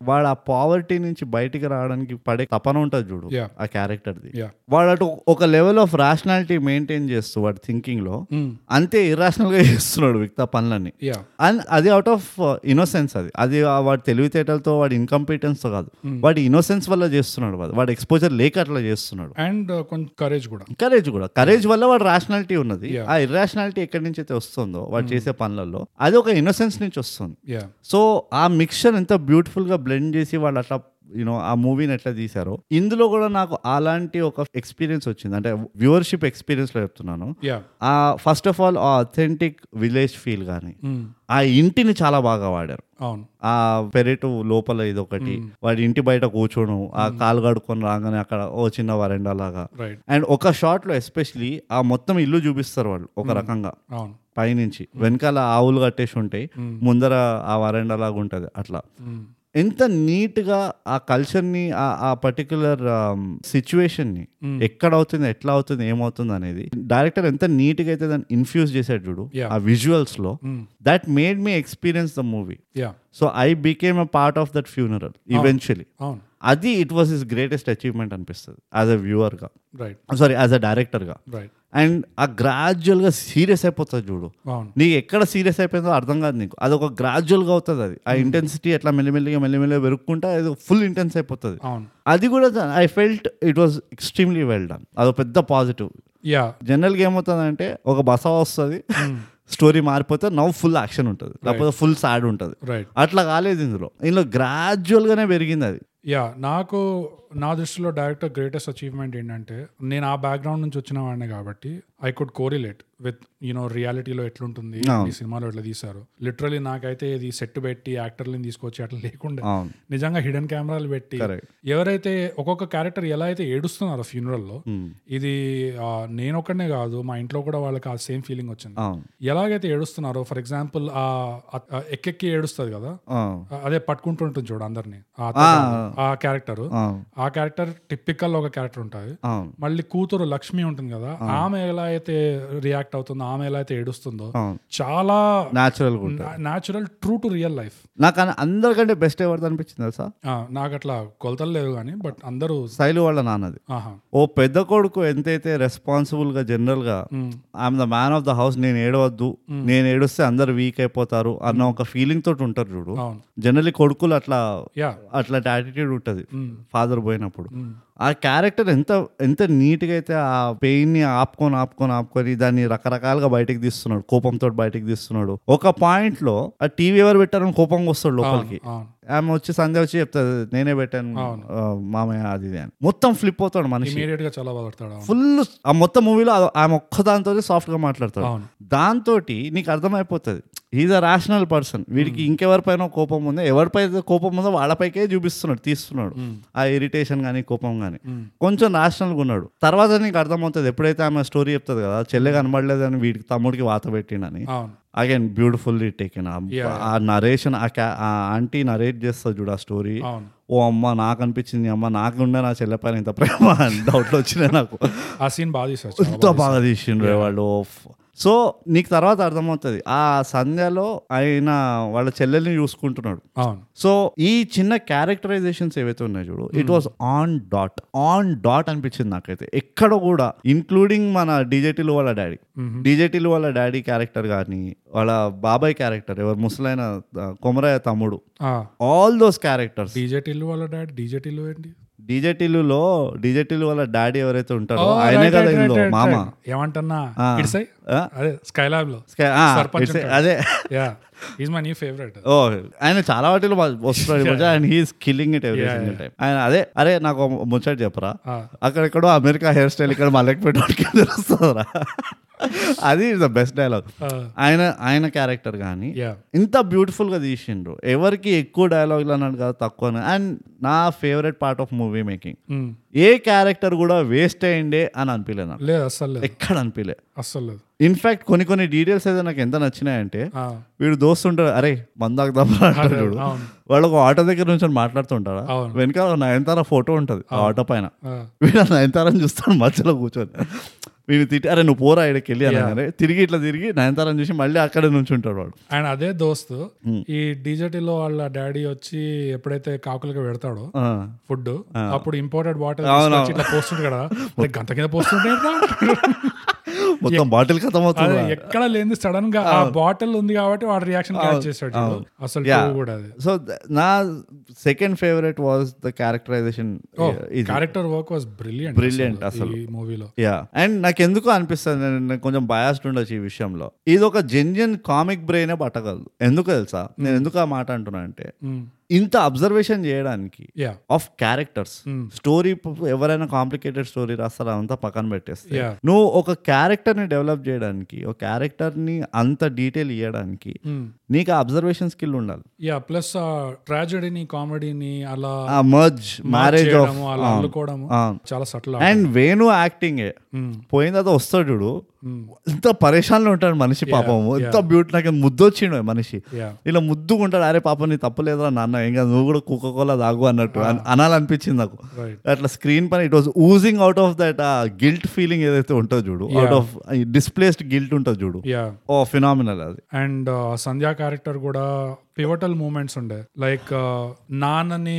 S1: వాడు ఆ పావర్టీ నుంచి బయటికి రావడానికి పడే తపన ఉంటుంది చూడు
S2: Yeah.
S1: ఆ క్యారెక్టర్ది
S2: Yeah.
S1: వాడు అటు ఒక లెవెల్ ఆఫ్ రాషనాలిటీ మెయింటైన్ చేస్తూ వాడు థింకింగ్ లో
S2: hmm,
S1: అంతే irrational గా చేస్తున్నాడు మిగతా పనులన్నీ
S2: యా
S1: అండ్ అది అవుట్ ఆఫ్ ఇన్నోసెన్స్ అది అది ఆ వాడి తెలివితేటలతో వాడి incompetence తో కాదు వాడి ఇన్నోసెన్స్ వల్ల చేస్తున్నాడు వాడు వాడి ఎక్స్పోజర్ లేక అట్లా చేస్తున్నాడు
S2: అండ్ కొంచెం కరేజ్ uh, కూడా
S1: కరేజ్ కూడా కరేజ్ వల్ల వాడు రాషనాలిటీ ఉన్నది
S2: Yeah.
S1: ఆ ఇర్రాషనాలిటీ ఎక్కడి నుంచి అయితే వస్తుందో వాడు చేసే పనులలో అది ఒక ఇన్నోసెన్స్ నుంచి వస్తుంది
S2: యా
S1: సో ఆ మిక్చర్ ఎంత బ్యూటిఫుల్ గా బ్లెండ్ చేసి వాళ్ళు అట్లా యూనో ఆ మూవీని ఎట్లా తీశారో ఇందులో కూడా నాకు అలాంటి ఒక ఎక్స్పీరియన్స్ వచ్చింది అంటే వ్యూవర్షిప్ ఎక్స్పీరియన్స్ లో చెప్తున్నాను
S2: యా
S1: ఆ ఫస్ట్ ఆఫ్ ఆల్ ఆ అథెంటిక్ విలేజ్ ఫీల్ కానీ ఆ ఇంటిని చాలా బాగా వాడారు
S2: అవును
S1: ఆ పెరటు లోపల ఇదొకటి వాడి ఇంటి బయట కూర్చోను ఆ కాలు కడుక్కొని రాగానే అక్కడ ఓ చిన్న వరండా లాగా
S2: రైట్
S1: అండ్ ఒక షాట్ లో ఎస్పెషలీ ఆ మొత్తం ఇల్లు చూపిస్తారు వాళ్ళు ఒక రకంగా
S2: అవును
S1: పైనుంచి వెనకాల ఆవులు కట్టేసి ఉంటాయి ముందర ఆ వరండా లాగా ఉంటది అట్లా
S2: hmm,
S1: ఎంత నీట్ గా ఆ కల్చర్ ని ఆ ఆ పర్టికులర్ సిచ్యువేషన్ ని ఎక్కడ అవుతుంది ఎట్లా అవుతుంది ఏమవుతుంది అనేది డైరెక్టర్ ఎంత నీట్ గా అయితే దాన్ని ఇన్ఫ్యూజ్ చేశాడు చూడు
S2: Yeah.
S1: ఆ విజువల్స్ లో
S2: Mm.
S1: That made me experience the movie
S2: yeah
S1: so I became a part of that funeral eventually
S2: అవును
S1: అది it was his greatest achievement అనిపిస్తుంది యాజ్ అ వ్యూవర్గా
S2: రైట్
S1: సారీ యాజ్ అ డైరెక్టర్గా
S2: right
S1: and ఆ గ్రాడ్యువల్గా serious అయిపోతుంది చూడు
S2: అవును
S1: నీకు ఎక్కడ సీరియస్ అయిపోయిందో అర్థం కాదు నీకు అదొక గ్రాడ్యువల్గా అవుతుంది అది ఆ ఇంటెన్సిటీ అట్లా మెల్లిమెల్లిగా మెల్లిమెల్లిగా పెరుగుకుంటా అది ఫుల్ ఇంటెన్స్ అయిపోతుంది
S2: అవును
S1: అది కూడా I felt it was extremely well done అదొక పెద్ద పాజిటివ్
S2: యా
S1: జనరల్గా ఏమవుతుందంటే ఒక బస వస్తుంది స్టోరీ మారిపోతే నవ్వు ఫుల్ యాక్షన్ ఉంటుంది లేకపోతే ఫుల్ సాడ్ ఉంటుంది
S2: రైట్
S1: అట్లా కాలేదు ఇందులో ఇందులో గ్రాడ్యువల్గానే పెరిగింది అది
S2: యా నాకు నా దృష్టిలో డైరెక్టర్ గ్రేటెస్ట్ అచీవ్మెంట్ ఏంటంటే నేను ఆ బ్యాక్గ్రౌండ్ నుంచి వచ్చిన వాడిని కాబట్టి I could correlate with you know రియాలిటీలో ఎట్లుంటుంది ఈ సినిమాలో ఎట్లా తీశారు లిటరలీ నాకైతే ఇది సెట్ పెట్టి యాక్టర్లని తీసుకొచ్చి అట్లా లేకుండా
S1: అవును
S2: నిజంగా హిడెన్ కెమెరాలు పెట్టి
S1: Correct.
S2: ఎవరైతే ఒక్కొక్క క్యారెక్టర్ ఎలా అయితే ఏడుస్తున్నారో ఫ్యూనరల్లో
S1: Hmm.
S2: ఇది ఆ, నేను ఒక్కడనే కాదు మా ఇంట్లో కూడా వాళ్ళకి ఆ సేమ్ ఫీలింగ్ వచ్చింది
S1: అవును
S2: ఎలాగైతే ఏడుస్తున్నారో ఫర్ ఎగ్జాంపుల్ ఆ ఆ- ఆ ఎక్కెక్కి ఏడుస్తుంది కదా
S1: అవును
S2: ఆ- అదే పట్టుకుంటుంటుంది చూడు అందరినీ ఆ- ఆ క్యారెక్టర్
S1: అవును
S2: ఆ క్యారెక్టర్ టిప్పికల్ ఒక క్యారెక్టర్ ఉంటుంది
S1: అవును
S2: మళ్ళీ కూతురు లక్ష్మి ఉంటుంది కదా ఆమె ఎలా అయితే రియాక్ట్ అవుతుందో ఆమె ఎలా అయితే ఏడుస్తుందో
S1: అవును
S2: చాలా
S1: న్యాచురల్ కూడా
S2: natural true to real life
S1: నాకు అన- అందరికంటే బెస్ట్ ఎవరిది అనిపించింది తెలుసా
S2: నాకు అట్లా కొలతలు లేవు కానీ బట్ అందరూ
S1: శైలు వాళ్ళ నాన్నది
S2: ఆహా
S1: ఓ పెద్ద కొడుకు ఎంతైతే రెస్పాన్సిబుల్ గా జనరల్ గా I'm the man of the house నేను ఏడవద్దు నేను ఏడుస్తే అందరు వీక్ అయిపోతారు అన్న ఒక ఫీలింగ్ తోటి ఉంటారు చూడు
S2: అవును
S1: జనరల్లీ కొడుకులు అట్లా
S2: యా
S1: అట్లాంటి యాటిట్యూడ్ ఉంటుంది ఫాదర్ పోయినప్పుడు ఆ క్యారెక్టర్ ఎంత ఎంత నీట్గా అయితే ఆ పెయిన్ ని ఆపుకొని ఆపుకొని ఆపుకొని దాన్ని రకరకాలుగా బయటకు తీస్తున్నాడు కోపంతో బయటకు తీస్తున్నాడు ఒక పాయింట్ లో ఆ టీవీ ఎవరు పెట్టారని కోపంగా వస్తాడు లోపలికి
S2: అవును
S1: ఆమె వచ్చి సంధ్య వచ్చి చెప్తాది నేనే పెట్టాను ఆ, మామయ్య అది ఇది" అని మొత్తం ఫ్లిప్ అవుతాడు మనిషి
S2: ఇమీడియట్ గా చాలా బాధపడతాడు అవును.
S1: ఫుల్ ఆ మొత్తం మూవీలో ఆ- ఆమె ఒక్క దాంతో సాఫ్ట్ గా మాట్లాడతాడు
S2: అవును
S1: దాంతో నీకు అర్థమైపోతుంది ఈజ్ అ రాషనల్ పర్సన్ వీడికి ఇంకెవరిపైన కోపం ఉందో ఎవరిపైన కోపం ఉందో వాళ్ళపైకే చూపిస్తున్నాడు తీస్తున్నాడు ఆ ఇరిటేషన్ కానీ కోపం కానీ కొంచెం రాషనల్గా ఉన్నాడు తర్వాత నీకు అర్థమవుతుంది ఎప్పుడైతే ఆమె స్టోరీ చెప్తుంది కదా చెల్లె కనబడలేదని వీడికి తమ్ముడికి వాత పెట్టిండని
S2: అవును
S1: అగైన్ బ్యూటిఫుల్లీ టేకెన్ ఆ నరేషన్ ఆ క్యా- ఆ ఆంటీ నరేట్ చేస్తుంది చూడు ఆ స్టోరీ
S2: అవును
S1: ఓ అమ్మ నాకు అనిపించింది అమ్మ నాకు ఉండే నా చెల్లె పైన ఇంత ప్రేమ అని డౌట్లు వచ్చినాయి నాకు
S2: ఆ సీన్ బాగా తీసారు చాలా
S1: ఎంత బాగా తీసిండ్రు వాళ్ళు సో నీకు తర్వాత అర్థమవుతుంది ఆ సంధ్యలో ఆయన వాళ్ళ చెల్లెల్ని చూసుకుంటున్నాడు
S2: బాగా. అవును
S1: సో ఈ చిన్న క్యారెక్టరైజేషన్స్ ఏవైతే ఉన్నాయి చూడు it was on dot on dot అనిపించింది నాకైతే ఎక్కడ కూడా ఇంక్లూడింగ్ మన డీజేటీలు వాళ్ళ డాడీ డీజేటీలు వాళ్ళ డాడీ క్యారెక్టర్ కానీ వాళ్ళ బాబాయ్ క్యారెక్టర్ ఎవరు ముసలైన ఆ, కొమరయ్య తమ్ముడు
S2: ఆ
S1: ఆల్ దోస్ క్యారెక్టర్స్
S2: డీజేటీలు వాళ్ళ డాడ్ డీజేటీలు ఏంటి
S1: డీజేటీలులో డీజేటీలు వాళ్ళ డాడీ ఎవరైతే ఉంటాడో
S2: Oh,
S1: ఆయనే కదా ఇందులో మామ
S2: ఏమంటన్నా ఇట్సై
S1: ఆ?
S2: అదే స్కై ల్యాబ్ లో
S1: స్కా- ఆ,
S2: సర్పంచ్
S1: it's- అదే
S2: yeah is my new favourite
S1: oh Oh, ఆయన చాలా వాటిలో వా- వస్తున్నాడు ఈ మధ్య and he's killing it every single time ఆయన అదే అరే నాకు ఒక ముచ్చట చెప్పరా అక్కడెక్కడో అమెరికా హెయిర్ స్టైల్ ఇక్కడ మళ్ళీ పెట్టడానికి తెలుస్తుందిరా అది ద బెస్ట్ డైలాగ్ ఆయన ఆయన క్యారెక్టర్ కానీ
S2: యా
S1: ఇంత beautiful గా తీసిండ్రు ఎవరికి ఎక్కువ డైలాగులు అన్నాడు కదా తక్కువ అండ్ నా favourite part of movie making ఏ క్యారెక్టర్ కూడా వేస్ట్ అయ్యిండే అని అనిపించలేదు నాకు
S2: లేదు అస్సలు లేదు
S1: ఎక్కడ అనిపించలే
S2: అస్సలు లేదు
S1: ఇన్ఫాక్ట్ కొన్ని కొన్ని డీటెయిల్స్ అయితే నాకు ఎంత నచ్చినాయంటే
S2: ఆ,
S1: వీడు దోస్తు ఉంటాడు అరే మందాక దప్పరా అంటాడు చూడు
S2: అవును
S1: వాళ్ళు ఒక ఆటో దగ్గర నుంచి మాట్లాడుతుంటారా
S2: అవును.
S1: వెనక నయనతార ఫోటో ఉంటుంది ఆ ఆటో పైన
S2: ఆ,
S1: వీడు ఆ నయనతారని చూస్తాడు మధ్యలో కూర్చొని వీడు తిట్టి అరే నువ్వు పోరా ఇక్కడికి వెళ్ళి అనగానే తిరిగి ఇట్లా తిరిగి నయనతారని చూసి మళ్ళీ అక్కడ నుంచి ఉంటాడు వాడు
S2: అండ్ అదే దోస్తు ఈ డీజేటీలో వాళ్ళ డాడీ వచ్చి ఎప్పుడైతే కాకులకి పెడతాడో
S1: ఆ.
S2: ఫుడ్ అప్పుడు ఇంపోర్టెడ్ బాటిల్
S1: అవును.
S2: ఇట్లా పోస్తుంది కదా "అరే, గంట కింద పోస్తుంటే
S1: మొత్తం బాటిల్ ఖతం అవుతుంది
S2: ఎక్కడ లేని సడన్ గా ఆ బాటిల్ ఉంది కాబట్టి వాడు రియాక్షన్ క్యాచ్ చేశాడు చూడు. అసలు true కూడా అది
S1: సో నా second favourite was the characterisation
S2: Oh,
S1: ఇది
S2: character work was brilliant
S1: Brilliant
S2: ఈ మూవీలో
S1: యా అండ్ నాకు ఎందుకో అనిపిస్తుంది నేను- నేను కొంచెం బయాస్డ్ ఉండొచ్చు ఈ విషయంలో
S2: Hmm.
S1: ఇది ఒక జెన్యున్ కామిక్ బ్రెయిన్ పట్టగలదు ఎందుకు తెలుసా నేను ఎందుకు ఆ మాట అంటున్నా అంటే ఇంత అబ్జర్వేషన్ చేయడానికి
S2: యా
S1: ఆఫ్ క్యారెక్టర్స్ స్టోరీ ఎవరైనా కాంప్లికేటెడ్ స్టోరీ రాస్తారా అంతా పక్కన పెట్టేస్తే
S2: Yeah.
S1: నువ్వు ఒక క్యారెక్టర్ ని డెవలప్ చేయడానికి ఒక క్యారెక్టర్ ని అంత డీటెయిల్ ఇవ్వడానికి
S2: Hmm.
S1: నీకు ఆ అబ్జర్వేషన్ స్కిల్ ఉండాలి
S2: యా ప్లస్ ఆ ట్రాజడీని కామెడీని అలా
S1: ఆ మర్జ్ మ్యారేజ్ ఆఫ్
S2: చేయడము, అలా అల్లుకోవడము
S1: ఆ.
S2: చాలా సటిల్
S1: అండ్ వేణు యాక్టింగ్ పోయిన తర్వాత వస్తాడు చూడు ఎంత పరేషాన్లో ఉంటాడు మనిషి పాపము ఎంత బ్యూటీ నాకు ముద్దు వచ్చిండు మనిషి
S2: Yeah.
S1: ఇలా ముద్దుగా ఉంటాడు అరే పాప నీ తప్పలేదురా నాన్న ఇంకా నువ్వు కూడా కుక్కకోలా దాగు అన్నట్టు అన్- అనాలనిపించింది నాకు
S2: రైట్
S1: అట్లా స్క్రీన్ పైన it was oozing out of that ఆ గిల్ట్ ఫీలింగ్ ఏదైతే ఉంటుందో చూడు
S2: Yeah.
S1: Out of displaced guilt ఉంటుంది చూడు
S2: యా
S1: ఓ ఫినామినల్ అది
S2: అండ్ సంధ్యా క్యారెక్టర్ uh, కూడా పివటల్ మూమెంట్స్ ఉండే లైక్ నాన్నని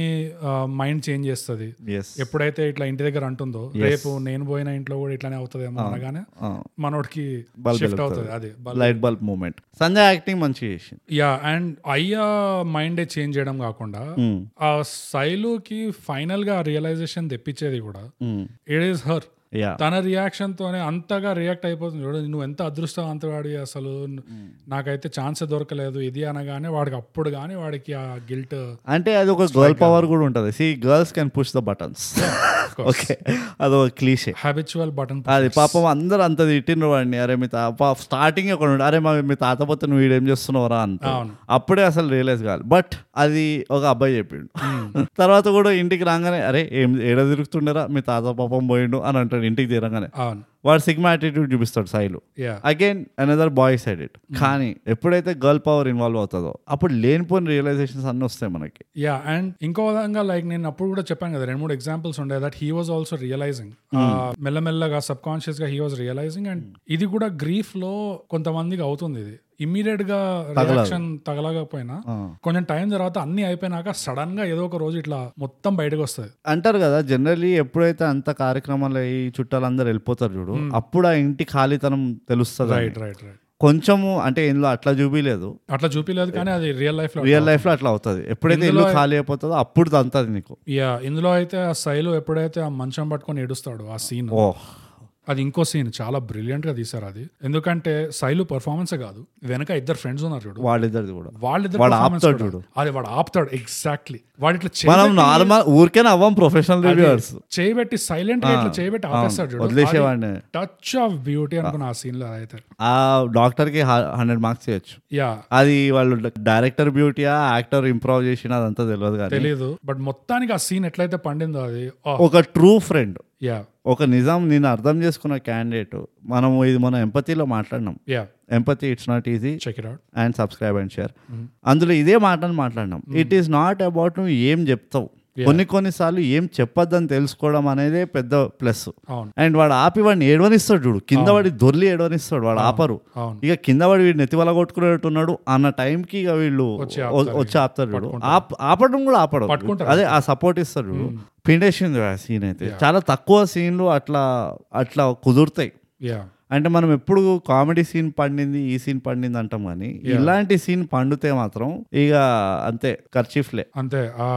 S2: uh, మైండ్ చేంజ్ చేస్తుంది
S1: ఎస్
S2: ఎప్పుడైతే ఇట్లా ఇంటి దగ్గర అంటుందో రేపు నేను పోయిన ఇంట్లో కూడా ఇట్లానే అవుతుందేమో అనగానే మనోడికి షిఫ్ట్ అవుతుంది అది
S1: light bulb moment Sanjay acting మంచి చేసింది
S2: యా అండ్ అయ్యా మైండ్ చేంజ్ చేయడం కాకుండా ఆ శైలుకి ఫైనల్ గా రియలైజేషన్ తెప్పించేది కూడా ఇట్ ఈస్ హర్
S1: యా
S2: తన రియాక్షన్ తోనే అంతగా రియాక్ట్ అయిపోతుంది చూడు నువ్వు ఎంత అదృష్టవంతుడు అసలు ను- నాకైతే ఛాన్స్ దొరకలేదు ఇది అనగానే వాడికి అప్పుడు కానీ వాడికి ఆ గిల్ట్
S1: అంటే అది ఒక గర్ల్ పవర్ కూడా ఉంటుంది see girls can push the buttons okay అది ఒక క్లీషే
S2: హ్యాబిచువల్ బటన్
S1: అది పాపం అందరూ అంత తిట్టిన వాడిని అరే మీ తాత స్టార్టింగ్ ఒక అరే మా మీ తాత పోతే నువ్వు వీడేం చేస్తున్నావురా అంత
S2: అవును.
S1: అప్పుడే అసలు రియలైజ్ కావాలి బట్ అది ఒక అబ్బాయి చెప్పిండు తర్వాత కూడా ఇంటికి రాగానే అరే ఏం ఏడ తిరుగుతుండరా మీ తాత పాపం పోయిండు అని అంటాడు ఇంటికి తిరగానే
S2: అవును
S1: వాడు సిగ్మా యాటిట్యూడ్ చూపిస్తాడు Sailu
S2: yeah
S1: again another boy side it కానీ ఎప్పుడైతే గర్ల్ పవర్ ఇన్వాల్వ్ అవుతుందో అప్పుడు లేనిపోని రియలైజేషన్స్ అన్నీ వస్తాయి మనకి
S2: యా అండ్ ఇంకో విధంగా లైక్ నేను అప్పుడు కూడా చెప్పాను కదా రెండు మూడు ఎగ్జాంపుల్స్ ఉండే that he was also realising మెల్లమెల్లగా సబ్ కాన్షియస్ గా హీ వాజ్ రియలైజింగ్ అండ్ ఇది కూడా గ్రీఫ్ లో కొంతమందికి అవుతుంది ఇది ఇమ్మీడియట్ గా రియాక్షన్ తగలకపోయినా కొంచెం టైం తర్వాత అన్ని అయిపోయినాక సడన్ గా ఏదో ఒక రోజు ఇట్లా మొత్తం బయటకు వస్తుంది
S1: అంటారు కదా జనరలీ ఎప్పుడైతే అంత కార్యక్రమాలు అయ్యి చుట్టాలందరూ వెళ్ళిపోతారు చూడు అప్పుడు ఆ ఇంటి ఖాళీతనం తెలుస్తుంది
S2: రైట్ రైట్ రైట్
S1: కొంచెము అంటే ఇందులో అట్లా చూపిలేదు
S2: అట్లా చూపిలేదు కానీ అది రియల్ లైఫ్ లో
S1: రియల్ లైఫ్ లో అట్లా అవుతుంది ఎప్పుడైతే ఇల్లు ఖాళీ అయిపోతుందో అప్పుడు తంతది నీకు
S2: యా ఇందులో అయితే ఆ శైలు ఎప్పుడైతే ఆ మంచం పట్టుకొని ఏడుస్తాడు ఆ సీన్
S1: ఓహ్
S2: అది ఇంకో సీన్ చాలా బ్రిలియంట్ గా తీశారు అది ఎందుకంటే శైలు పర్ఫార్మెన్స్ కాదు వెనక ఇద్దరు ఫ్రెండ్స్ ఉన్నారు చూడు
S1: వాళ్ళిద్దరిది కూడా
S2: వాళ్ళిద్దరు
S1: వాడు
S2: performance
S1: ఆపుతాడు
S2: కూడా.
S1: చూడు.
S2: అది వాడు ఆపుతాడు ఎగ్జాక్ట్లీ వాడు ఇట్లా
S1: మనం
S2: చేయబెట్టి-
S1: నార్మల్ ఊరికేనా అవ్వం ప్రొఫెషనల్ రివ్యూవర్స్
S2: చేయబెట్టి సైలెంట్ గా ఇట్లా చేయబెట్టి ఆపేస్తాడు చూడు
S1: వదిలేసేవాడిని
S2: టచ్ ఆఫ్ బ్యూటీ అనుకున్న ఆ సీన్ లో అయితే
S1: ఆ డాక్టర్ కి హండ్రెడ్ మార్క్స్ చేయొచ్చు
S2: యా
S1: అది వాళ్ళు డైరెక్టర్ బ్యూటీయా యాక్టర్ ఇంప్రూవ్ చేసిన అదంతా తెలియదు కానీ
S2: తెలియదు బట్ మొత్తానికి ఆ సీన్ ఎట్లయితే పండిందో అది oh,
S1: ఒక ట్రూ ఫ్రెండ్
S2: యా
S1: ఒక నిజాం నేను అర్థం చేసుకున్న క్యాండిడేట్ మనము ఇది మన ఎంపతిలో మాట్లాడినాం
S2: yeah
S1: empathy it's not easy
S2: check it out
S1: and subscribe and share
S2: Mm-hmm.
S1: అందులో ఇదే మాటను మాట్లాడినాం ఇట్ ఈస్ నాట్ అబౌట్ నువ్వు ఏం చెప్తావు కొన్ని కొన్నిసార్లు ఏం చెప్పొద్దని తెలుసుకోవడం అనేదే పెద్ద ప్లస్
S2: అవును
S1: అండ్ వాడు ఆపి వాడిని ఏడవనిస్తాడు చూడు కింద వాడి దొర్లి ఏడవనిస్తాడు వాడు ఆపరు
S2: అవును
S1: ఇక కింద వాడు వీడిని ఎత్తివల కొట్టుకునేట్టున్నాడు అన్న టైంకి ఇక వీళ్ళు
S2: వచ్చి
S1: వ-
S2: ఆపుతారు.
S1: వచ్చి ఆపుతారు చూడు ఆప్- ఆపడం కూడా ఆపడం
S2: పట్టుకుంటారు. Mm.
S1: అదే ఆ సపోర్ట్ ఇస్తారు చూడు పిండేసింది ఆ సీన్ అయితే చాలా తక్కువ సీన్లు అట్లా అట్లా కుదురుతాయి
S2: యా
S1: అంటే మనం ఎప్పుడు కామెడీ సీన్ పండింది ఈ సీన్ పండింది అంటాం కానీ ఇలాంటి సీన్ పండితే మాత్రం ఇక అంతే ఖర్చీఫ్లే
S2: అంతే ఆ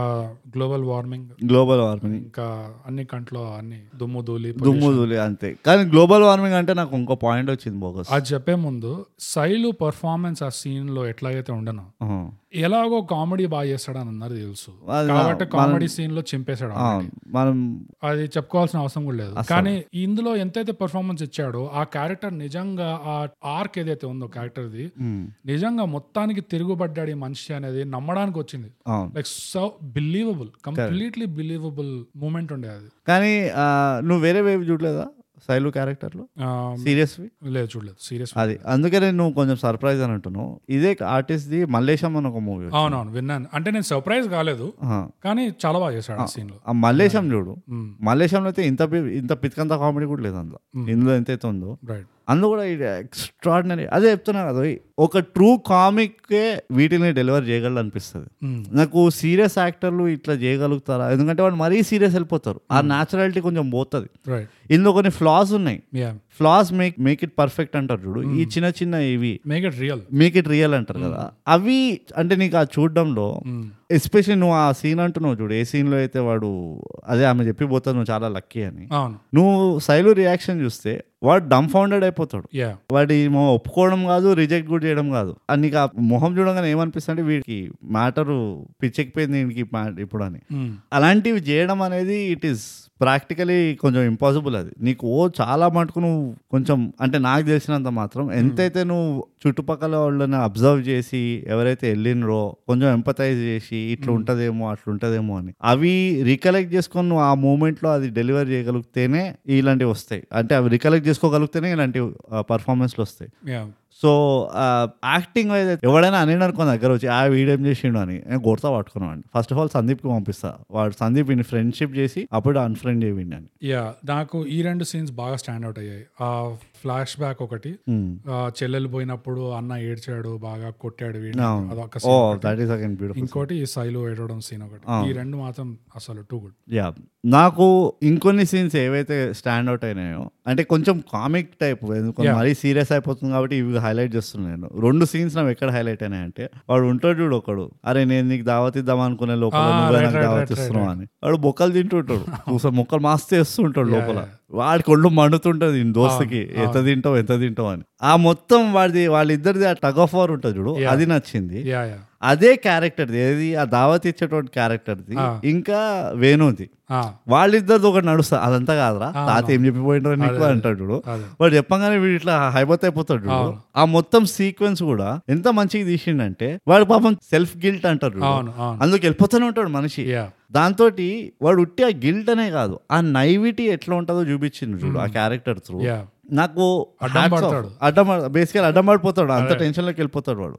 S2: గ్లోబల్ వార్మింగ్
S1: గ్లోబల్ వార్మింగ్
S2: ఇంకా అన్ని కంట్లో అన్ని దుమ్ము ధూళి
S1: దుమ్ము దులి అంతే కానీ గ్లోబల్ వార్మింగ్ అంటే నాకు ఇంకో పాయింట్ వచ్చింది బోగస్
S2: అది చెప్పే ముందు శైలు పర్ఫార్మెన్స్ ఆ సీన్ లో ఎట్లయితే ఉండను ఎలాగో కామెడీ బాగా చేస్తాడని అన్నారు తెలుసు
S1: అది
S2: కాబట్టి కామెడీ సీన్ లో చింపేశాడు
S1: ఆ, మనం
S2: అది చెప్పుకోవాల్సిన అవసరం కూడా లేదు కానీ ఇందులో ఎంతైతే పర్ఫార్మెన్స్ ఇచ్చాడో ఆ క్యారెక్టర్ నిజంగా ఆ ఆర్క్ ఏదైతే ఉందో క్యారెక్టర్ది నిజంగా మొత్తానికి తిరుగుబడ్డాడు ఈ మనిషి అనేది నమ్మడానికి వచ్చింది
S1: అవును
S2: like so believable completely believable moment ఉండే అది
S1: కానీ ఆ, నువ్వు వేరే వేవి చూడలేదా శైలు క్యారెక్టర్లో
S2: ఆ,
S1: సీరియస్వి
S2: లేదు చూడలేదు సీరియస్
S1: అది అందుకనే నువ్వు కొంచెం సర్ప్రైజ్ అని అంటున్నావు ఇదే ఆర్టిస్ట్ది మల్లేశం అని ఒక మూవీ
S2: అవునవును విన్నాను అంటే నేను సర్ప్రైజ్ కాలేదు కానీ చాలా బాగా చేశాడు ఆ సీన్ లో Hmm,
S1: ఆ మల్లేశం చూడు
S2: మ్మ్.
S1: మల్లేశంలో అయితే ఇంత పి- ఇంత పితికంత కామెడీ కూడా లేదు అందులో ఇందులో ఎంతైతే ఉందో
S2: రైట్
S1: అందులో కూడా ఇది ఎక్స్ట్రాడినరీ అదే చెప్తున్నా కదా ఈ ఒక ట్రూ కామిక్కే వీటిని డెలివర్ చేయగలడు అనిపిస్తుంది
S2: మ్మ్.
S1: నాకు సీరియస్ యాక్టర్లు ఇట్లా చేయగలుగుతారా ఎందుకంటే వాళ్ళు మరీ సీరియస్ వెళ్ళిపోతారు ఆ న్యాచురాలిటీ కొంచెం పోతుంది
S2: రైట్
S1: ఇందులో కొన్ని ఫ్లాస్ ఉన్నాయి
S2: yeah
S1: flaws make make it perfect అంటారు చూడు ఈ చిన్న చిన్న ఇవి
S2: make it real
S1: make it real అంటారు కదా అవి అంటే నీకు ఆ చూడడంలో ఎస్పెషల్లీ నువ్వు ఆ సీన్ అంటున్నావు చూడు ఏ సీన్లో అయితే వాడు అదే ఆమె చెప్పిపోతావు నువ్వు చాలా లక్కీ అని
S2: అవును
S1: నువ్వు శైలు రియాక్షన్ చూస్తే వాడు డంఫౌండెడ్ అయిపోతాడు
S2: యా
S1: వాడి మొ- ఒప్పుకోవడం కాదు రిజెక్ట్ కూడా చేయడం కాదు అని నీకు ఆ మొహం చూడగానే ఏమనిపిస్తుంది అంటే వీడికి మ్యాటరు పిచ్చెక్కిపోయింది వీడికి మా- ఇప్పుడు అని
S2: Hmm,
S1: అలాంటివి చేయడం అనేది ఇట్ ఈస్ ప్రాక్టికలీ కొంచెం ఇంపాసిబుల్ అది నీకు ఓ చాలా మటుకు నువ్వు కొంచెం అంటే నాకు తెలిసినంత మాత్రం ఎంతైతే నువ్వు చుట్టుపక్కల వాళ్ళని అబ్జర్వ్ చేసి ఎవరైతే వెళ్ళినరో కొంచెం ఎంపతైజ్ చేసి ఇట్లా ఉంటదేమో అట్లా ఉంటదేమో అని అవి రికలెక్ట్ చేసుకొని నువ్వు ఆ మూమెంట్లో అది డెలివర్ చేయగలిగితేనే ఇలాంటివి వస్తాయి అంటే అవి రికలెక్ట్ చేసుకోగలిగితేనే ఇలాంటి పర్ఫార్మెన్స్లు వస్తాయి
S2: యా
S1: సో యాక్టింగ్ వైజ్ అయితే ఎవడైనా అనేది అనుకో నా దగ్గర వచ్చి ఆ వీడేం చేసిండు అని నేను కొడతా పట్టుకున్నాను ఫస్ట్ ఆఫ్ ఆల్ సందీప్కి పంపిస్తా వాడు సందీప్ ఈయన ఫ్రెండ్షిప్ చేసి అప్పుడు అన్ఫ్రెండ్ చేయండి అని
S2: యా నాకు ఈ రెండు సీన్స్ బాగా స్టాండ్ అవుట్ అయ్యాయి ఆ ఫ్లాష్ బ్యాక్ ఒకటి ఆ చెల్లెలు పోయినప్పుడు అన్న ఏడ్చాడు బాగా కొట్టాడు వీడిని అదొక
S1: ఓ
S2: scene.
S1: That is again beautiful
S2: ఇంకోటి ఈ సైలు ఏడవడం సీన్ ఒకటి ఈ రెండు మాత్రం అసలు టూ గుడ్
S1: యా నాకు ఇంకొన్ని సీన్స్ ఏవైతే స్టాండ్ అవుట్ అయినాయో అంటే కొంచెం కామిక్ టైప్
S2: Yeah.
S1: మరీ సీరియస్ అయిపోతుంది కాబట్టి ఇవి హైలైట్ చేస్తున్నాను నేను రెండు సీన్స్ నాకు ఎక్కడ హైలైట్ అయినాయంటే వాడు ఉంటాడు చూడు ఒకడు అరే నేను నీకు దావత్ ఇద్దాం అనుకునే లోపల
S2: Ah,
S1: నువ్వే
S2: right,
S1: నాకు
S2: right,
S1: దావత్
S2: right,
S1: ఇస్తున్నావు అని వాడు బొక్కలు తింటుంటాడు చూసా మొక్కలు మస్తు వేస్తుంటాడు లోపల వాడికి ఒళ్ళు మండుతుంటది ఈ దోస్తుకి
S2: Ah,
S1: ఎంత తింటావు ఎంత తింటావు అని ఆ మొత్తం వాడిది వాళ్ళిద్దరిది ఆ టగ్ ఆఫ్ వార్ ఉంటుంది చూడు అది నచ్చింది
S2: యా యా
S1: అదే క్యారెక్టర్ది ఏది ఆ దావత్ ఇచ్చేటువంటి క్యారెక్టర్ది
S2: Ah.
S1: ఇంకా వేణుది వాళ్ళిద్దరిది ఒకటి నడుస్తా అదంతా కాదురా తాత ఏం చెప్పిపోయిండ్రా నీకు అంటాడు చూడు.
S2: అదే.
S1: వాడు చెప్పంగానే వీడు ఇట్లా హైబత్ అయిపోతాడు చూడు. ఆ మొత్తం సీక్వెన్స్ కూడా ఎంత మంచిగా తీసిండంటే వాడు పాపం సెల్ఫ్ గిల్ట్ అంటారు చూడు.
S2: అవును అవును
S1: అందులోకి వెళ్ళిపోతూనే ఉంటాడు మనిషి
S2: యా
S1: దాంతో వాడు ఉట్టి ఆ గిల్ట్ అనే కాదు ఆ నైవిటీ ఎట్లా ఉంటుందో చూపించింది చూడు ఆ క్యారెక్టర్ త్రూ
S2: యా
S1: నాకు
S2: Hmm. అడ్డం
S1: hats off.
S2: పడతాడు.
S1: అడ్డం బేసికల్ అడ్డం పడిపోతాడు అంత టెన్షన్ లోకి వెళ్ళిపోతాడు వాడు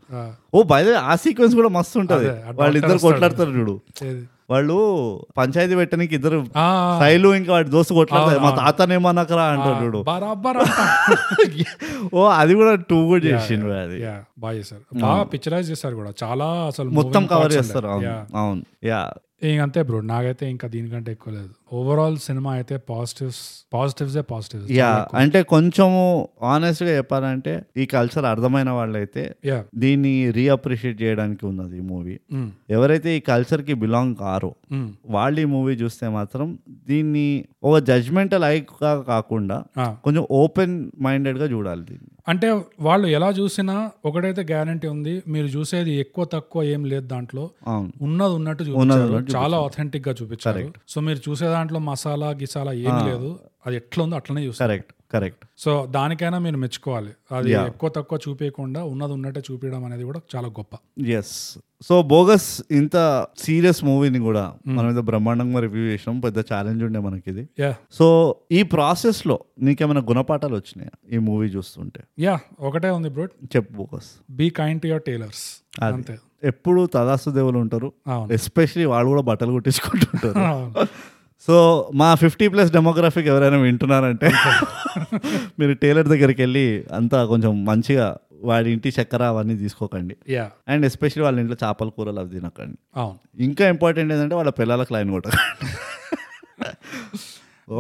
S1: ఓ బయద ఆ సీక్వెన్స్ కూడా మస్తు ఉంటది
S2: అదే, అడ్డం
S1: వాళ్ళిద్దరు
S2: వస్తాడు.
S1: కొట్లాడతారు చూడు వాళ్ళు పంచాయతీ పెట్టడానికి ఇద్దరు
S2: ఆ,
S1: శైలు ఇంకా వాడి దోస్తు కొట్లాడతారు మా తాతనేమనకరా అంటాడు చూడు
S2: బరాబర్
S1: ఓ అది కూడా టూ కూడా చేసిండు వాడు అది
S2: యా బాగా చేశారు బాగా పిక్చరైజ్ చేశారు కూడా చాలా అసలు
S1: మొత్తం
S2: moving
S1: కవర్
S2: parts ఉండే.
S1: చేస్తారు అవును
S2: Yeah.
S1: అవును యా
S2: ఇంక అంతే బ్రో నాకైతే ఇంకా దీనికంటే ఎక్కువ లేదు ఓవరాల్ సినిమా అయితే పాజిటివ్స్ పాజిటివ్స్ పాజిటివ్స్
S1: యా అంటే కొంచెము ఆనెస్ట్ గా చెప్పాలంటే ఈ కల్చర్ అర్థమైన వాళ్ళైతే
S2: యా
S1: దీన్ని రీఅప్రిషియేట్ చేయడానికి ఉన్నది ఈ మూవీ ఎవరైతే ఈ కల్చర్ కి బిలాంగ్ కారో వాళ్ళు ఈ మూవీ చూస్తే మాత్రం దీన్ని ఒక జడ్జ్మెంటల్ ఐగా కాకుండా కొంచెం ఓపెన్ మైండెడ్ గా చూడాలి దీన్ని
S2: అంటే వాళ్ళు ఎలా చూసినా ఒకటైతే గ్యారంటీ ఉంది మీరు చూసేది ఎక్కువ తక్కువ ఏం లేదు దాంట్లో
S1: అవును
S2: ఉన్నది ఉన్నట్టు చూపించారు చాలా ఆథెంటిక్ గా చూపించారు సో మీరు చూసే దాంట్లో మసాలా గిసాలా ఏమీ లేదు అది ఎట్లా ఉందో అట్లనే చూస్తారు
S1: కరెక్ట్ కరెక్ట్
S2: సో దానికైనా మీరు మెచ్చుకోవాలి అది ఎక్కువ తక్కువ చూపించకుండా ఉన్నది ఉన్నట్టే చూపించడం అనేది కూడా చాలా గొప్ప
S1: ఎస్ సో బోగస్ ఇంత సీరియస్ మూవీని కూడా
S2: Hmm.
S1: మనం ఏదో బ్రహ్మాండంగా రివ్యూ చేసినాం పెద్ద ఛాలెంజ్ ఉండే మనకి ఇది
S2: యా
S1: సో ఈ ప్రాసెస్లో నీకేమైనా గుణపాఠాలు వచ్చినాయా ఈ మూవీ చూస్తుంటే
S2: యా ఒకటే ఉంది బ్రో
S1: చెప్పు Bogus
S2: be kind to your tailors అంతే
S1: ఎప్పుడు తదాస్తు దేవులు ఉంటారు
S2: అవును
S1: ఎస్పెషలీ వాళ్ళు కూడా బట్టలు కుట్టించుకుంటుంటారు
S2: అవును.
S1: సో మా ఫిఫ్టీ ప్లస్ డెమోగ్రఫిక్ ఎవరైనా వింటున్నారంటే మీరు టైలర్ దగ్గరికి వెళ్ళి అంతా కొంచెం మంచిగా వాడి ఇంటి చక్కెర అవన్నీ తీసుకోకండి
S2: యా
S1: అండ్ ఎస్పెషలీ వాళ్ళ ఇంట్లో చేపల కూరలు అవి తినకండి
S2: అవును
S1: ఇంకా ఇంపార్టెంట్ ఏంటంటే వాళ్ళ పిల్లలకు లైన్ కొట్టకండి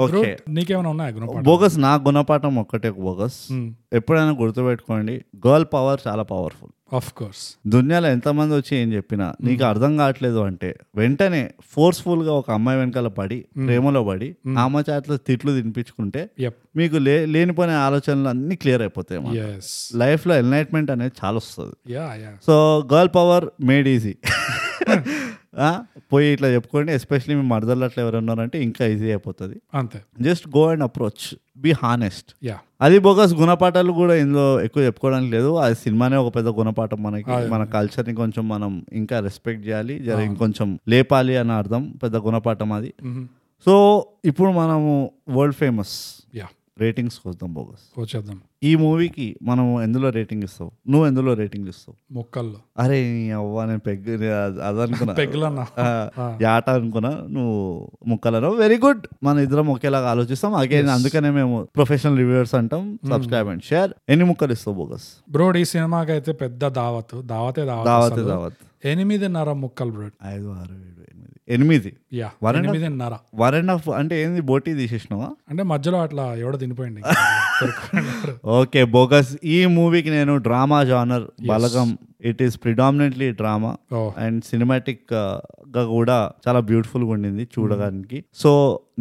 S1: ఓకే
S2: Root, నీకేమైనా ఉన్నాయా గుణపాఠం
S1: బోగస్ నా గుణపాఠం ఒక్కటే బోగస్
S2: Hmm.
S1: ఎప్పుడైనా గుర్తుపెట్టుకోండి గర్ల్ పవర్ చాలా పవర్ఫుల్
S2: ఆఫ్ కోర్స్
S1: దునియాలో ఎంతమంది వచ్చి ఏం చెప్పినా నీకు అర్థం కావట్లేదు అంటే వెంటనే ఫోర్స్ఫుల్ గా ఒక అమ్మాయి వెనకాల పడి ప్రేమలో పడి ఆమె చేతిలో తిట్లు తినిపించుకుంటే
S2: ఎప్
S1: మీకు లే లేనిపోయిన ఆలోచనలు అన్నీ క్లియర్ అయిపోతాయి
S2: ఎస్
S1: లైఫ్ లో ఎన్లైట్మెంట్ అనేది చాలా వస్తుంది
S2: yeah yeah
S1: so girl power made easy పోయి ఇట్లా చెప్పుకోండి ఎస్పెషలీ మీ మర్దర్లు అట్లా ఎవరు ఉన్నారంటే ఇంకా ఈజీ అయిపోతుంది
S2: అంతే
S1: just go and approach be honest
S2: yeah
S1: అది బోగస్ గుణపాఠాలు కూడా ఇందులో ఎక్కువ చెప్పుకోవడానికి లేదు అది సినిమానే ఒక పెద్ద గుణపాఠం మనకి మన కల్చర్ ని కొంచెం మనం ఇంకా రెస్పెక్ట్ చేయాలి జర ఇంకొంచెం లేపాలి అని అర్థం పెద్ద గుణపాఠం అది
S2: Mm-hmm.
S1: సో ఇప్పుడు మనము వరల్డ్ ఫేమస్
S2: యా
S1: రేటింగ్స్ వద్దాం బోగస్
S2: వచ్చేద్దాం
S1: ఈ మూవీకి మనం ఎందులో రేటింగ్ ఇస్తావు నువ్వు ఎందులో రేటింగ్ ఇస్తావు
S2: మొక్కల్లో
S1: అరే నీ అవ్వ నేను పెగ్ నే- అద- అదనుకున్నా
S2: పెగ్గులన్నా
S1: ఆ, యాట అనుకున్నా నువ్వు ముక్కలను వెరీ గుడ్ మన ఇద్దరం ఒకేలాగా ఆలోచిస్తాం అగైన్ అందుకనే మేము ప్రొఫెషనల్ రివ్యూవర్స్ అంటాం సబ్స్క్రైబ్ అండ్ షేర్ ఎన్ని ముక్కలు ఇస్తావు బోగస్
S2: బ్రోడ్ ఈ సినిమాకి అయితే పెద్ద దావత్ దావతే దావత్
S1: దావత్
S2: అసలు.
S1: దావత్
S2: ఎనిమిదిన్నర ముక్కలు బ్రోడ్
S1: ఐదు ఆరు ఏడు ఎనిమిది ఎనిమిది
S2: yeah One and a half- ఎనిమిదిన్నర
S1: వన్ అండ్ హాఫ్ అంటే ఏంది బోటీ తీసేసినావా
S2: అంటే మధ్యలో అట్లా ఎవడ తినిపోయింది
S1: ఓకే బోగస్ ఈ మూవీకి నేను drama genre Balagam it is predominantly drama
S2: Oh.
S1: And cinematic గా కూడా చాలా బ్యూటిఫుల్ గా ఉండింది చూడడానికి సో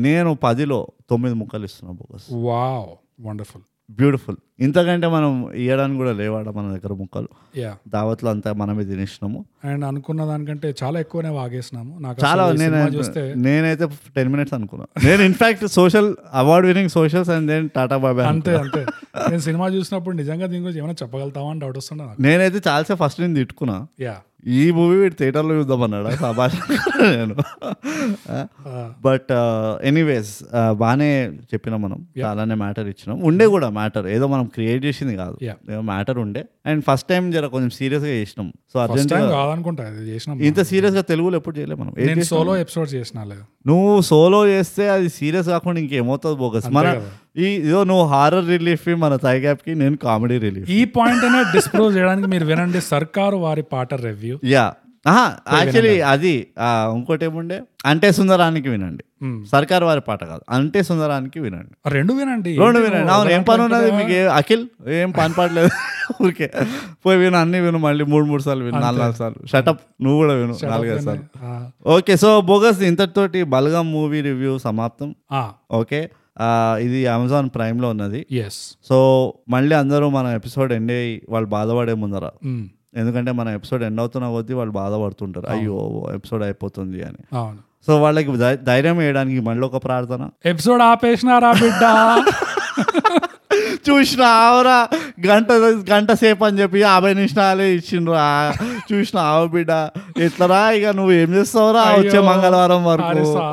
S1: నేను పదిలో తొమ్మిది ముక్కలు ఇస్తున్నా బోగస్
S2: వావ్ వండర్ఫుల్
S1: బ్యూటిఫుల్ ఇంతకంటే మనం ఇవ్వడానికి కూడా లేవాడ మన దగ్గర ముక్కలు
S2: యా
S1: దావత్లో అంతా మనమే తినేసినాము
S2: అండ్ అనుకున్న దానికంటే చాలా ఎక్కువనే వాగేసినాము నాకు
S1: చాలా
S2: అసలు ఈ
S1: నేను
S2: సినిమా చూస్తే
S1: నేనైతే టెన్ మినిట్స్ అనుకున్నా నేను in fact social award winning socials and then Tata బాబా
S2: అంతే అంతే నేను సినిమా చూసినప్పుడు నిజంగా దీని గురించి ఏమైనా చెప్పగలుగుతావా అని డౌట్ వస్తుండే నాకు
S1: నేనైతే చాలాసేపు ఫస్ట్ నేను తిట్టుకున్నా
S2: యా
S1: ఈ మూవీ వీడు థియేటర్లో చూద్దామన్నాడు సభాష్ నేను
S2: uh,
S1: బట్ ఎనీవేస్ బాగానే uh, చెప్పినాం మనం చాలానే మ్యాటర్ ఇచ్చినాం ఉండే కూడా మ్యాటర్ ఏదో మనం క్రియేట్ చేసింది కాదు
S2: Yeah.
S1: మ్యాటర్ ఉండే అండ్ ఫస్ట్ టైం జర కొంచెం సీరియస్గా చేసినాం సో
S2: ఫస్ట్
S1: అర్జెంట్
S2: టైం కాదనుకుంటా ఇది చేసినాం
S1: ఇంత సీరియస్గా తెలుగులో ఎప్పుడు చేయలేదు మనం ఏం
S2: నేను
S1: చేసినాం?
S2: సోలో ఎపిసోడ్స్ చేసినా లేదు
S1: నువ్వు సోలో చేస్తే అది సీరియస్ కాకుండా ఇంకేమవుతుంది బోగస్ మన
S2: కదా.
S1: ఈ ఇదో నువ్వు హారర్ రిలీఫ్ మన థై గ్యాప్ కి నేను కామెడీ రిలీఫ్
S2: ఈ పాయింట్ అనే డిస్ప్రూవ్ చేయడానికి మీరు వినండి Sarkaru Vaari Paata review
S1: yeah actually అది ఆ, ఇంకోటి ఏముండే అంటే సుందరానికి వినండి
S2: Hmm.
S1: సర్కార్ వారి పాట కాదు అంటే సుందరానికి వినండి
S2: రెండు వినండి
S1: రెండు వినండి అవును ఏం పని ఉన్నది మీకు ఏ- అఖిల్ ఏం పని పాడలేదు ఊరికే పోయి విను అన్ని విను మళ్ళీ మూడు మూడు సార్లు విను నాలుగు నాలుగు సార్లు షటప్ నువ్వు కూడా విను నాలుగైదు సార్లు
S2: ఆ,
S1: ఓకే సో బోగస్ ఇంతటితోటి బల్గం మూవీ రివ్యూ సమాప్తం
S2: ఆ
S1: ఓకే ఆ, ఇది అమెజాన్ ప్రైమ్లో ఉన్నది
S2: ఎస్
S1: సో మళ్ళీ అందరూ మన ఎపిసోడ్ ఎండ్ అయ్యి వాళ్ళు బాధపడే ముందర ఎందుకంటే మన ఎపిసోడ్ ఎండ్ అవుతున్న కొద్దీ వాళ్ళు బాధపడుతుంటారు అయ్యో ఎపిసోడ్ అయిపోతుంది అని
S2: అవును
S1: సో వాళ్ళకి ధై- ధైర్యం వేయడానికి మళ్ళీ ఒక ప్రార్థన
S2: ఎపిసోడ్ ఆపేసినారా బిడ్డ
S1: చూసిన ఆవరా గంట గంట సేపు అని చెప్పి యాభై నిమిషాలే ఇచ్చిండ్రా చూసిన ఆవ బిడ్డ ఎట్లరా ఇక నువ్వు ఏం చేస్తావురా వచ్చే
S2: అయ్యో,
S1: మంగళవారం వరకు
S2: అరిసా.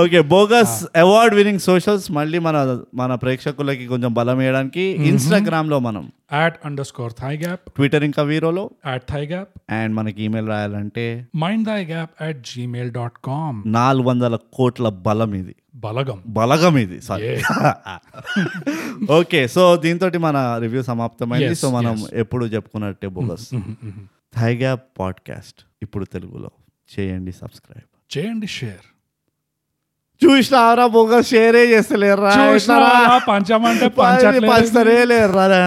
S1: Okay bogus award winning socials మళ్ళీ మన మన ప్రేక్షకులకి కొంచెం బలం వేయడానికి ఇన్స్టాగ్రామ్ లో మనం
S2: at under score thigh gap
S1: Twitter ఇంకా వీరోలో
S2: యాట్ థై గ్యాప్
S1: అండ్ మనకి ఈమెయిల్ రాయాలంటే
S2: mind thigh gap at Gmail dot com
S1: నాలుగు వందల కోట్ల బలం ఇది
S2: బలగం
S1: బలగం ఇది సారీ ఓకే సో దీంతో మన రివ్యూ సమాప్తమైంది
S2: Yes,
S1: సో మనం ఎప్పుడు చెప్పుకున్నట్టే బోగస్ థైగా పాడ్కాస్ట్ ఇప్పుడు తెలుగులో చేయండి సబ్స్క్రైబ్
S2: చేయండి షేర్
S1: చూసినారా బోగస్ షేరే చేస్తలేరా
S2: చూసినారా? పంచమంటే పంచట్లేదు.
S1: పంచరే లేరా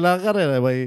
S1: ఎలా కరే భయ్